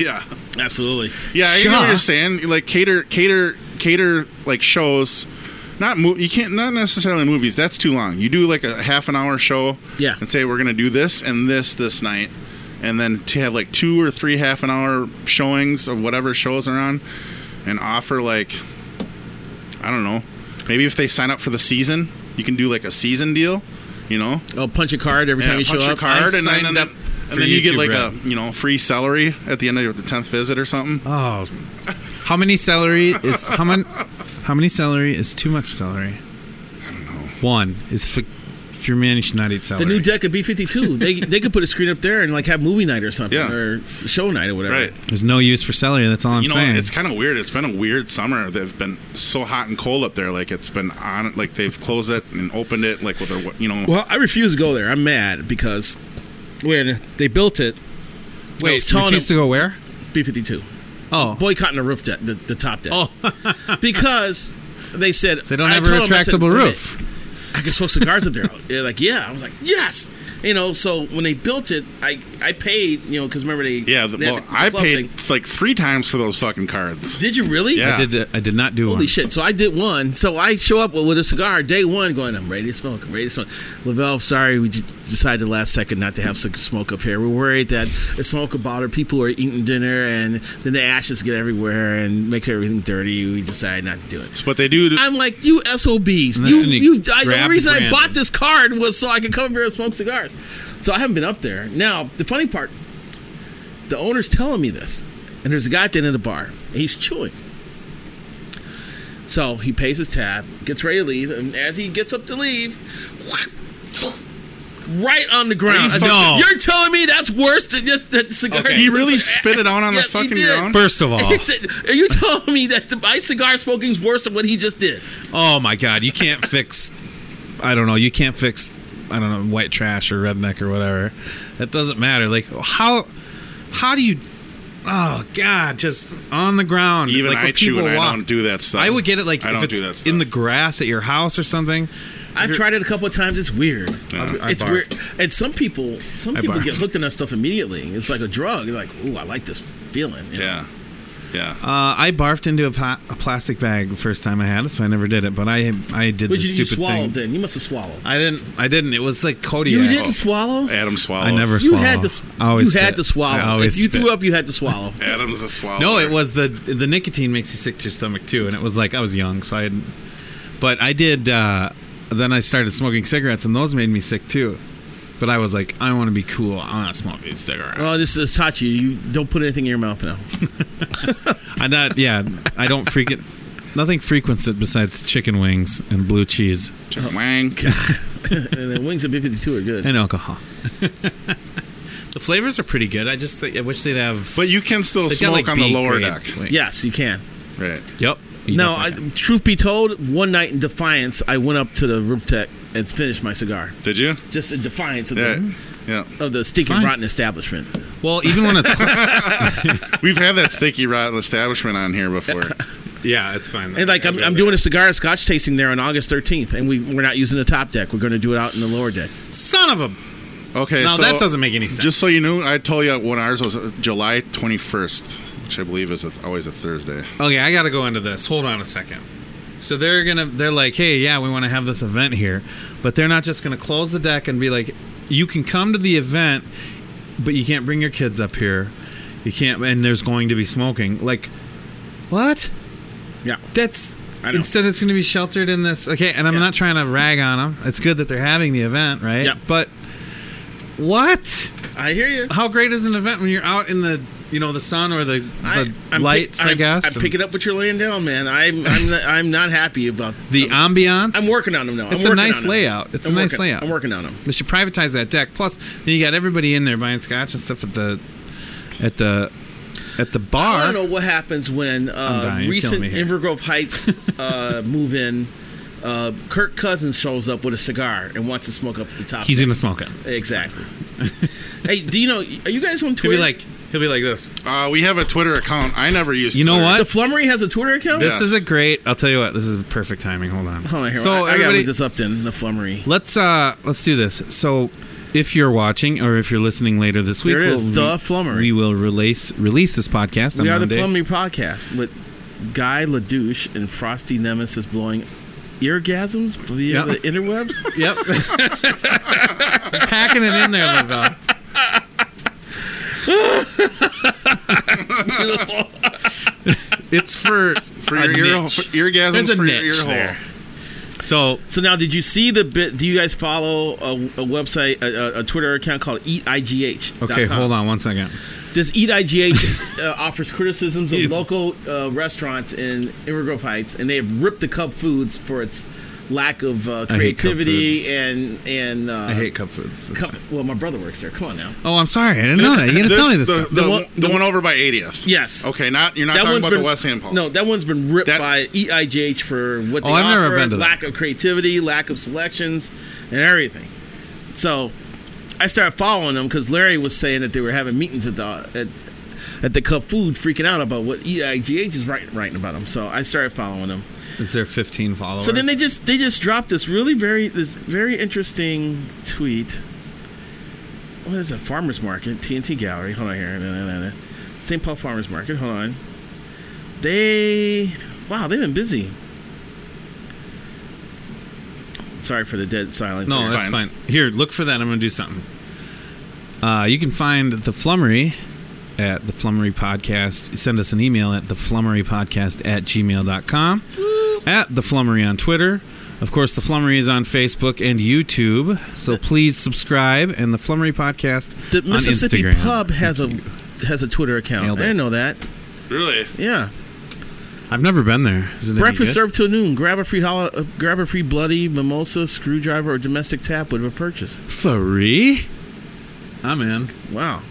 S4: yeah.
S7: Absolutely.
S4: Yeah, I know
S6: Shot.
S4: what you're saying. Like, cater, cater, cater, like, shows. Not mo- you can't not necessarily movies. That's too long. You do like a half an hour show,
S7: Yeah.
S4: and say we're gonna do this and this this night, and then to have like two or three half an hour showings of whatever shows are on, and offer like I don't know. Maybe if they sign up for the season, you can do like a season deal. You know,
S7: Oh, punch a card every time
S4: Yeah,
S7: you
S4: punch
S7: show
S4: your
S7: up.
S4: card
S6: I
S4: and then,
S6: signed
S4: and,
S6: up for
S4: then you get
S6: YouTube
S4: like
S6: Red.
S4: a you know free celery at the end of the tenth visit or something.
S6: Oh, how many celery is how many? How many celery is too much celery? I don't know. One. It's for, if you're man, you should not eat celery.
S7: The new deck of B fifty two. They they could put a screen up there and like have movie night or something
S4: Yeah.
S7: or show night or whatever.
S4: Right.
S6: There's no use for celery. That's all I'm
S4: you know,
S6: saying.
S4: it's kind of weird. It's been a weird summer. They've been so hot and cold up there. Like it's been on. Like they've closed it and opened it. Like with their, you know.
S7: Well, I refuse to go there. I'm mad because when they built it, I was
S6: Wait,
S7: telling
S6: refuse to
S7: them-
S6: go where?
S7: B fifty two.
S6: Oh,
S7: boycotting the roof deck, the, the top deck. because they said
S6: they don't
S7: I
S6: have a
S7: told 'em, I said,
S6: retractable
S7: "Wait a
S6: roof.
S7: minute, I can smoke cigars up there. They're like, yeah. I was like, yes. You know, so when they built it, I I paid. You know, because remember they
S4: yeah. The,
S7: they had
S4: well,
S7: the
S4: I
S7: club
S4: paid
S7: thing.
S4: like three times for those fucking cards.
S7: Did you really?
S4: Yeah.
S6: I did. I did not do
S7: Holy
S6: one.
S7: shit! So I did one. So I show up with a cigar day one, going, "I'm ready to smoke. I'm ready to smoke." Lavelle, sorry, we d- decided last second not to have some smoke up here. We're worried that the smoke will bother people who are eating dinner, and then the ashes get everywhere and makes everything dirty. We decided not to do it.
S4: But they do.
S7: I'm like, you SOBs.
S6: And
S7: You,
S6: that's when you
S7: you, I, the
S6: grab
S7: reason I
S6: Brandon.
S7: bought this card was so I could come up here and smoke cigars. So I haven't been up there. Now, the funny part, the owner's telling me this. And there's a guy at the end of the bar. and he's chewing. So he pays his tab, gets ready to leave, and as he gets up to leave, right on the ground. I said,
S6: No.
S7: You're telling me that's worse than just that cigar.
S4: He really spit it out on the
S7: he
S4: fucking
S7: did.
S4: ground?
S6: First of all,
S7: He said, Are you telling me that the, my cigar smoking is worse than what he just did?
S6: Oh my god, you can't fix I don't know, you can't fix I don't know, white trash or redneck or whatever. That doesn't matter. Like how how do you Oh god, just on the ground.
S4: even
S6: like,
S4: I
S6: where
S4: chew
S6: people
S4: and
S6: walk.
S4: I don't do that stuff.
S6: I would get it like
S4: I
S6: if
S4: don't
S6: it's
S4: do that stuff.
S6: in the grass at your house or something.
S7: I've tried it a couple of times. It's weird.
S6: I
S7: It's
S6: barf.
S7: weird. And some people, some
S6: I
S7: people
S6: barf.
S7: get hooked on that stuff immediately. It's like a drug. You're like, ooh, I like this feeling. you know?
S4: yeah. Yeah.
S6: Uh, I barfed into a, pla- a plastic bag the first time I had it, so I never did it. But I I did
S7: But
S6: the
S7: you, you
S6: stupid
S7: swallowed
S6: thing.
S7: then. You must have swallowed.
S6: I didn't. I didn't. It was like Kodiak.
S7: You didn't swallow.
S4: Adam swallows.
S6: I never
S7: You
S6: swallow.
S7: had to. s-
S6: I always
S7: you had
S6: spit.
S7: to
S6: I
S7: swallow. If
S6: always
S7: you threw
S6: spit.
S7: up, you had to swallow.
S4: Adam's a swallow.
S6: No, it was the the nicotine makes you sick to your stomach too, and it was like I was young, so I hadn't. But I did. Uh, then I started smoking cigarettes, and those made me sick too. But I was like, I want to be cool. I want to smoke a cigarette.
S7: Oh, this is taught you. You don't put anything in your mouth now.
S6: I not, yeah, I don't freak it. Nothing frequents it besides chicken wings and blue cheese
S4: Chicken wing.
S7: and the wings of B fifty two are good.
S6: and alcohol. the flavors are pretty good. I just think, I wish they'd have.
S4: But you can still
S6: they've got,
S4: smoke
S6: like,
S4: on the
S6: B
S4: lower
S6: grade
S4: deck.
S6: wings.
S7: Yes, you can.
S4: Right.
S6: Yep. You
S7: No, I,
S6: definitely can.
S7: truth be told, one night in Defiance, I went up to the roof tech and finished my cigar.
S4: Did you?
S7: Just in defiance of,
S4: Yeah.
S7: the,
S6: Mm-hmm.
S4: Yeah.
S7: of the stinking
S6: fine.
S7: rotten establishment.
S6: Well, even when it's
S4: We've had that sticky rotten establishment on here before.
S6: yeah, it's fine.
S7: And like I'm, I'm doing a cigar scotch tasting there on August 13th, and we we're not using the top deck. We're going to do it out in the lower deck.
S6: son of a.
S4: Okay.
S6: No,
S4: so
S6: that doesn't make any sense.
S4: Just so you knew, I told you when ours was uh, July 21st, which I believe is a, always a Thursday.
S6: Okay, I got to go into this. Hold on a second. So they're gonna, they're like, hey, yeah, we want to have this event here, but they're not just gonna close the deck and be like, you can come to the event, but you can't bring your kids up here, you can't, and there's going to be smoking. Like, what?
S7: Yeah.
S6: That's
S7: I know.
S6: instead it's going to be sheltered in this. Okay, and I'm
S7: Yeah.
S6: not trying to rag on them. It's good that they're having the event, right?
S7: Yeah.
S6: But what?
S7: I hear you.
S6: How great is an event when you're out in the you know the sun or the, the
S7: pick-
S6: lights? I
S7: I'm-
S6: guess
S7: I'm picking up what you're laying down, man. I'm I'm not, I'm not happy about
S6: the
S7: I'm,
S6: ambiance.
S7: I'm working on them now. I'm
S6: It's a
S7: working
S6: nice
S7: on 'em.
S6: layout. It's a
S7: I'm
S6: nice
S7: working-
S6: layout.
S7: I'm working on them.
S6: They should privatize that deck. Plus, then you got everybody in there buying scotch and stuff at the at the at the
S7: I
S6: bar.
S7: don't know what happens when uh,
S6: dying. You're
S7: recent
S6: killing me here.
S7: Invergrove Heights uh, move in. Uh, Kirk Cousins shows up with a cigar and wants to smoke up at the top.
S6: He's gonna smoke it.
S7: exactly. hey, do you know? Are you guys on
S6: He'll
S7: Twitter?
S6: be like he'll be like this.
S4: Uh, we have a Twitter account. I never used.
S6: You know
S4: Twitter.
S6: what?
S7: the Flummery has a Twitter account.
S6: This
S4: Yeah.
S6: is a great. I'll tell you what. This is perfect timing. Hold on.
S7: Hold on Oh, here.
S6: So
S7: I, I gotta
S6: everybody,
S7: look this up then. The Flummery.
S6: let's uh let's do this. So if you're watching or if you're listening later this week,
S7: There it is, The Flummery.
S6: We will release release this podcast.
S7: We
S6: on
S7: are the
S6: Monday.
S7: Flummery podcast with Guy LaDouche and Frosty Nemesis blowing eargasms via
S6: Yeah.
S7: the interwebs.
S6: Yep. Packing it in there, Lavelle. it's for
S4: For your ear,
S6: niche.
S4: for eargasm
S6: There's a
S4: for your
S6: niche
S4: ear hole.
S6: there. so
S7: So now, did you see the bit? Do you guys follow a, a website, a, a- a Twitter account called E EatIGH?
S6: okay. Hold on one second.
S7: This EatIGH uh, offers criticisms of local uh, restaurants in Inver Grove Heights, and they have ripped the Cub Foods for its lack of
S6: hate
S7: uh,
S6: Cub
S7: creativity
S6: Foods.
S7: and and uh,
S6: I hate cup foods.
S7: Cub- well, my brother works there. Come on now.
S6: Oh, I'm sorry. I didn't know that. You didn't
S4: This-
S6: tell me this.
S4: The,
S6: stuff.
S4: the
S7: The
S4: one,
S7: one-
S4: the one over by 80th.
S7: Yes.
S4: Okay. Not you're not talking
S7: one's
S4: about the West Hand Paul.
S7: No, that one's been ripped
S4: That-
S7: by E EIGH for what they
S6: Oh, I've
S7: offer,
S6: never been to that.
S7: lack of creativity, lack of selections, and everything. So I started following them because Larry was saying that they were having meetings at the at, at the Cup Food, freaking out about what E EIGH is writing, writing about them. So I started following them.
S6: Is there 15 followers?
S7: So then they just they just dropped this really very this very interesting tweet. What is a farmers market? TNT Gallery. Hold on here. Na, na, na, na. St. Paul Farmers Market. Hold on. They wow, they've been busy. Sorry for the dead silence.
S6: No,
S4: It's
S6: that's fine.
S4: fine.
S6: Here, look for that. I'm going to do something. Uh, you can find the Flummery at the Flummery Podcast. Send us an email at the Flummery Podcast at gmail.com. At the Flummery on Twitter. Of course, the Flummery is on Facebook and YouTube. So please subscribe. And the Flummery Podcast
S7: the
S6: on
S7: Mississippi
S6: Instagram.
S7: Pub has a has a Twitter account.
S6: Nailed
S7: I
S6: it.
S7: didn't know that.
S4: Really?
S7: Yeah.
S6: I've never been there. Is it any
S7: Breakfast
S6: good?
S7: served till noon. Grab a free hol- uh, grab a free bloody mimosa, screwdriver, or domestic tap with a purchase.
S6: free. I'm in.
S7: Wow.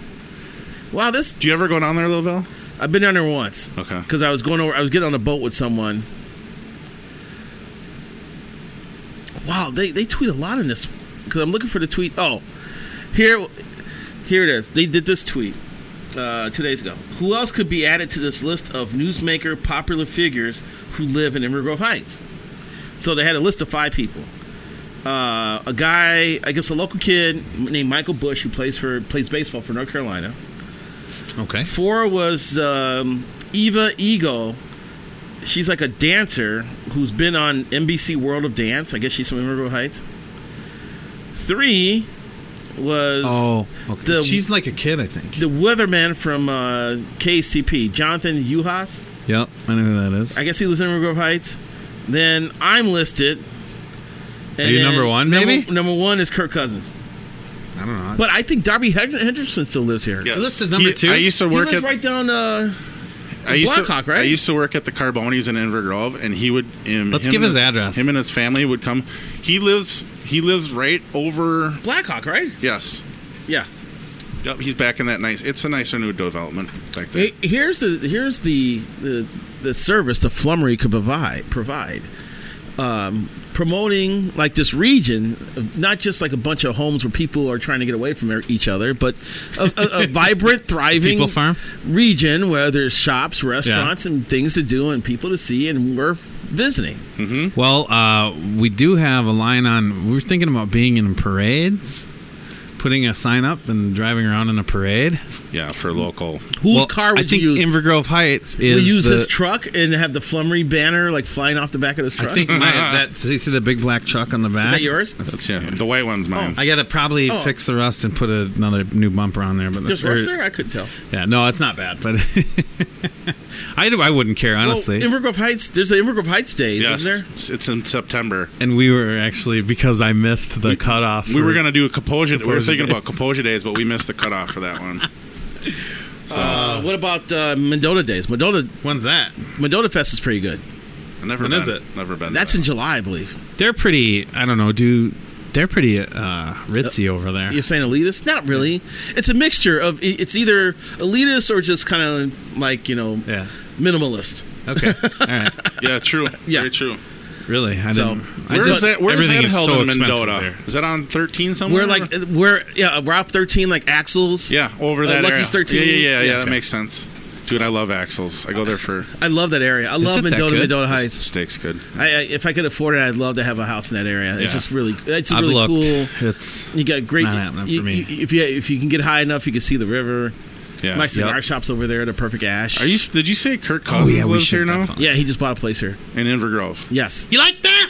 S7: Wow, this
S4: Do you ever go down there, Lavelle?
S7: I've been down there once.
S4: Okay.
S7: Because I was going over, I was getting on a boat with someone. Wow, they, they tweet a lot in this. Because I'm looking for the tweet. Oh, here, here it is. They did this tweet uh, two days ago. Who else could be added to this list of newsmaker popular figures who live in Emerald Grove Heights? So they had a list of five people. Uh, a guy, I guess, a local kid named Michael Bush who plays for plays baseball for North Carolina.
S6: Okay.
S7: Four was um, Eva Eagle. She's like a dancer who's been on NBC World of Dance. I guess she's from Emerald Heights. Three was
S6: Oh, okay.
S7: The-
S6: She's like a kid, I think.
S7: the weatherman from uh, KCP, Jonathan Uhas.
S6: yep, I know who that is.
S7: I guess he lives in Emerald Grove Heights. Then I'm listed. And
S6: you
S7: then
S6: number one, maybe?
S7: Number, number one is Kirk Cousins.
S6: I don't know.
S7: But I think Darby Hen- Henderson still lives here.
S4: Yes.
S6: Listed number
S4: He-
S6: two?
S4: I used to
S7: He
S4: work at
S7: lives right down. Uh,
S4: I used
S7: Blackhawk,
S4: to,
S7: right?
S4: I used to work at the Carbonis in Inver Grove, and he would. Him,
S6: Let's
S4: him
S6: give
S4: and-
S6: his address.
S4: Him and his family would come. He lives. He lives right over.
S7: Blackhawk, right?
S4: Yes.
S7: Yeah.
S4: Yep. He's back in that nice. It's a nicer new development back there.
S7: Hey, here's the here's the the, the service the flummery could provide provide um, promoting like this region not just like a bunch of homes where people are trying to get away from e- each other but a, a, a vibrant thriving
S6: People farm?
S7: region where there's shops restaurants and things to do and people to see and worth visiting
S6: Mm. Well, uh, we do have a line on. We were thinking about being in parades, putting a sign up and driving around in a parade.
S4: yeah, for local.
S7: whose
S6: Well,
S7: car would
S6: I
S7: you
S6: think
S7: use
S6: Invergrove Heights
S7: we
S6: is.
S7: use
S6: the,
S7: his truck and have the flummery banner like flying off the back of his truck
S6: I think my, that you see the big black truck on the back.
S7: is that yours
S4: That's yeah. The white one's mine.
S6: I gotta probably
S7: Oh.
S6: fix the rust and put another new bumper on there. But
S7: there's
S6: or-
S7: rust there i could tell
S6: Yeah, no, it's not bad, but I do, I wouldn't care honestly.
S7: Well, Invergrove Heights, there's an Invergrove Heights Days,
S4: yes.
S7: isn't there?
S4: It's, it's in September.
S6: and we were actually because I missed the cutoff.
S4: We were gonna do a Kaposia. We were
S6: Kaposia
S4: thinking
S6: days.
S4: about Kaposia days, but we missed the cutoff for that one.
S7: Uh, what about uh, Mendota Days? Mendota
S6: When's that?
S7: Mendota Fest is pretty good.
S4: I've never
S6: When
S4: been.
S6: is it?
S4: Never been.
S7: That's
S4: there.
S7: in July, I believe.
S6: They're pretty. I don't know. Do they're pretty uh, ritzy over there?
S7: You're saying elitist? Not really. It's a mixture of it's either elitist or just kind of like you know
S6: Yeah.
S7: minimalist.
S6: Okay. All right.
S4: yeah, true.
S7: Yeah.
S4: Very true.
S6: Really? I
S7: So,
S6: didn't. I
S4: Where's
S6: just-
S4: that? Where's
S6: everything
S4: that
S6: is
S4: held
S6: so
S4: in
S6: expensive
S4: Mendota?
S6: there.
S4: Is that on 13 somewhere?
S7: We're like we're yeah uh, Route 13 like axles.
S4: Yeah, over
S7: Uh,
S4: that.
S7: Lucky's
S4: area.
S7: 13.
S4: Yeah, yeah, yeah. yeah
S7: Yeah,
S4: That makes sense. Dude, I love axles. I go there for
S7: I love that area. I love
S6: it that
S7: Mendota
S6: good?
S7: Mendota Heights.
S4: steaks. Good.
S7: I, I, if I could afford it, I'd love to have a house in that area. It's
S4: Yeah.
S7: just really it's a
S6: I've
S7: really
S6: looked.
S7: cool.
S6: It's
S7: You got great.
S6: Not happening
S7: you-
S6: for me.
S7: you- if you if you can get high enough, you can see the river.
S4: Yeah.
S7: My cigar
S6: Yep.
S7: shop's over there, the Perfect Ash.
S4: Are you? Did you say Kirk Cousins
S6: Oh, yeah, we
S4: lives
S6: should
S4: here
S6: have
S4: now?
S6: fun.
S7: Yeah, he just bought a place here.
S4: In Invergrove.
S7: Yes. Hmm.
S6: you like that?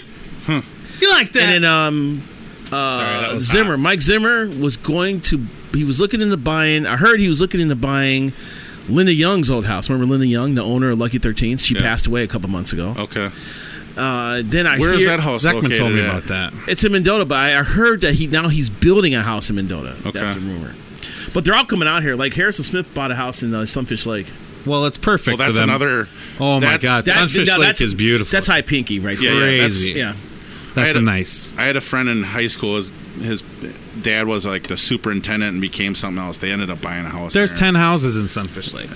S6: You like that?
S7: And then um, uh,
S6: Oh, that was
S7: Zimmer, Mike Zimmer was going to. He was looking into buying. I heard he was looking into buying Linda Young's old house. Remember Linda Young, the owner of Lucky Thirteenth? She passed away a couple months
S6: Oh.
S7: ago.
S4: Okay.
S7: Uh, then I
S4: Where is
S7: hear,
S4: that house
S6: Zekman
S4: located?
S6: told me
S4: at?
S6: about that.
S7: It's in Mendota, but I I heard that he now he's building a house in Mendota.
S4: Okay.
S7: That's the rumor. But they're all coming out here. Like Harrison Smith bought a house in uh, Sunfish Lake.
S6: Well, it's perfect
S4: Well, that's
S6: for them.
S4: another.
S6: Oh my
S4: that-
S6: God,
S7: That-
S6: Sunfish
S7: now
S6: Lake is beautiful.
S7: That's high pinky right
S4: Yeah,
S7: there.
S4: yeah. That's,
S6: Crazy.
S7: Yeah.
S4: I
S6: That's
S4: had
S6: a
S4: a-
S6: nice.
S4: I had a friend in high school. His, his dad was like the superintendent and became something else. They ended up buying a house.
S6: There's
S4: there.
S6: ten houses in Sunfish Lake.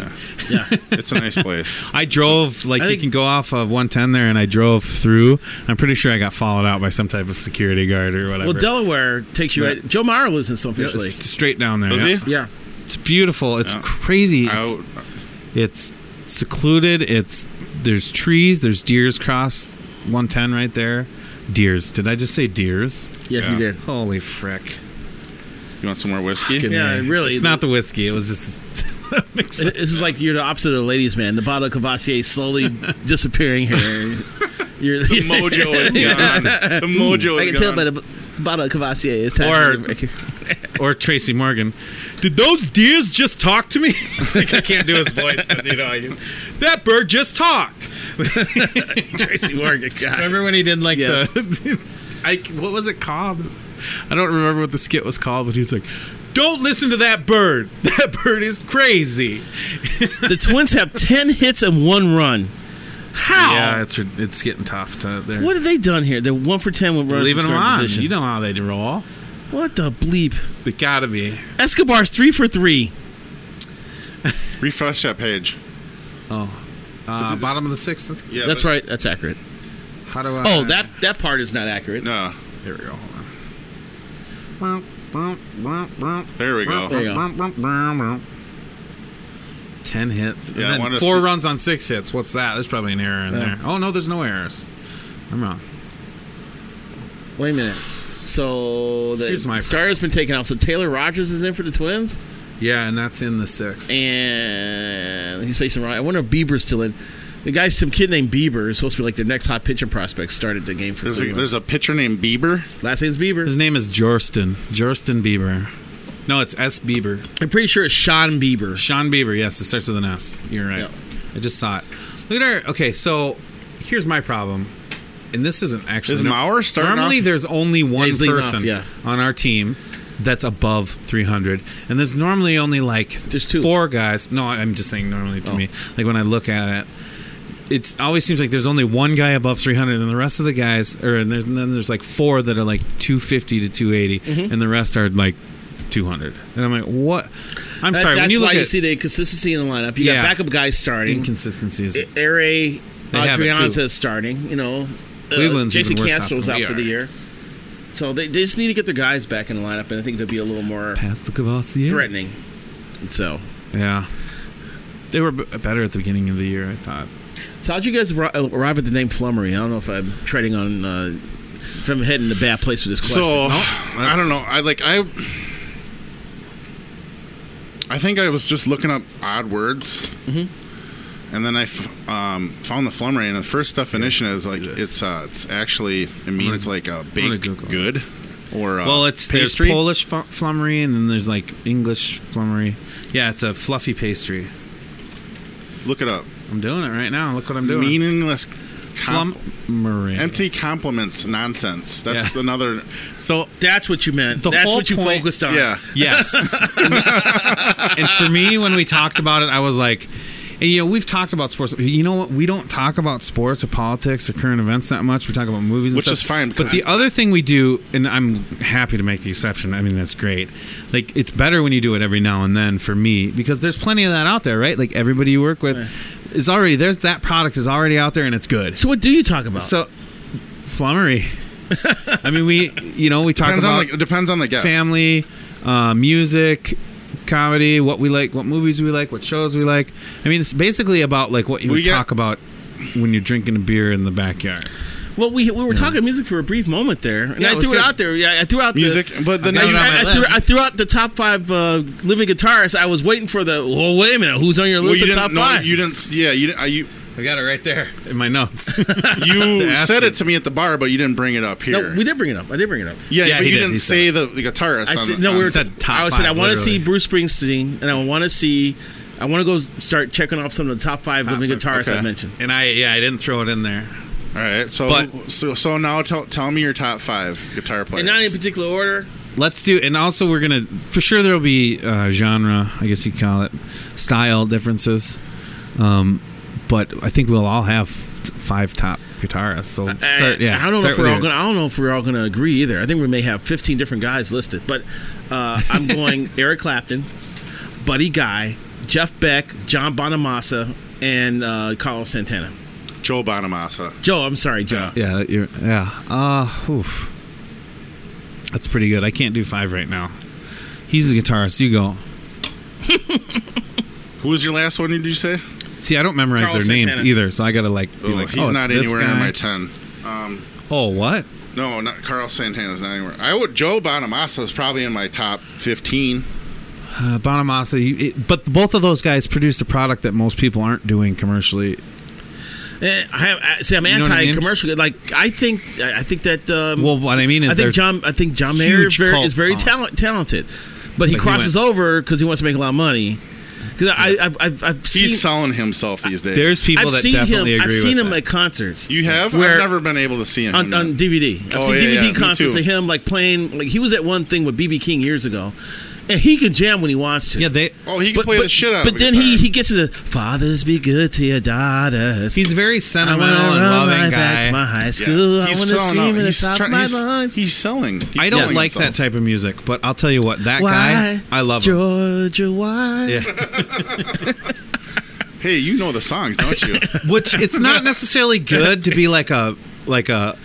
S4: It's a nice place.
S6: I drove like
S7: I
S6: you
S7: think-
S6: can go off of 110 there, and I drove through. I'm pretty sure I got followed out by some type of security guard or whatever.
S7: Well, Delaware takes you right. Joe Meyer lives in Sunfish
S6: it's
S7: Lake.
S6: straight down there.
S4: Was
S6: yeah.
S4: he?
S7: Yeah.
S6: It's beautiful. It's crazy.
S4: I
S6: It's,
S4: w-
S6: it's secluded. It's there's trees. There's deers cross 110 right there. Deers. Did I just say deers?
S7: Yes,
S4: Yeah.
S7: you did.
S6: Holy frick!
S4: you want some more whiskey?
S6: Good
S7: Yeah,
S6: night.
S7: really.
S6: It's not the whiskey. It was just. mix up.
S7: This is like you're the opposite of the ladies' man. The bottle of Cavassier slowly disappearing here. You're,
S4: The mojo is gone. The mojo
S7: I
S4: is
S7: can tell
S4: gone.
S7: by the b- bottle of Cavassier. It's time.
S6: Or-
S7: for the break.
S6: or Tracy Morgan. Did those deers just talk to me? Like, I can't do his voice, but you know, I can, that bird just talked.
S7: Tracy Morgan. God.
S6: Remember when he did like
S7: Yes.
S6: the, I, what was it called? I don't remember what the skit was called, but he's like, "Don't listen to that bird. That bird is crazy."
S7: The Twins have ten hits and one run. How?
S6: it's it's getting tough to there.
S7: What have they done here? They're one for ten with runners
S6: Leaving
S7: in
S6: them
S7: scoring
S6: on.
S7: position.
S6: You know how they roll.
S7: What the bleep?
S6: They gotta be.
S7: Escobar's three for three.
S4: Refresh that page.
S6: Uh, bottom of the sixth. That's-
S4: Yeah,
S7: That's right. That's accurate.
S6: How do I?
S7: Oh, that that part is not accurate.
S4: No,
S6: There we go. Hold on.
S4: there we go.
S7: There you go.
S6: Ten hits.
S4: Yeah, I
S6: and
S4: wanna
S6: then four
S4: see-
S6: runs on six hits. What's that? There's probably an error in
S7: Yeah.
S6: there. Oh no, there's no errors. I'm wrong.
S7: Wait a minute. So the
S6: Here's my-
S7: star has been taken out. So Taylor Rogers is in for the Twins,
S6: Yeah, and that's in the sixth.
S7: and he's facing Ryan. I wonder if Bieber's still in. The guy, some kid named Bieber, is supposed to be like their next hot pitching prospect. Started the game for
S4: There's a,
S7: Cleveland.
S4: there's a pitcher named Bieber.
S7: Last name's Bieber.
S6: His name is Jorston. Jorston Bieber. No, it's S. Bieber.
S7: I'm pretty sure it's Sean Bieber.
S6: Sean Bieber. Yes, it starts with an S. You're right.
S7: Yeah.
S6: I just saw it. Look at our. Okay, so here's my problem, and this isn't actually.
S4: Is Maurer starting
S6: Normally,
S4: off?
S6: there's only one
S7: He's leading off,
S6: person
S7: yeah.
S6: on our team that's above 300. And there's normally only like
S7: There's two. Oh.
S6: four guys. No, I'm just saying normally to me. Like when I look at it, it always seems like there's only one guy above 300, and the rest of the guys, or and, there's, and then there's like four that are like 250 to 280,
S7: Mm-hmm.
S6: and the rest are like 200. And I'm like, what? I'm
S7: That-
S6: sorry.
S7: that's
S6: when you look
S7: why
S6: at
S7: you see the inconsistency in the lineup. You
S6: Yeah.
S7: got backup guys starting.
S6: inconsistencies,
S7: Ere
S6: have it, too.
S7: Adrianza is starting. You know, Uh,
S6: Cleveland's
S7: Jason
S6: even worse off
S7: Castro was
S6: than
S7: out
S6: we
S7: for
S6: are.
S7: the year. So they, they just need to get their guys back in the lineup, and I think they'll be a little more
S6: past the Cavalier.
S7: threatening. So,
S6: Yeah. They were b- uh, better at the beginning of the year, I thought.
S7: so how'd you guys arri- uh, arrive at the name Flummery? I don't know if I'm treading on, uh, if I'm heading to a bad place with this question.
S4: So I
S6: that's-
S4: don't know. I like I. I think I was just looking up odd words,
S6: Mm-hmm.
S4: and then I f- um, found the flummery. And the first definition is like
S6: this.
S4: it's uh, it's actually it means like a baked
S6: Google it.
S4: good or a
S6: well, it's
S4: pastry.
S6: there's Polish fu- flummery and then there's like English flummery. Yeah, it's a fluffy pastry.
S4: Look it up.
S6: I'm doing it right now. Look what I'm doing.
S4: Meaningless. Com-
S6: flummery.
S4: Empty compliments, nonsense. That's
S6: Yeah.
S4: another.
S6: So
S7: That's what you meant.
S6: The
S7: That's
S6: whole
S7: what you
S6: point-
S7: focused on.
S4: Yeah,
S6: Yes. and for me, when we talked about it, I was like, and, you know, we've talked about sports. You know what? We don't talk about sports or politics or current events that much. We talk about movies, and
S4: Which
S6: stuff.
S4: is fine,
S6: But
S4: because
S6: the
S4: I-
S6: other thing we do, and I'm happy to make the exception. I mean, that's great. Like, it's better when you do it every now and then for me because there's plenty of that out there, right? Like everybody you work with is already there's that product is already out there and it's good.
S7: So what do you talk about?
S6: So, flummery. I mean, we you know we talk
S4: depends
S6: about
S4: on the depends on the guest.
S6: family, uh, music, comedy, what we like, what movies we like, what shows we like. I mean, it's basically about like what you
S4: We
S6: would
S4: get-
S6: talk about when you're drinking a beer in the backyard.
S7: well, we, we were talking music for a brief moment there, and
S6: Yeah, it
S7: I
S6: was
S7: threw
S6: good.
S7: it out there. Yeah, I threw out the-
S4: Music, but the
S7: I,
S4: next
S6: it on
S7: I-
S6: my
S7: I threw,
S6: list.
S7: I threw out the top five uh, living guitarists. I was waiting for the. Well, wait a minute, who's on your
S4: well,
S7: list
S4: you
S7: of top
S4: didn't know
S7: five?
S4: you didn't. Yeah, you didn't- I- you
S6: I got it right there in my notes.
S4: you
S6: ask
S4: said
S6: you.
S4: it to me at the bar, but you didn't bring it up here.
S7: no, we did bring it up. I did bring it up.
S4: Yeah,
S6: Yeah,
S4: but
S6: he
S4: you
S6: did.
S4: didn't
S6: He said
S4: say the, the guitarist.
S7: I
S4: on
S7: said
S4: the-
S7: no.
S4: on
S7: We were
S4: the-
S6: said top
S7: I said I
S6: five,
S7: want to
S6: literally.
S7: see Bruce Springsteen, and I want to see. I want to go start checking off some of the top five living
S6: five,
S7: guitarists I
S4: okay.
S7: mentioned.
S6: and I yeah, I didn't throw it in there.
S4: All right, so
S6: But-
S4: so so now tell, tell me your top five guitar players.
S7: And not in any particular order.
S6: Let's do, and also we're gonna for sure there'll be uh, genre, I guess you could call it, style differences. Um, but I think we'll all have t- five top guitarists. So start,
S7: I,
S6: yeah,
S7: I don't know
S6: start
S7: if we're
S6: with
S7: all
S6: yours.
S7: gonna. I don't know if we're all gonna agree either. I think we may have 15 different guys listed, but uh, I'm going Eric Clapton, Buddy Guy, Jeff Beck, John Bonamassa, and uh, Carlos Santana.
S4: Joe Bonamassa.
S7: Joe, I'm sorry, Joe.
S6: Yeah, you're, yeah. Uh, oof. That's pretty good. I can't do five right now. He's the guitarist. You go.
S4: Who was your last one? Did you say?
S6: See, I don't memorize
S7: Carlos
S6: their names
S7: Santana.
S6: either, so I gotta like. Be
S4: Oh,
S6: like
S4: he's
S6: oh, it's
S4: not
S6: this
S4: anywhere in
S6: guy.
S4: my ten. Um,
S6: oh, what?
S4: no, not Carl Santana's not anywhere. I would Joe Bonamassa is probably in my top fifteen.
S6: Uh, Bonamassa. You, it, but both of those guys produced a product that most people aren't doing commercially.
S7: Eh, I have, I, see, I'm
S6: You know what I mean?
S7: anti-commercial. Like, I think, I I think that. Um,
S6: Well, what I mean is
S7: I
S6: they're
S7: think John. I think John Mayer is
S6: huge
S7: very,
S6: cult
S7: is very
S6: following.
S7: talent, talented, but he
S6: But he
S7: crosses over because he wants to make a lot of money. Because I, I've, I've, I've seen.
S4: He's selling himself these days.
S6: There's people
S7: I've
S6: that
S7: seen him.
S6: definitely
S7: I've
S6: agree
S7: seen
S6: with
S7: him
S6: that.
S7: at concerts.
S4: you have.
S7: Where-
S4: I've never been able to see him
S7: on,
S4: yet.
S7: on DVD. I've
S4: Oh,
S7: seen
S4: yeah,
S7: DVD
S4: yeah, me
S7: concerts
S4: too.
S7: of him like playing. Like he was at one thing with BB King years ago, and he can jam when he wants to.
S6: Yeah, they.
S4: Oh, he can play the shit out.
S7: But
S4: of a
S7: then he
S4: guitar.
S7: he gets into fathers be good to your daughters.
S6: He's very
S7: I
S6: sentimental
S7: want to
S6: and
S7: run
S6: loving
S7: right back to
S6: guy.
S7: my high
S4: Yeah.
S7: school. I
S4: He's
S7: want to
S4: selling out.
S7: scream at the
S4: He's
S7: top
S4: try-
S7: of my
S4: he's-
S7: lungs.
S4: He's selling. He's
S6: I don't
S4: selling
S6: like
S4: himself.
S6: that type of music, but I'll tell you what, that
S7: Why,
S6: guy, I love him.
S7: Georgia, why?
S6: Yeah.
S4: Hey, you know the songs, don't you?
S6: which it's not necessarily good to be like a like a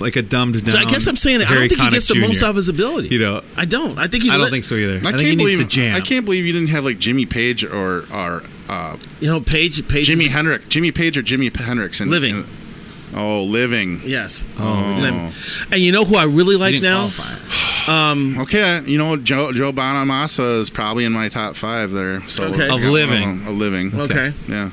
S6: like a dumbed down.
S7: So I guess I'm saying that I
S6: Um, Harry
S7: don't think he
S6: Connick
S7: gets the most
S6: Jr..
S7: out of his ability.
S6: You know,
S7: I don't. I think he.
S6: I
S7: li-
S6: don't think so either.
S4: I,
S6: I, think
S4: can't
S6: he needs
S4: believe
S6: to jam.
S4: I can't believe you didn't have like Jimmy Page or or uh,
S7: You know, Page. Page.
S4: Jimmy
S7: is-
S4: Hendrix, Jimmy Page or Jimmy Hendrix and
S7: Living.
S4: and- oh, living.
S7: Yes. Oh. And you know who I really
S6: He
S7: like
S6: didn't
S7: now?
S6: qualify. Mm.
S4: Okay, you know Joe Joe Bonamassa is probably in my top five there. So
S7: Okay.
S6: Of
S4: Yeah,
S6: living.
S4: uh, of living.
S7: Okay.
S4: Yeah.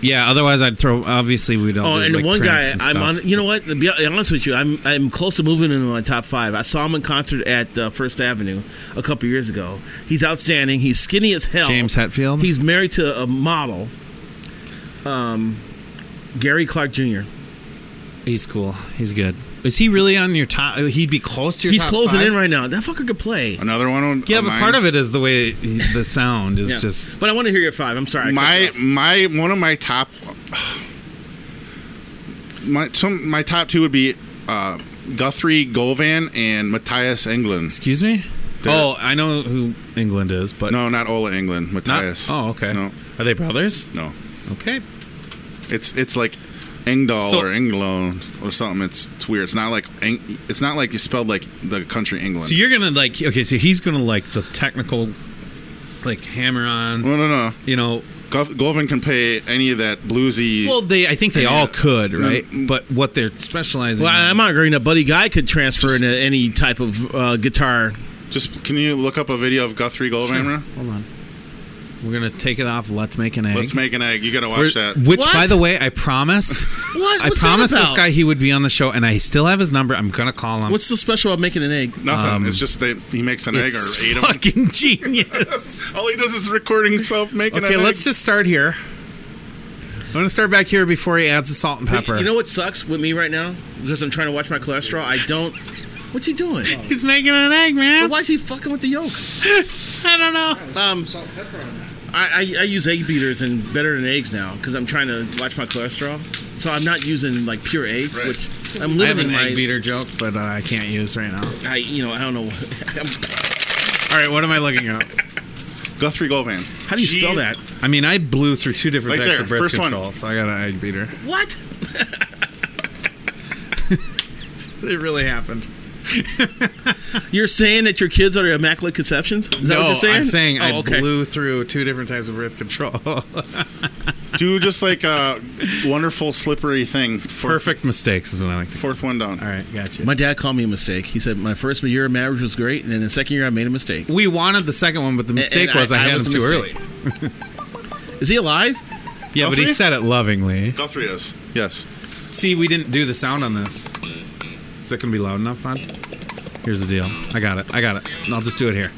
S6: Yeah, otherwise I'd throw. Obviously, we'd all.
S7: Oh,
S6: do,
S7: and
S6: like,
S7: one guy,
S6: Prince and
S7: I'm
S6: stuff.
S7: on. You know what? To be honest with you, I'm I'm close to moving into my top five. I saw him in concert at uh, First Avenue a couple years ago. He's outstanding. He's skinny as hell.
S6: James Hetfield?
S7: He's married to a model, um, Gary Clark Jr.
S6: He's cool. He's good. Is he really on your top? uh, He'd be close to your
S7: He's
S6: top
S7: closing
S6: five?
S7: in right now. That fucker could play.
S4: Another one. on-
S6: Yeah,
S4: on
S6: but
S4: mine.
S6: part of it is the way the sound is
S7: Yeah.
S6: just.
S7: but I want to hear your five. I'm sorry. I cut you
S4: my
S7: off.
S4: my one of my top my some my top two would be uh, Guthrie Govan and Matthias England.
S6: Excuse me. oh, I know who England is, but
S4: No, not Ola England.
S6: not.
S4: Matthias.
S6: Oh, okay.
S4: No,
S6: Are they brothers?
S4: no.
S6: Okay.
S4: It's it's like Engdahl
S6: So-
S4: or England or something. It's, it's weird. It's not like Eng, it's not like you spelled like the country England.
S6: So you're gonna like okay. So he's gonna like the technical, like hammer-ons.
S4: no, no, no.
S6: you know.
S4: Gov- Govan can play any of that bluesy.
S6: Well, they. I think they all
S4: Yeah.
S6: could, right? But what they're specializing.
S7: Well,
S6: in-
S7: I'm not agreeing that Buddy Guy could transfer into any type of uh, guitar.
S4: just can you look up a video of Guthrie Govan?
S6: Sure.
S4: Ra?
S6: Hold on. We're gonna take it off. Let's make an egg.
S4: Let's make an egg. You got to
S6: We're-
S4: watch that.
S6: Which,
S7: What?
S6: by the way, I promised.
S7: What?
S6: I
S7: What's that
S6: promised this
S7: about?
S6: guy he would be on the show, and I still have his number. I'm gonna call him.
S7: What's so special about making an egg?
S4: Nothing. it's just they, he makes an egg
S6: um, it's
S4: or eight of them.
S6: fucking genius.
S4: All he does is recording himself making.
S6: okay,
S4: an
S6: let's
S4: egg.
S6: just start here. I'm gonna start back here before he adds the salt and pepper.
S7: You know what sucks with me right now? Because I'm trying to watch my cholesterol. I don't. What's he doing?
S6: he's making an egg, man.
S7: But why is he fucking with the yolk?
S6: I don't know.
S7: Um, I, I, I use egg beaters and better than eggs now because I'm trying to watch my cholesterol. So I'm not using like pure eggs,
S4: Right.
S7: which I'm
S6: I have
S7: living
S6: an
S7: in my.
S6: egg beater joke, but uh, I can't use right now.
S7: I you know I don't know.
S6: All right, what am I looking at?
S4: Guthrie Govan.
S7: How do you
S4: She-
S7: spell that?
S6: I mean, I blew through two different
S4: Right
S6: types
S4: there,
S6: of birth
S4: first one.
S6: control, so I got an egg beater.
S7: What?
S6: It really happened.
S7: You're saying that your kids are immaculate conceptions? Is that
S6: no,
S7: what you're saying?
S6: I'm saying I
S7: Oh, okay.
S6: blew through two different types of birth control.
S4: Do just like a wonderful slippery thing. Fourth,
S6: Perfect mistakes is what I like to.
S4: Fourth one down.
S6: All right, gotcha.
S7: My dad called me a mistake. He said my first year of marriage was great, and then the second year I made a mistake.
S6: we wanted the second one, but the mistake
S7: and
S6: was
S7: I-
S6: I,
S7: I
S6: had
S7: was
S6: him
S7: the
S6: too early.
S7: mistake. Is he alive?
S6: Yeah, but he
S4: Guthrie?
S6: said it lovingly.
S4: Guthrie is yes.
S6: See, we didn't do the sound on this. Is that gonna be loud enough? On here's the deal. I got it. I got it. And I'll just do it here.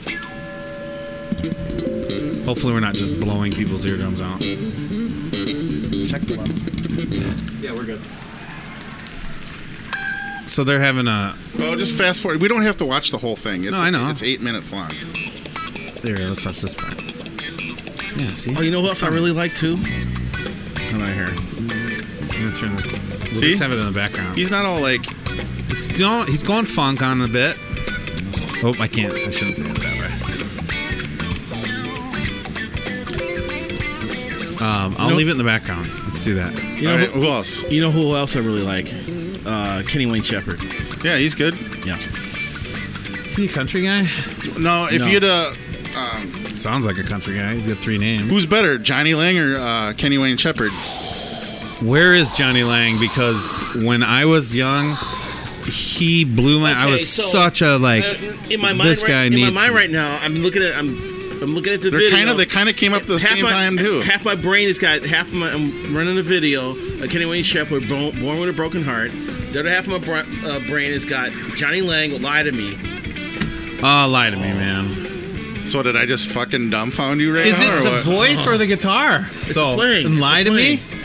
S6: Hopefully, we're not just blowing people's eardrums out. Yeah, we're good. So they're having a.
S4: Oh, just fast forward. We don't have to watch the whole thing. It's,
S6: No, I know.
S4: It's eight minutes long.
S6: There, let's watch this part. Yeah, see.
S7: Oh, you know what else I really like too?
S6: Come out here. I'm gonna turn this. We'll
S4: See?
S6: just have it in the background.
S4: He's not all like
S6: He's still he's going funk on a bit. Oh, I can't. I shouldn't say it that way. Um, I'll
S7: know-
S6: leave it in the background. Let's do that.
S7: You know
S4: all right,
S7: who,
S4: who else?
S7: you know who else I really like? Uh, Kenny Wayne Shepherd.
S4: Yeah, he's good.
S7: Yeah.
S6: Is he a country guy?
S4: No, if
S7: No.
S4: you'd uh,
S6: Sounds like a country guy. He's got three names.
S4: who's better, Johnny Lang or uh, Kenny Wayne Shepherd?
S6: Where is Johnny Lang? Because when I was young, he blew my. I
S7: Okay,
S6: was
S7: so,
S6: such a like.
S7: Uh, in my mind,
S6: this
S7: right,
S6: guy
S7: in
S6: needs.
S7: my mind right now, I'm looking at I'm I'm looking at the
S4: They're
S7: video.
S4: kind of they kind of came up at the
S7: Half
S4: same
S7: my-
S4: time too.
S7: Half my brain has got half of my. I'm running a video. Uh, Kenny Wayne Shepherd, born, born with a broken heart. The other half of my br- uh, brain has got Johnny Lang, Lie to Me.
S6: oh, lie to me, man.
S4: So did I just fucking dumbfound you right
S6: Is
S4: now?
S6: it
S4: or
S6: the
S4: what?
S6: voice or the guitar?
S7: It's the playing. It's the
S6: Lie to me.
S7: playing.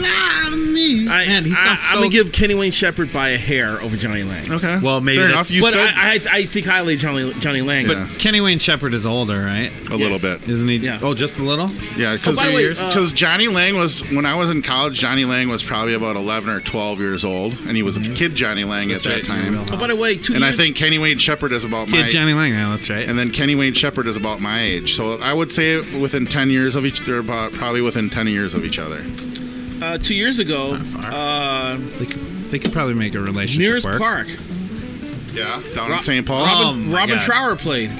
S6: Lie to me.
S7: I,
S6: Man, he
S7: I,
S6: sounds so
S7: I'm gonna give Kenny Wayne Shepherd by a hair over Johnny Lang.
S4: Okay.
S6: Well, maybe
S4: fair enough.
S6: that's-
S4: You
S7: but
S4: said
S7: I, I, I think highly of Johnny Johnny Lang.
S4: But-
S7: But
S6: Kenny Wayne Shepherd is older, right?
S4: a little bit.
S6: Isn't he?
S7: Yeah.
S6: Oh, just a little.
S4: Yeah, because
S7: by the way, uh,
S4: Johnny Lang was when I was in college. Johnny Lang was probably about eleven or twelve years old, and he was a kid Johnny Lang
S6: That's
S4: at
S6: right,
S4: that
S6: in your
S4: time.
S6: wheelhouse.
S7: Oh, by the way, two
S4: And I
S7: years-
S4: think Kenny Wayne Shepherd is about
S6: Kid
S4: my
S6: Johnny Lang. Yeah, that's right.
S4: and then Kenny Wayne Shepherd is about my age. So I would say within ten years of each, they're about probably within ten years of each other.
S7: uh, two years ago,
S6: That's not far.
S7: uh,
S6: they, could, they could probably make a relationship
S7: nearest
S6: work.
S7: park,
S4: Yeah, down
S7: Ro-
S4: in St. Paul.
S6: Rob- Oh
S7: Robin,
S6: my
S7: Robin
S6: God.
S7: Trower played.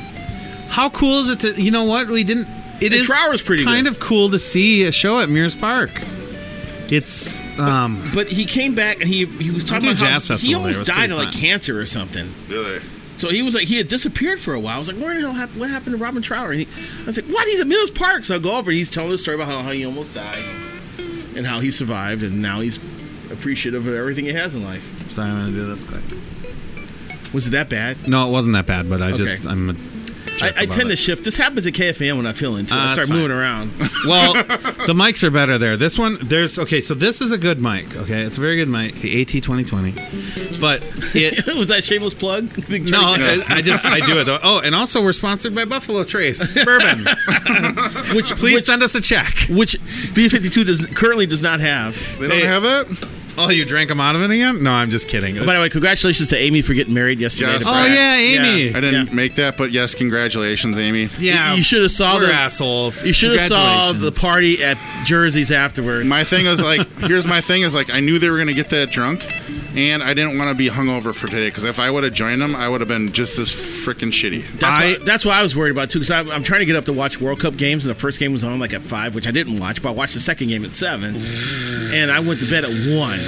S6: How cool is it to? You know what? We didn't. It
S7: And
S6: is
S7: Trower's pretty
S6: kind
S7: good.
S6: of cool to see a show at Mears Park. It's um.
S7: But he came back and he he was talking
S6: did
S7: about how
S6: Jazz Festival
S7: he
S6: there. It
S7: almost
S6: was
S7: died
S6: pretty
S7: of like
S6: fun.
S7: cancer or something.
S4: really?
S7: So he was like, he had disappeared for a while. I was like, where the hell happened? What happened to Robin Trower? And he, I was like, what? He's at Mills Park. So I go over and he's telling the story about how, how he almost died and how he survived. And now he's appreciative of everything he has in life.
S6: Sorry, I'm gonna do this quick.
S7: Was it that bad?
S6: No, it wasn't that bad, but I just
S7: Okay.
S6: I'm. A
S7: I,
S6: jerk
S7: I
S6: about
S7: tend
S6: it.
S7: to shift. This happens at KFM when I feel into it.
S6: Ah,
S7: I
S6: that's
S7: start
S6: fine.
S7: moving around.
S6: Well, The mics are better there. This one, there's okay. So this is a good mic. Okay, it's a very good mic, the AT 2020. But it
S7: was that shameless plug?
S6: no, I, I just I do it though. Oh, and also we're sponsored by Buffalo Trace Bourbon.
S7: which
S6: Please
S7: which,
S6: send us a check.
S7: which B fifty two does currently does not have.
S4: They don't
S6: Hey.
S4: have it.
S6: Oh, you drank them out of it again? No, I'm just kidding.
S7: By the way, congratulations to Amy for getting married yesterday.
S4: Yes.
S7: to
S6: oh
S7: Brad.
S6: yeah, Amy.
S4: I didn't make that, but yes, congratulations, Amy.
S6: Yeah,
S7: You should have saw
S6: we're
S7: the-
S6: assholes.
S7: You should have saw the
S6: Congratulations.
S7: party at Jersey's afterwards.
S4: My thing is like, here's my thing is like, I knew they were gonna get that drunk, and I didn't want to be hungover for today because if I would have joined them, I would have been just as freaking shitty.
S7: That's,
S6: I-
S7: why, that's what I was worried about too, because I'm, I'm trying to get up to watch World Cup games, and the first game was on like at five, which I didn't watch, but I watched the second game at seven, and I went to bed at one.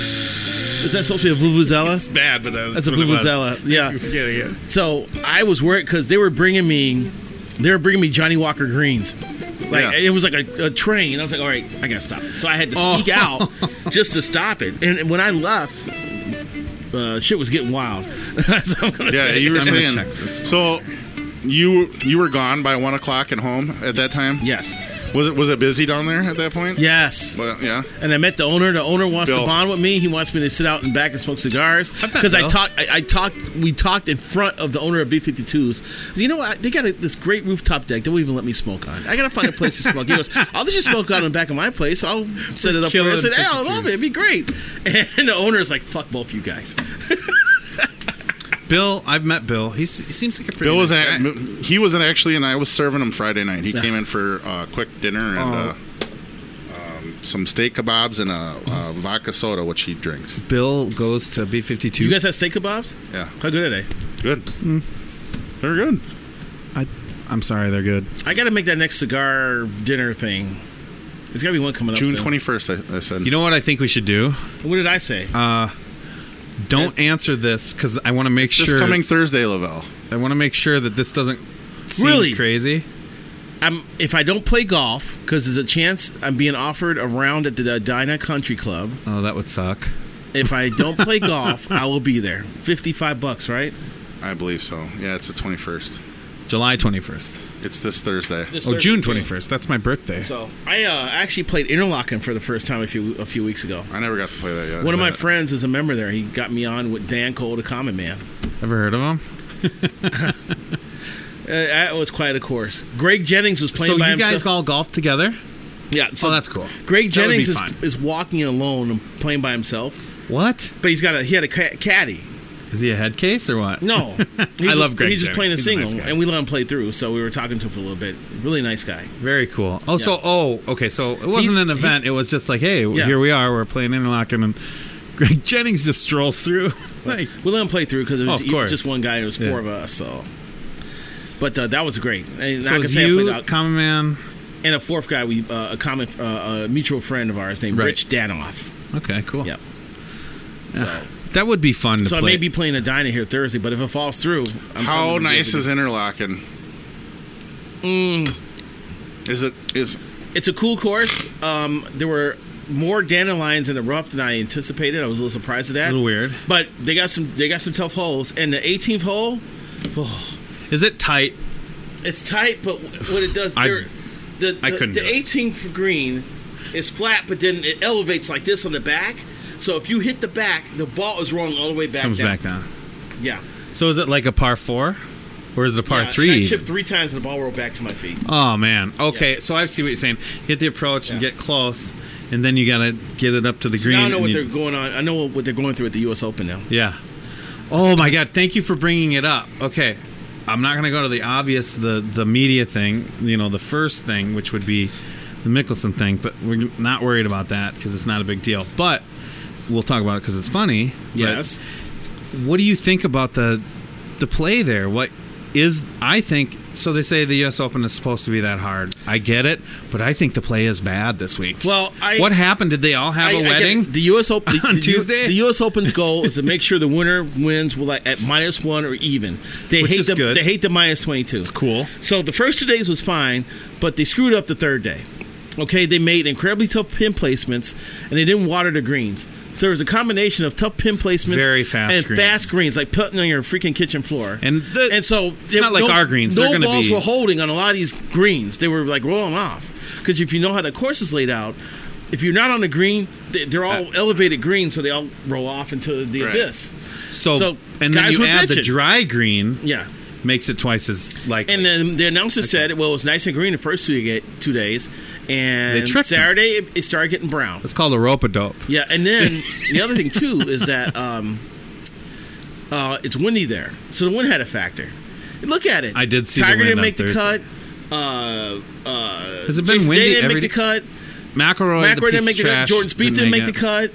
S7: Is that supposed to be a
S6: It's
S7: vuvuzela?
S6: bad, but that's,
S7: That's a
S6: what it was.
S7: vuvuzela, yeah.
S6: Yeah, yeah.
S7: So I was worried because they were bringing me, they were bringing me Johnny Walker greens. Like
S4: Yeah.
S7: it was like a, a train, and I was like, all right, I gotta stop. it." So I had to
S6: Oh.
S7: sneak out just to stop it. And, and when I left, uh, shit was getting wild. That's what I'm gonna
S4: Yeah,
S7: say.
S4: you were
S6: I'm gonna
S4: saying.
S6: check this one.
S4: So, you you were gone by one o'clock at home at that time.
S7: yes,
S4: Was it was it busy down there at that point?
S7: yes.
S4: Well, yeah.
S7: and I met the owner. The owner wants
S4: Bill.
S7: to bond with me. He wants me to sit out in back and smoke cigars because I
S6: Bill.
S7: talked. I, I talked. We talked in front of the owner of B52s. You know what? They got a, this great rooftop deck. They won't even let me smoke on. I gotta find a place to smoke. He goes, "I'll let you smoke out in the back of my place. I'll set it up for you." I
S6: Killing
S7: said, "Hey, I
S6: 52s.
S7: love it. It'd be great." And the owner's like, "Fuck both you guys."
S6: Bill, I've met Bill. He's, he seems like a pretty.
S4: Bill was
S6: nice
S4: at,
S6: guy.
S4: he wasn't actually, and I was serving him Friday night. He came in for a uh, quick dinner and uh, um, some steak kebabs and a, uh vodka soda, which he drinks.
S6: Bill goes to B fifty two.
S7: You guys have steak kebabs?
S4: Yeah,
S7: How good are they?
S4: good. They're good.
S6: I, I'm sorry, they're good.
S7: I gotta make that next cigar dinner thing. There's gotta be one coming up.
S4: June
S7: soon.
S4: twenty first, I, I said.
S6: You know what I think we should do?
S7: What did I say?
S6: Don't answer this because I want to make
S4: this
S6: sure.
S4: coming Thursday, Lavelle.
S6: I want to make sure that this doesn't seem
S7: Really?
S6: crazy.
S7: I'm if I don't play golf because there's a chance I'm being offered a round at the Edina Country Club.
S6: Oh, that would suck.
S7: If I don't play golf, I will be there. Fifty-five bucks, right?
S4: I believe so. Yeah, it's the twenty first.
S6: July twenty first.
S4: It's this Thursday.
S7: This
S6: Oh,
S7: Thursday,
S6: June
S7: yeah.
S6: twenty first. That's my birthday.
S7: So I uh, actually played interlocking for the first time a few a few weeks ago.
S4: I never got to play that yet.
S7: One of my
S6: Uh,
S4: But
S7: friends is a member there. He got me on with Dan Cole, the Common Man.
S6: Ever heard of him?
S7: Uh, that was quite a course. Greg Jennings was playing
S6: so you
S7: by himself.
S6: guys all golf together?
S7: yeah, so
S6: oh, that's cool.
S7: Greg
S6: That would be
S7: Jennings is,
S6: fun.
S7: is walking alone and playing by himself,
S6: What?
S7: but he's got a he had a ca- caddy.
S6: Is he a head case or what?
S7: No, He was
S6: I
S7: just-
S6: love Greg
S7: He's just
S6: Jennings.
S7: playing a
S6: He's a
S7: single,
S6: nice guy.
S7: and we let him play through. So we were talking to him for a little bit. Really nice guy.
S6: Very cool. Oh, so
S7: Yeah.
S6: oh, okay. So it wasn't
S7: He-
S6: an event. it was just like, hey,
S7: Yeah.
S6: here we are. We're playing interlocking, and Greg Jennings just strolls through. like,
S7: We let him play through because it
S6: Oh,
S7: was
S6: of
S7: he was
S6: course.
S7: just one guy. and It was four
S6: Yeah.
S7: of us. So, but uh, that was great. And
S6: so
S7: I can
S6: it's
S7: say I
S6: you,
S7: played out.
S6: common man.
S7: and a fourth guy, we uh, a common uh, a mutual friend of ours named
S6: Right.
S7: Rich Danoff.
S6: Okay, cool.
S7: Yep. So,
S6: That would be fun to
S7: so I
S6: play.
S7: may be playing a diner here Thursday, but if it falls through, I'm
S4: How
S7: probably gonna be
S4: nice
S7: able
S4: is
S7: to-
S4: interlocking? Is it is
S7: It's a cool course. Um, there were more dandelions in the rough than I anticipated. I was a little surprised at that.
S6: A little weird.
S7: but they got some they got some tough holes. And the 18th hole,
S6: Is it tight?
S7: It's tight, but what it does,
S6: I-
S7: there, the,
S6: I
S7: the-
S6: couldn't
S7: The
S6: do it.
S7: 18th green is flat, but then it elevates like this on the back. So if you hit the back, the ball is rolling all the way back.
S6: Comes
S7: down.
S6: back down.
S7: Yeah.
S6: So is it like a par four, or is it a par
S7: Yeah, and I
S6: three?
S7: chipped three times, and the ball rolled back to my feet.
S6: Oh man. Okay, so I see what you're saying. Hit the approach and
S7: Yeah.
S6: get close, and then you gotta get it up to the green.
S7: Now I know
S6: and
S7: what
S6: you-
S7: they're going on. I know what they're going through at the U.S. Open now.
S6: Yeah. Oh my God! Thank you for bringing it up. Okay, I'm not going to go to the obvious, the the media thing. You know, the first thing, which would be the Mickelson thing, but we're not worried about that because it's not a big deal. But we'll talk about it because it's funny. But what do you think about the the play there? What is I think so? They say the U.S. Open is supposed to be that hard. I get it, but I think the play is bad this week.
S7: Well, I-
S6: what happened? Did they all have
S7: I-
S6: a
S7: I get it.
S6: wedding?
S7: the U.S. Open
S6: on Tuesday?
S7: The U.S. Open's goal is to make sure the winner wins with like at minus one or even. They
S6: Which
S7: hate
S6: is
S7: the
S6: good.
S7: they hate the minus twenty two. It's
S6: cool.
S7: So the first two days was fine, but they screwed up the third day. Okay, they made incredibly tough pin placements, and they didn't water the greens. So there was a combination of tough pin placements,
S6: Very fast
S7: and
S6: greens.
S7: fast greens, like putting on your freaking kitchen floor.
S6: And the-
S7: and so
S6: it's not like our greens. They're
S7: No
S6: gonna
S7: balls
S6: be-
S7: were holding on a lot of these greens. They were like rolling off because if you know how the course is laid out, if you're not on the green, they- they're all
S6: Uh,
S7: elevated greens, so they all roll off into the
S4: Right.
S7: abyss.
S6: So,
S7: So,
S6: and then
S7: guys
S6: you
S7: were
S6: add the
S7: bitching.
S6: dry green,
S7: Yeah.
S6: makes it twice as likely.
S7: And then the announcer said, "Well, it was nice and green the first two, ga- two days,
S6: They
S7: and
S6: tricked 'em.
S7: Saturday it, it started getting brown."
S6: it's called a rope a dope.
S7: Yeah, and then the other thing too is that um, uh, it's windy there, so the wind had a factor. Look at it.
S6: I did see the
S7: Tiger
S6: wind
S7: didn't
S6: on
S7: make the
S6: Thursday.
S7: cut. Uh, uh,
S6: Has it been
S7: Jason Day
S6: windy
S7: didn't
S6: every
S7: make the
S6: day?
S7: cut.
S6: McElroy, the piece
S7: McElroy didn't
S6: of
S7: make the cut.
S6: trash,
S7: Jordan Spieth didn't make the
S6: it.
S7: cut.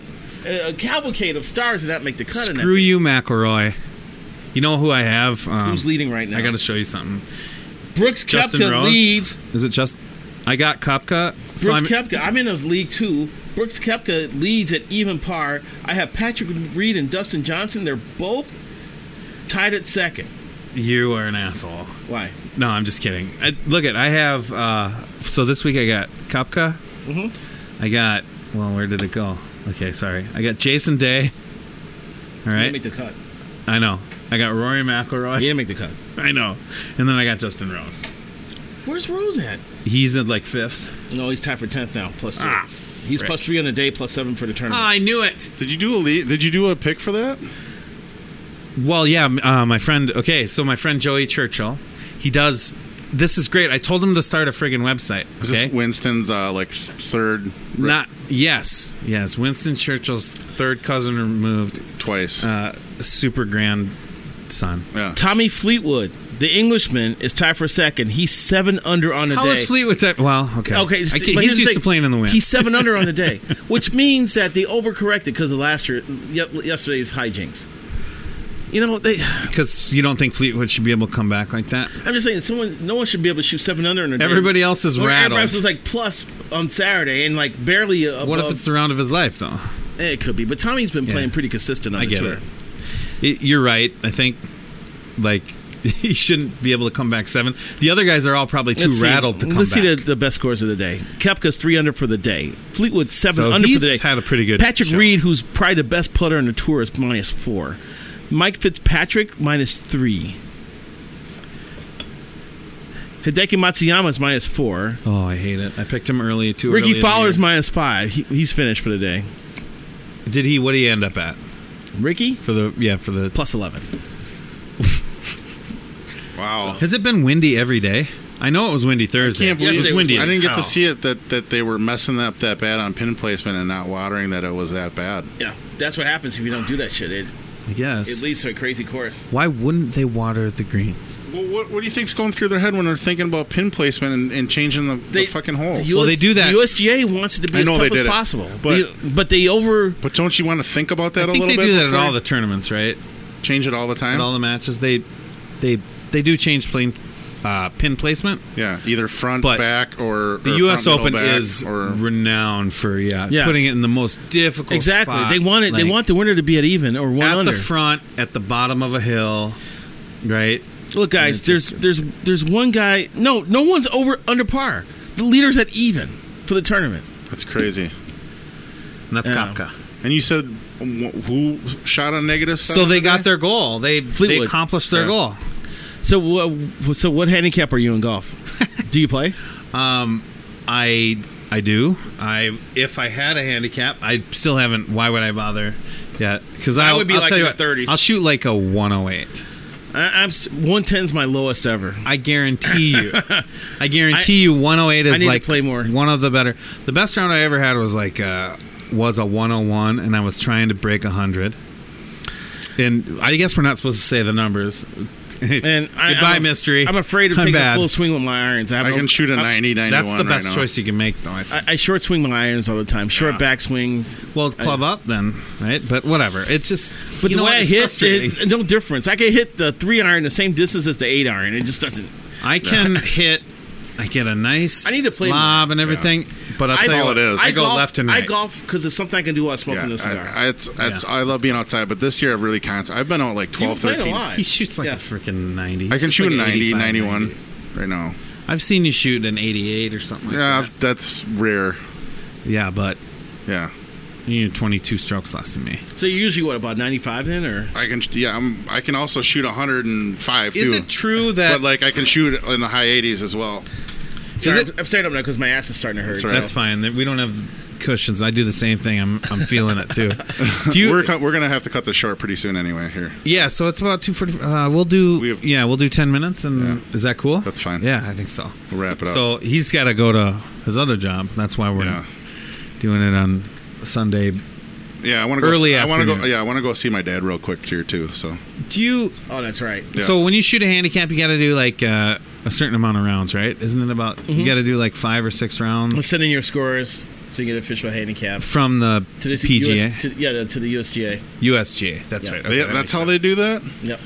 S7: Uh, a cavalcade of stars did not make the cut. in that
S6: Screw
S7: thing.
S6: you, McElroy. You know who I have? Um,
S7: Who's leading right now?
S6: I got to show you something.
S7: Brooks
S6: Justin
S7: Koepka
S6: Rose?
S7: leads.
S6: Is it just? I got Kopka. So
S7: Brooks
S6: I'm,
S7: Koepka, I'm in a league two. Brooks Koepka leads at even par. I have Patrick Reed and Dustin Johnson. They're both tied at second.
S6: you are an asshole.
S7: Why?
S6: No, I'm just kidding. I, look at I have. Uh, so this week I got Kopka.
S7: Mm-hmm.
S6: I got. Well, where did it go? Okay, sorry. I got Jason Day. All
S7: He
S6: right.
S7: didn't make the cut.
S6: I know. I got Rory McIlroy.
S7: He didn't make the cut.
S6: I know. And then I got Justin Rose.
S7: Where's Rose at?
S6: He's at like fifth.
S7: No, he's tied for tenth now. Plus three.
S6: Ah,
S7: he's
S6: frick.
S7: plus three on the day, plus seven for the tournament.
S6: I knew it.
S4: Did you do a lead, Did you do a pick for that?
S6: Well, yeah, m- uh, my friend. Okay, so my friend Joey Churchill, he does. This is great. I told him to start a friggin' website.
S4: Is
S6: Okay,
S4: this Winston's uh, like third
S6: not yes, yes. Winston Churchill's third cousin removed,
S4: twice?
S6: uh, super grandson.
S4: yeah.
S7: Tommy Fleetwood, the Englishman, is tied for second. He's seven under on the
S6: How
S7: day.
S6: is Fleetwood? Tech- Well, okay,
S7: Okay,
S6: I
S7: just-
S6: can't-
S7: but here's
S6: he's
S7: the
S6: used
S7: thing.
S6: to playing in the wind.
S7: He's seven under on the day, which means that they overcorrected because of last year, ye- yesterday's hijinks. You know, they.
S6: because you don't think Fleetwood should be able to come back like that.
S7: I'm just saying, someone, no one should be able to shoot seven under on a day.
S6: Everybody else is
S7: When Aaron
S6: rattled.
S7: Rodgers was like plus on Saturday and like barely. Above,
S6: What if it's the round of his life though?
S7: Eh, It could be, but Tommy's been playing
S6: Yeah.
S7: pretty consistent on
S6: I
S7: the
S6: get
S7: tour.
S6: it. It- You're right. I think like he shouldn't be able to come back seven. The other guys are all probably too
S7: Let's see.
S6: rattled to come
S7: Let's
S6: back.
S7: see the, the best scores of the day. Kepka's three under for the day. Fleetwood seven
S6: So
S7: under
S6: he's
S7: for the day.
S6: had a pretty good
S7: Patrick
S6: show.
S7: Reed, who's probably the best putter on the tour, is minus four. Mike Fitzpatrick minus three. Hideki Matsuyama is minus four.
S6: Oh, I hate it. I picked him early too. early in
S7: Ricky
S6: the
S7: Fowler's
S6: year.
S7: minus five. He, he's finished for the day.
S6: Did he? What did he end up at
S7: Ricky
S6: for the? Yeah, for the.
S7: plus eleven.
S4: Wow.
S6: Has it been windy every day? I know it was windy Thursday.
S4: Can't believe
S6: it was windy.
S4: I
S6: as
S4: didn't get
S6: hell.
S4: to see it that, that they were messing up that bad on pin placement and not watering that it was that bad.
S7: Yeah, that's what happens if you don't do that shit. It
S6: I guess.
S7: it leads to a crazy course.
S6: Why wouldn't they water the greens?
S4: Well, what, what do you think's going through their head when they're thinking about pin placement and, and changing the, the fucking holes?
S6: Well, they do that-
S7: The USGA wants it to be
S4: I
S7: as
S4: know
S7: tough
S4: they
S7: as
S4: did it,
S7: possible,
S4: but-
S7: You- but they over
S4: but don't you want to think about that
S6: I
S4: a
S6: think
S4: little
S6: they
S4: bit?
S6: do that at
S4: before
S6: all
S4: you
S6: the tournaments, right?
S4: change it all the time.
S6: At all the matches, they, they, they do change plane, uh, pin placement.
S4: yeah, either front,
S6: But
S4: back, or
S6: The
S4: or
S6: U.S.
S4: front, middle,
S6: Open
S4: back,
S6: is
S4: or
S6: renowned for yeah
S7: Yes.
S6: putting it in the most difficult
S7: Exactly.
S6: spot,
S7: They want it. they
S6: like,
S7: want the winner to be at even or one
S6: at
S7: under.
S6: the front at the bottom of a hill, right?
S7: Look, guys,
S6: And it just
S7: there's there's there's one guy. No, no one's over under par. The leader's at even for the tournament.
S4: that's crazy.
S6: And that's
S7: Yeah.
S6: Kopka.
S4: And you said wh- who shot a negative?
S6: So
S4: seven
S6: they
S4: today?
S6: got their goal. They they
S7: Fleetwood.
S6: accomplished their
S4: Yeah.
S6: goal.
S7: So what? So what handicap are you in golf? Do you play?
S6: I I do. I if I had a handicap, I still haven't. Why would I bother? Yeah, because I
S7: would be
S6: I'll
S7: like
S6: tell
S7: in
S6: you
S7: the
S6: what,
S7: 30s.
S6: I'll shoot like a 108.
S7: I, I'm one ten's my lowest ever.
S6: I guarantee you. I guarantee you 108 is
S7: I need to
S6: like
S7: play more.
S6: one of the better. The best round I ever had was like uh, was a 101 and I was trying to break 100. And I guess we're not supposed to say the numbers.
S7: And I,
S6: goodbye
S7: I'm a-
S6: mystery.
S7: I'm afraid of
S6: I'm
S7: taking
S6: bad.
S7: a full swing with my irons. have
S4: I
S7: no-
S4: can shoot a 90, 91
S6: That's the best
S4: right now.
S6: choice you can make though, I think.
S7: I, I short swing my irons all the time. Short backswing.
S6: Well, club up then, right? But whatever. It's just.
S7: But
S6: you
S7: the
S6: know
S7: way
S6: what?
S7: I
S6: It's
S7: hit,
S6: frustrating.
S7: it, no difference. I can hit the three iron the same distance as the eight iron. It just doesn't.
S6: I can hit. I get a nice.
S7: I need to play
S6: lob and everything. But I'll
S7: I-
S6: tell you
S4: all
S6: what,
S4: it is.
S6: I go
S7: golf,
S6: left and right.
S7: I golf because it's something I can do while smoking a cigar.
S4: I, I, it's, it's, I love being outside, but this year I've really con- I've been out like 12,
S7: played a
S4: 13.
S7: lot.
S6: He shoots like
S7: Yeah.
S6: a freaking ninety.
S4: I
S6: He
S4: can
S6: shoots
S4: shoot
S6: like
S4: a 90,
S6: 85,
S4: 91 right now.
S9: I've seen you shoot an 88 or something like
S4: Yeah,
S9: that.
S4: that's rare.
S9: Yeah, but
S4: Yeah.
S9: you need 22 strokes less than me.
S7: So you're usually what about 95 then, or
S4: I can yeah, I'm I can also shoot 105
S9: Is
S4: too.
S9: it true
S4: but
S9: that
S4: like I can shoot in the high 80s as well.
S7: Sorry,
S9: it-
S7: I'm- I'm standing up now because my ass is starting to hurt.
S4: That's right.
S9: that's fine? That we don't have cushions. I do the same thing. I'm I'm feeling it too. Do you?
S4: We're co- we're going to have to cut this short pretty soon anyway here.
S9: yeah, so it's about 2:40. Uh, we'll do
S4: We have-
S9: yeah, we'll do 10 minutes, and is that cool?
S4: That's fine.
S9: Yeah, I think so.
S4: We'll wrap it up.
S9: So he's got to go to his other job. That's why we're
S4: uh, yeah.
S9: doing it on Sunday.
S4: Yeah, I want to go
S9: Early
S4: I want to go
S9: afternoon.
S4: yeah, I want to go see my dad real quick here too. So
S9: Do you?
S7: Oh, that's right.
S4: Yeah.
S9: So when you shoot a handicap, you got to do like uh, a certain amount of rounds, right? Isn't it about
S7: Mm-hmm.
S9: you got to do like five or six rounds
S7: Send in your scores so you get official handicap
S9: from the
S7: to the
S9: PGA,
S7: US, to, yeah, the- to the USGA.
S9: USGA. That's
S7: Yeah.
S9: right.
S4: They-
S9: Okay, that
S4: that's
S9: makes
S4: how they do
S9: sense.
S4: that?
S7: Yep.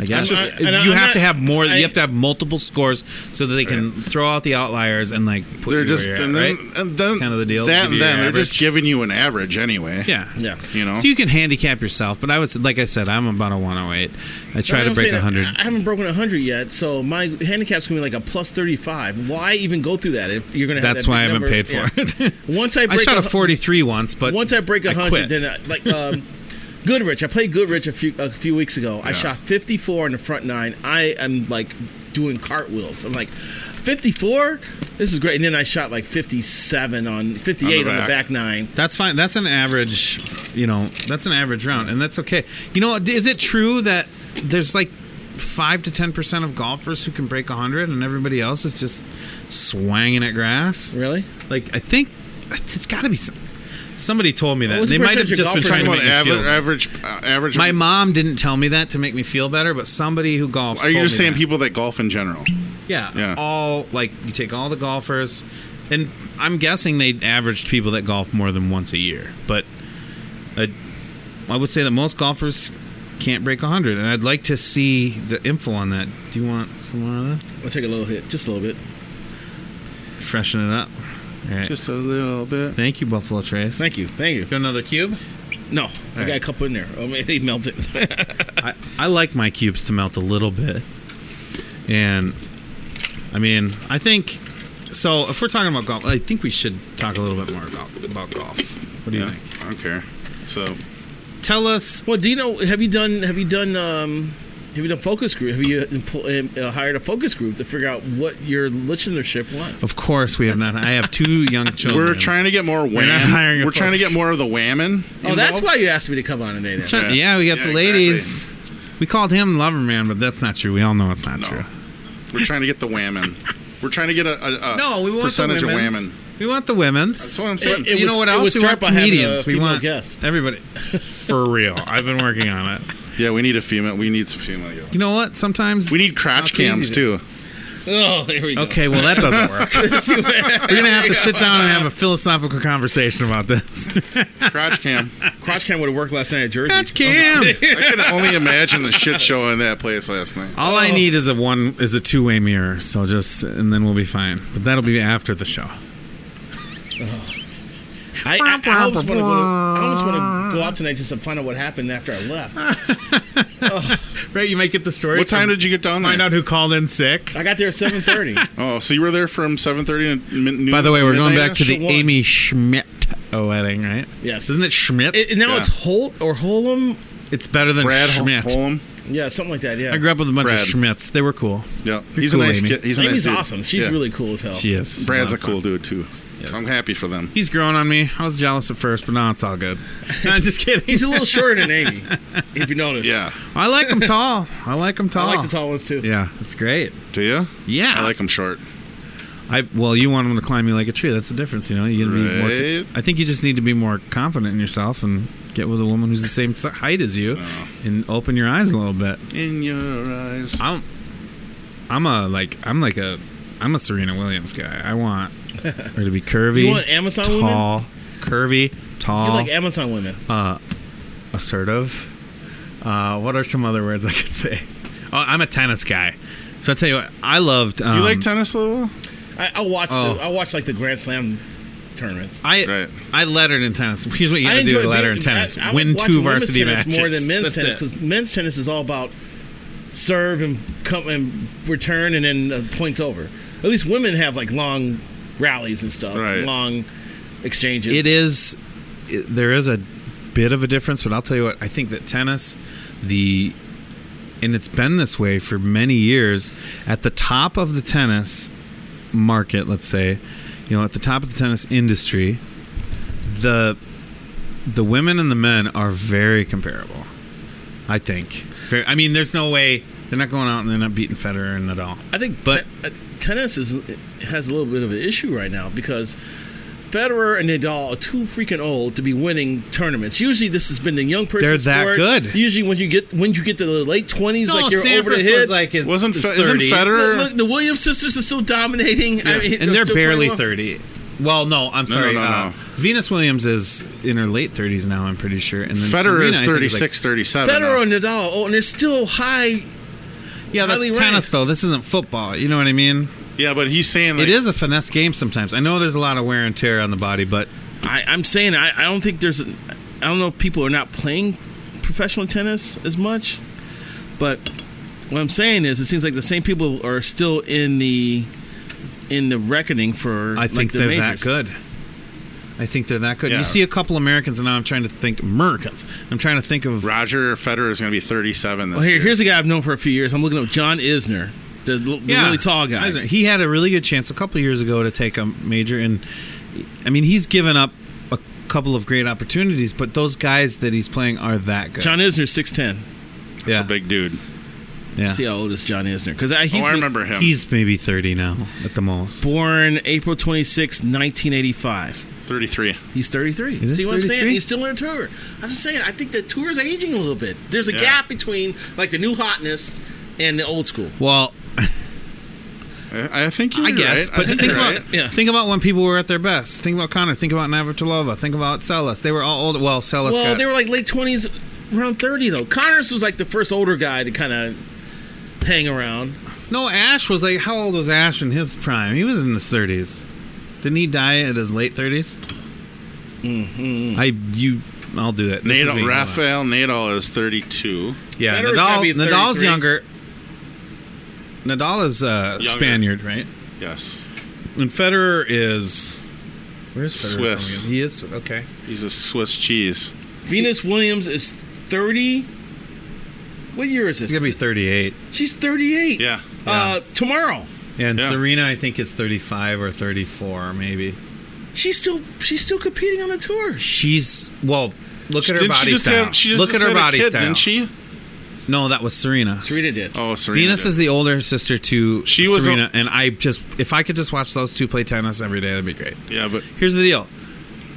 S9: I guess
S7: I'm- I- and
S9: you
S7: I'm
S9: have
S7: not-
S9: to have more.
S7: I-
S9: you have to have multiple scores so that they can throw out the outliers and like put
S4: They're
S9: you where
S4: just
S9: you're
S4: and
S9: at,
S4: then
S9: right?
S4: and then
S9: Kinda the deal,
S4: That
S9: give
S4: and
S9: you your
S4: then they're just
S9: average.
S4: giving you an average anyway.
S9: Yeah.
S7: Yeah.
S4: You know.
S9: So you can handicap yourself, but I would, like I said, I'm about a 108. I try
S7: That's
S9: to
S7: what I'm
S9: break
S7: saying.
S9: 100.
S7: I haven't broken 100 yet, so my handicap's gonna be like a plus 35. Why even go through that if you're gonna? Have
S9: That's
S7: that
S9: why I
S7: big
S9: haven't
S7: number?
S9: paid for
S7: Yeah.
S9: it.
S7: Once I
S9: I
S7: break
S9: shot a
S7: hun-
S9: 43 once, but
S7: Once I break
S9: I quit.
S7: 100, then I, like um, Goodrich, I played Goodrich a few a few weeks ago. I shot 54 in the front nine. I am like doing cartwheels. I'm like 54. This is great. And then I shot like 57 on 58 on
S4: On
S7: the
S4: the
S7: back,
S4: back.
S7: nine.
S9: That's fine. That's an average, you know, that's an average round, and that's okay. You know, is it true that there's like five to ten percent of golfers who can break hundred, and everybody else is just swanging at grass?
S7: Really?
S9: Like, I think it's got to be. Some, somebody told me that
S7: was
S9: they
S7: the
S9: might have
S7: percentage of
S9: just been trying
S7: golfers
S4: Talking
S9: to
S4: about
S9: make me
S4: average
S9: feel.
S4: average uh, average
S9: My mom didn't tell me that to make me feel better, but somebody who golfs.
S4: Are you
S9: told
S4: just
S9: me
S4: saying
S9: that.
S4: people that golf in general?
S9: Yeah,
S4: Yeah.
S9: all like you take all the golfers, and I'm guessing they averaged people that golf more than once a year. But I, I would say that most golfers can't break 100, and I'd like to see the info on that. Do you want some more of that?
S7: I'll take a little hit, just a little bit.
S9: Freshen it up. All right.
S4: Just a little bit.
S9: Thank you, Buffalo Trace.
S7: Thank you, thank you.
S9: Got another cube?
S7: No, I got a
S9: right.
S7: couple in there. Oh man, they melted.
S9: I, I like my cubes to melt a little bit. And I mean, I think so. If we're talking about golf, I think we should talk a little bit more about, about golf. What do you
S4: Yeah.
S9: think?
S4: Okay. So
S9: Tell us.
S7: well, do you know? Have you done? Have you done? um have you done focus group? Have you empl- uh, hired a focus group to figure out what your listenership wants?
S9: Of course, we have not. I have two young children.
S4: we're trying to get more wham.
S9: not hiring a
S4: We're trying to
S9: folks.
S4: get more of the whammon.
S7: Oh, that's why you asked me to come on today. Then.
S9: Sure,
S4: Yeah.
S9: yeah, we got
S4: Yeah,
S9: the
S4: exactly.
S9: ladies. We called him Loverman, but that's not true. We all know it's not
S4: No.
S9: true.
S4: We're trying to get the whammon. We're trying to get a, a, a percentage of whammon.
S9: We want the women's.
S4: That's what I'm saying.
S7: It
S9: you
S7: would-
S9: know what
S7: it would
S9: else? We want
S7: start by having a
S9: comedians. We
S7: female
S9: want
S7: guest.
S9: everybody. For real, I've been working on it.
S4: yeah, we need a female. We need some female.
S9: You know what? Sometimes
S4: We need
S9: not
S4: crotch
S9: so easy
S4: cams
S9: to-
S4: too.
S7: Oh, here we go.
S9: Okay, well that doesn't work. We're gonna have to sit down and have a philosophical conversation about this.
S4: Crotch cam.
S7: Crotch cam would have worked last night at Jersey.
S9: Crotch cam.
S4: I can only imagine the shit show in that place last night.
S9: All
S6: Oh.
S9: I need is a one is a two way mirror. So just and then we'll be fine. But that'll be after the show.
S7: I, I, I almost want to go. I almost want to go out tonight just to find out what happened after I left.
S9: Right, um, you might get the story.
S4: What time did you get down there?
S9: find out who called in sick?
S7: I got there at seven thirty.
S4: Oh, so you were there from 7:30 to min- noon.
S9: By the way, we're going
S4: midnight?
S9: back to the
S7: Extra one.
S9: Amy Schmidt wedding, right?
S7: Yes.
S9: Isn't it Schmidt?
S7: It, and now
S4: Yeah.
S7: it's Holt or Holum.
S9: it's better than
S4: Brad Hol-
S9: Schmidt.
S4: Holm.
S7: Yeah, something like that. Yeah,
S9: I grew up with a bunch of
S4: Brad.
S9: Schmidts. They were cool.
S4: Yeah,
S9: You're
S4: he's
S9: cool,
S4: a nice
S9: Amy.
S4: kid. He's a nice
S7: Amy's
S4: dude.
S7: awesome. She's
S4: Yeah.
S7: really cool as hell.
S9: She is. She's
S4: Brad's
S9: lot
S4: a
S9: of fun.
S4: cool dude too. So I'm happy for them.
S9: He's growing on me. I was jealous at first, but now it's all good. No, I'm just kidding.
S7: He's a little shorter than Amy, if you notice.
S4: Yeah.
S9: I like him tall. I like him
S7: I
S9: tall.
S7: like the tall ones too.
S9: Yeah, that's great.
S4: Do you?
S9: Yeah.
S4: I like them short.
S9: I well, you want them to climb you like a tree. That's the difference, you know. You gotta be more.
S4: Right.
S9: I think you just need to be more confident in yourself and get with a woman who's the same si- height as you, and open your eyes a little bit.
S4: In your eyes.
S9: I'm, I'm a like I'm like a, I'm a Serena Williams guy. I want her to be curvy,
S7: You want Amazon women?
S9: tall, curvy,
S7: You
S9: tall,
S7: like Amazon women?
S9: Uh, assertive. Uh, what are some other words I could say? Oh, I'm a tennis guy. So I tell you what, I loved. Um,
S4: you like tennis, Lou?
S7: I, I watch.
S9: oh.
S7: The, I watch like the Grand Slam tournaments.
S9: I
S4: Right.
S9: I lettered in tennis. Here's what you
S7: I
S9: got to do
S7: enjoy
S9: to letter
S7: being-
S9: in tennis:
S7: I- I
S9: win
S7: watch
S9: two
S7: women's
S9: varsity
S7: tennis
S9: matches
S7: more than men's
S9: That's
S7: tennis
S9: it.
S7: because men's tennis is all about serve and come and return, and then uh, points over. At least women have like long rallies and stuff,
S4: Right.
S7: long exchanges.
S9: It is. It, there is a bit of a difference, but I'll tell you what. I think that tennis, the, and it's been this way for many years. At the top of the tennis market, let's say, you know, at the top of the tennis industry, the the women and the men are very comparable. I think. Very, I mean, there's no way they're not going out and they're not beating Federer and Nadal.
S7: I think,
S9: But-
S7: te- uh, tennis is has a little bit of an issue right now because Federer and Nadal are too freaking old to be winning tournaments. Usually, this has been the young person.
S9: They're that
S7: sport.
S9: good.
S7: Usually, when you get when you get to the late twenties,
S9: No,
S7: like you're
S9: Sampras
S7: over the
S9: was
S7: head.
S9: like his-
S4: Wasn't
S9: his
S4: Fe- isn't
S9: 30s.
S4: Federer-
S7: Look, look, the Williams sisters are so dominating. I mean,
S9: and they're
S7: still playing
S9: barely
S7: well.
S9: 30. Well, no, I'm
S4: No,
S9: sorry.
S4: no, no,
S9: uh,
S4: no.
S9: Venus Williams is in her late 30s now, I'm pretty sure. And then
S4: Federer
S9: Serena, I
S4: is
S9: think,
S4: 36, 37. now.
S7: Federer and Nadal, oh, and they're still high.
S9: like- yeah, that's
S7: highly
S9: tennis,
S7: ranked.
S9: though. This isn't football. You know what I mean?
S4: Yeah, but he's saying like,
S9: it is a finesse game sometimes. I know there's a lot of wear and tear on the body, but
S7: I, I'm saying I, I don't think there's. A, I don't know if people are not playing professional tennis as much, but what I'm saying is it seems like the same people are still in the in the reckoning for.
S9: I think
S7: like, the
S9: they're
S7: majors.
S9: that good. I think they're that good.
S4: Yeah.
S9: You see a couple Americans, and now I'm trying to think Americans. I'm trying to think of
S4: Roger Federer is going to be 37 this
S7: Well, Oh, here,
S4: year.
S7: here's a guy I've known for a few years. I'm looking up John Isner, the, the really tall guy.
S9: Eisner. He had a really good chance a couple of years ago to take a major, and I mean, he's given up a couple of great opportunities, but those guys that he's playing are that good.
S7: John Isner, six ten.
S9: yeah,
S4: That's a big dude.
S9: yeah.
S7: See how old is John Isner? Because he's
S4: oh, I
S7: been
S4: remember him.
S9: He's maybe thirty now at the most.
S7: born April 26, 1985.
S4: 33.
S7: He's 33.
S9: Is
S7: See
S9: he
S7: what I'm saying?
S9: 33?
S7: He's still on a tour. I'm just saying, I think the tour is aging a little bit. There's a
S4: Yeah.
S7: gap between like the new hotness and the old school.
S9: Well,
S4: I I think you're
S9: I guess,
S4: right. I
S9: but
S4: think
S9: think
S4: you're
S9: about
S4: right.
S7: Yeah.
S9: think about when people were at their best. Think about Connor. Think about Navratilova. Think about Celis. They were all old. Well, Celis.
S7: well,
S9: got,
S7: they were like late 20s, around 30 though. Connors was like the first older guy to kind of hang around.
S9: no. Ash was like, how old was Ash in his prime? He was in his thirties. Didn't he die at his late 30s I you, I'll do it. This is
S4: Mm-hmm. Nadal,
S9: being-
S4: Rafael Nadal is 32.
S9: Yeah,
S7: Federer's gotta
S9: Nadal.
S7: be
S9: Nadal's
S7: 33.
S9: younger. Nadal is uh,
S4: Younger.
S9: Spaniard, right?
S4: Yes.
S9: And Federer is. Where's Federer? from
S4: Swiss.
S9: again? He is okay.
S4: He's a Swiss cheese.
S7: Venus Williams is 30. What year is this?
S9: He's gonna be 38,
S7: She's 38.
S4: Yeah.
S7: Uh, tomorrow.
S9: and
S4: Yeah.
S9: Serena I think is 35 or 34, maybe.
S7: She's still she's still competing on the tour.
S9: She's well. Look at her
S4: Didn't she
S9: body
S4: just
S9: style.
S4: have- she just
S9: Look at
S4: just
S9: her
S4: had a
S9: body
S4: kid,
S9: style.
S4: Didn't she?
S9: No, that was Serena.
S7: Serena did.
S4: Oh, Serena.
S9: Venus
S4: did.
S9: is the older sister to
S4: She was
S9: Serena,
S4: the-
S9: and I just if I could just watch those two play tennis every day, that'd be great.
S4: Yeah, but
S9: Here's the deal.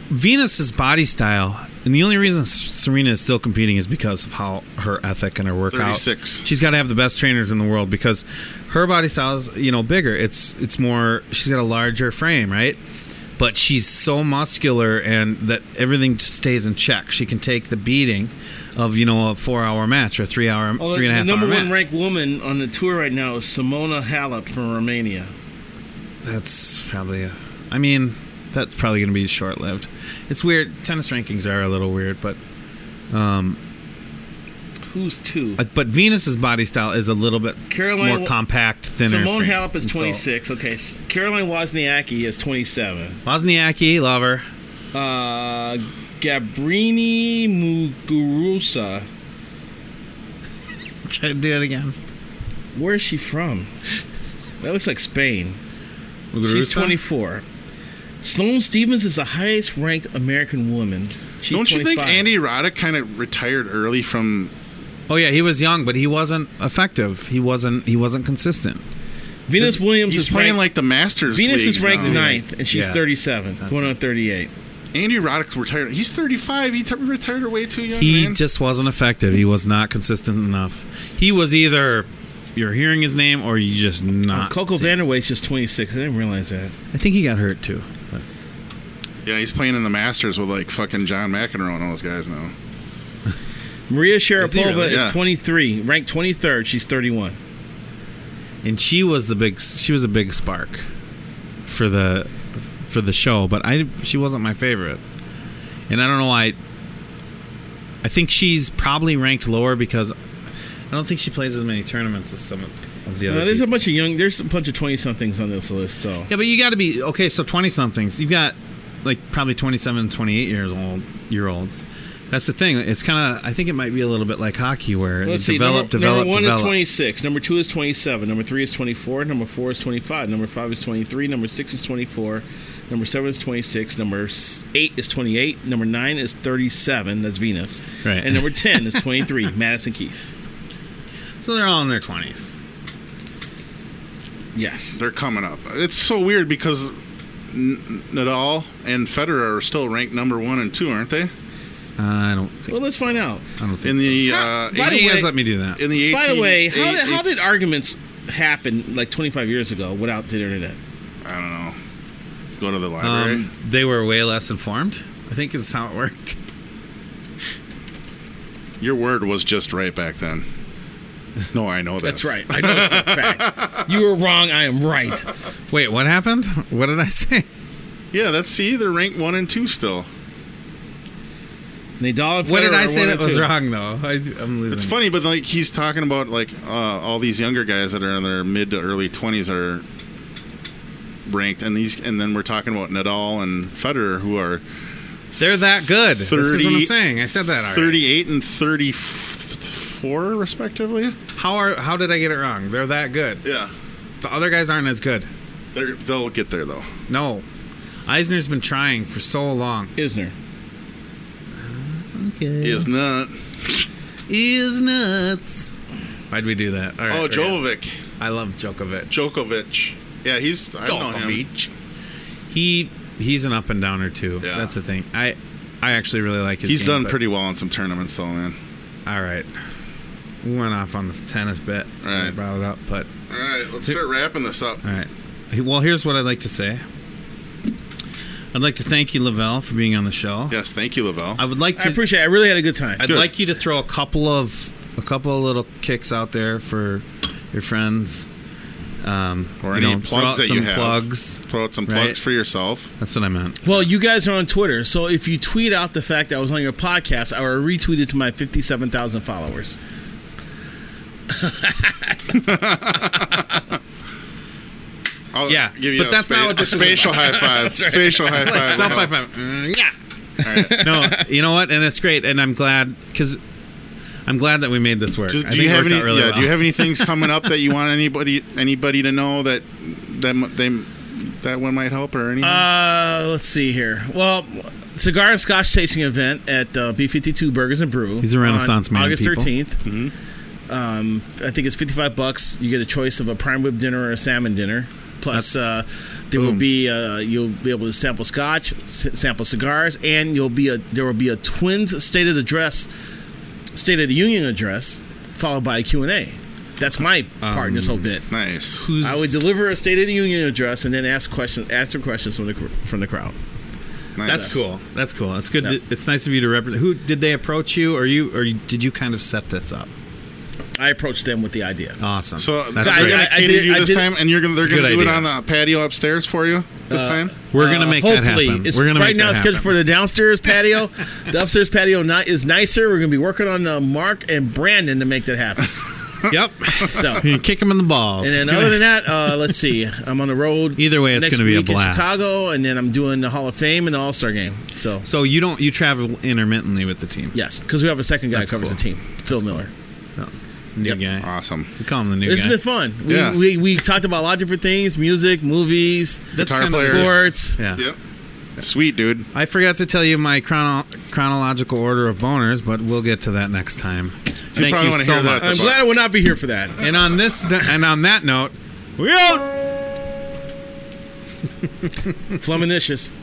S9: Venus's body style, and the only reason S- Serena is still competing is because of how her ethic and her workout.
S4: 36.
S9: She's got to have the best trainers in the world because her body style is, you know, bigger. It's it's more. She's got a larger frame, right? But she's so muscular and that everything just stays in check. She can take the beating of you know a four hour match or three hour,
S7: Well,
S9: three and a half
S7: the number
S9: hour
S7: one
S9: match.
S7: ranked woman on the tour right now is Simona Halep from Romania.
S9: That's probably. A, I mean, that's probably going to be short lived. It's weird. Tennis rankings are a little weird, but
S7: Who's two?
S9: Uh, but Venus's body style is a little bit
S7: Caroline-
S9: more compact, thinner.
S7: Simone
S9: frame.
S7: Halep is
S9: And so-
S7: 26. Okay, S- Caroline Wozniacki is 27.
S9: Wozniacki, lover.
S7: Uh, Gabrini Muguruza.
S9: Do it again.
S7: Where is she from? That looks like Spain. She's 24. Sloane Stevens is the highest ranked American woman. She's
S4: don't you think
S7: 25.
S4: Andy Roddick kind of retired early from?
S9: Oh yeah, he was young, but he wasn't effective. He wasn't. He wasn't consistent.
S7: Venus Williams
S4: He's
S7: is
S4: playing
S7: ranked,
S4: like the Masters.
S7: Venus
S4: leagues
S7: is ranked
S4: now.
S7: ninth, and she's
S9: Yeah.
S7: 37, going on 38.
S4: Andy Roddick retired. He's 35. He t- retired way too young.
S9: He
S4: man.
S9: just wasn't effective. He was not consistent enough. He was either you're hearing his name or you just not.
S7: Oh, Coco
S9: seeing-
S7: Vanderway's just 26. I didn't realize that.
S9: I think he got hurt too. but-
S4: yeah, he's playing in the Masters with like fucking John McEnroe and all those guys now.
S7: Maria Sharapova is,
S9: really?
S4: Yeah.
S7: 23, ranked 23rd. She's Uh, 31.
S9: and she was the big she was a big spark for the for the show but i she wasn't my favorite and i don't know why i think she's probably ranked lower because i don't think she plays as many tournaments as some of, of the other.
S7: Uh, there's a
S9: people.
S7: bunch of young. There's a bunch of twenty somethings on this list. So
S9: yeah, but you got to be okay. So twenty somethings, you've got like probably 27, 28 years old year olds. That's the thing. It's kind of I think it might be a little bit like hockey where
S7: Let's
S9: it's develop,
S7: see. Number,
S9: develop,
S7: number one
S9: develop.
S7: is 26. Number two is 27. Number three is 24. Number four is 25. Number five is 23. Number six is 24. Number seven is 26. Number s- eight is 28. Number nine is 37. That's Venus.
S9: Right.
S7: And number 10 is 23. Madison Keith.
S9: So they're all in their twenties.
S7: Yes.
S4: They're coming up. It's so weird because N- Nadal and Federer are still ranked number one and two, aren't they?
S9: Uh, I don't. Think
S7: Well, let's
S9: so.
S7: find out.
S9: I don't think
S4: In
S9: so.
S4: the
S7: How-
S4: uh,
S7: by the
S9: you guys
S7: way-
S9: let me do that.
S4: in the 18,
S7: By the way, how,
S4: eight-
S7: did, how
S4: eight-
S7: did arguments happen like 25 years ago without the internet?
S4: I don't know. Go to the library.
S9: Um, they were way less informed. I think is how it worked.
S4: Your word was just right back then. No, I know
S7: That's
S4: this.
S7: right. I know for a fact. You were wrong. I am right.
S9: Wait, what happened? What did I say?
S4: Yeah, that's see, they're ranked one and two still.
S7: Nadal and
S9: What did
S7: Federer
S9: I
S7: are
S9: say
S7: one
S9: that
S7: and
S9: was
S7: two.
S9: wrong though? I, am losing.
S4: It's funny, but like he's talking about like uh, all these younger guys that are in their mid to early twenties are ranked, and these, and then we're talking about Nadal and Federer who are
S9: They're that good. this is what I'm
S4: 30
S9: saying. I said that already.
S4: thirty-eight and thirty-four respectively.
S9: How are? How did I get it wrong? They're that good.
S4: Yeah,
S9: The other guys aren't as good.
S4: they're, they'll get there though.
S9: No. Eisner's been trying for so long.
S7: Isner.
S4: Is not.
S9: Is nuts. Why'd we do that? All right,
S4: Oh,
S9: we're good.
S4: Jovovic,
S9: I love Djokovic.
S4: Djokovic. Yeah, he's. I don't know him.
S9: He he's an up and downer too.
S4: Yeah.
S9: That's the thing. I I actually really like his.
S4: He's
S9: game,
S4: done
S9: but-
S4: pretty well in some tournaments though, man.
S9: All right. We went off on the tennis bit. 'cause I
S4: Right.
S9: brought it up, but
S4: All right, let's start wrapping this up.
S9: all right. Hey, Well, here's what I'd like to say. I'd like to thank you, Lavelle, for being on the show.
S4: Yes, thank you, Lavelle.
S9: I would like
S7: I
S9: to.
S7: appreciate it. I really had a good time.
S9: I'd
S4: Good.
S9: like you to throw a couple of a couple of little kicks out there for your friends. Um,
S4: Or
S9: you
S4: any
S9: know, throw
S4: plugs
S9: out
S4: that
S9: some
S4: you have.
S9: Plugs.
S4: Throw out some
S9: Right.
S4: plugs for yourself.
S9: That's what I meant.
S7: Well, you guys are on Twitter, so if you tweet out the fact that I was on your podcast, I will retweet it to my 57,000 followers.
S4: I'll
S9: Yeah,
S4: give you
S9: but
S4: a
S9: that's not what
S4: a
S9: this is
S4: spatial high five. Spatial high five.
S9: Stop high five. Mm, yeah. no, you know what? And it's great, and I'm glad because I'm glad that we made this work.
S4: Just,
S9: I
S4: do
S9: think
S4: you
S9: it
S4: have
S9: worked
S4: any?
S9: out really
S4: yeah.
S9: well.
S4: Do you have any things coming up that you want anybody anybody to know that that m- they that one might help or anything?
S7: Uh, let's see here. Well, cigar and scotch tasting event at uh, B52 Burgers and Brew.
S9: He's a Renaissance
S7: on
S9: man,
S7: August
S9: people.
S7: 13th. Um, I think it's 55 bucks. You get a choice of a prime rib dinner or a salmon dinner. Plus, uh, there will
S9: boom.
S7: be uh, you'll be able to sample scotch, s- sample cigars, and you'll be a there will be a twins state of the dress, state of the union address, followed by a Q and A. That's my part in this whole bit.
S4: nice.
S9: Who's-
S7: I would deliver a state of the union address and then ask questions, answer questions from the cr- from the crowd.
S4: nice.
S9: That's cool. That's cool. It's good.
S7: Yeah.
S9: To, it's nice of you to represent. Who did they approach you, or you, or you- did you kind of set this up?
S7: I approached them with the idea.
S9: Awesome.
S4: So
S9: that's
S4: they're
S7: I-
S9: great.
S4: gonna
S7: I- I
S4: cater
S7: did-
S4: you
S7: I
S4: this
S7: did-
S4: time, and you're gonna they're
S9: It's a
S4: gonna
S9: good
S4: do
S9: idea.
S4: it on the patio upstairs for you this time.
S9: We're gonna
S7: Uh,
S9: make that
S7: hopefully.
S9: happen.
S7: It's
S9: We're gonna
S7: right
S9: make
S7: now
S9: that
S7: it's scheduled
S9: happen.
S7: for the downstairs patio. the upstairs patio not, is nicer. We're gonna be working on uh, Mark and Brandon to make that happen.
S9: yep.
S7: So.
S9: You kick him in the balls.
S7: And
S9: It's
S7: then,
S9: gonna-
S7: other than that, uh, let's see. I'm on the road.
S9: Either way, it's
S7: next
S9: gonna be a
S7: week in
S9: blast.
S7: Chicago, and then I'm doing the Hall of Fame and the All Star Game. So,
S9: so you don't you travel intermittently with the team.
S7: yes, because we have a second guy
S9: That's
S7: that covers
S9: cool.
S7: the team, Phil Miller.
S9: No. New guy.
S4: Awesome.
S9: We call him the new
S7: This
S9: guy.
S7: has been fun. We,
S4: Yeah.
S7: we, we talked about a lot of different things: music, movies,
S9: That's
S4: Guitar
S9: kinda-
S4: players.
S7: sports.
S9: Yeah.
S4: Yep. Sweet dude.
S9: I forgot to tell you my chrono- chronological order of boners, but we'll get to that next time. Thank
S4: probably
S9: you
S4: wanna
S9: so
S4: hear that.
S9: much.
S7: I'm glad I will not be here for that.
S9: And on this and on that note, we out.
S7: Fluminicious.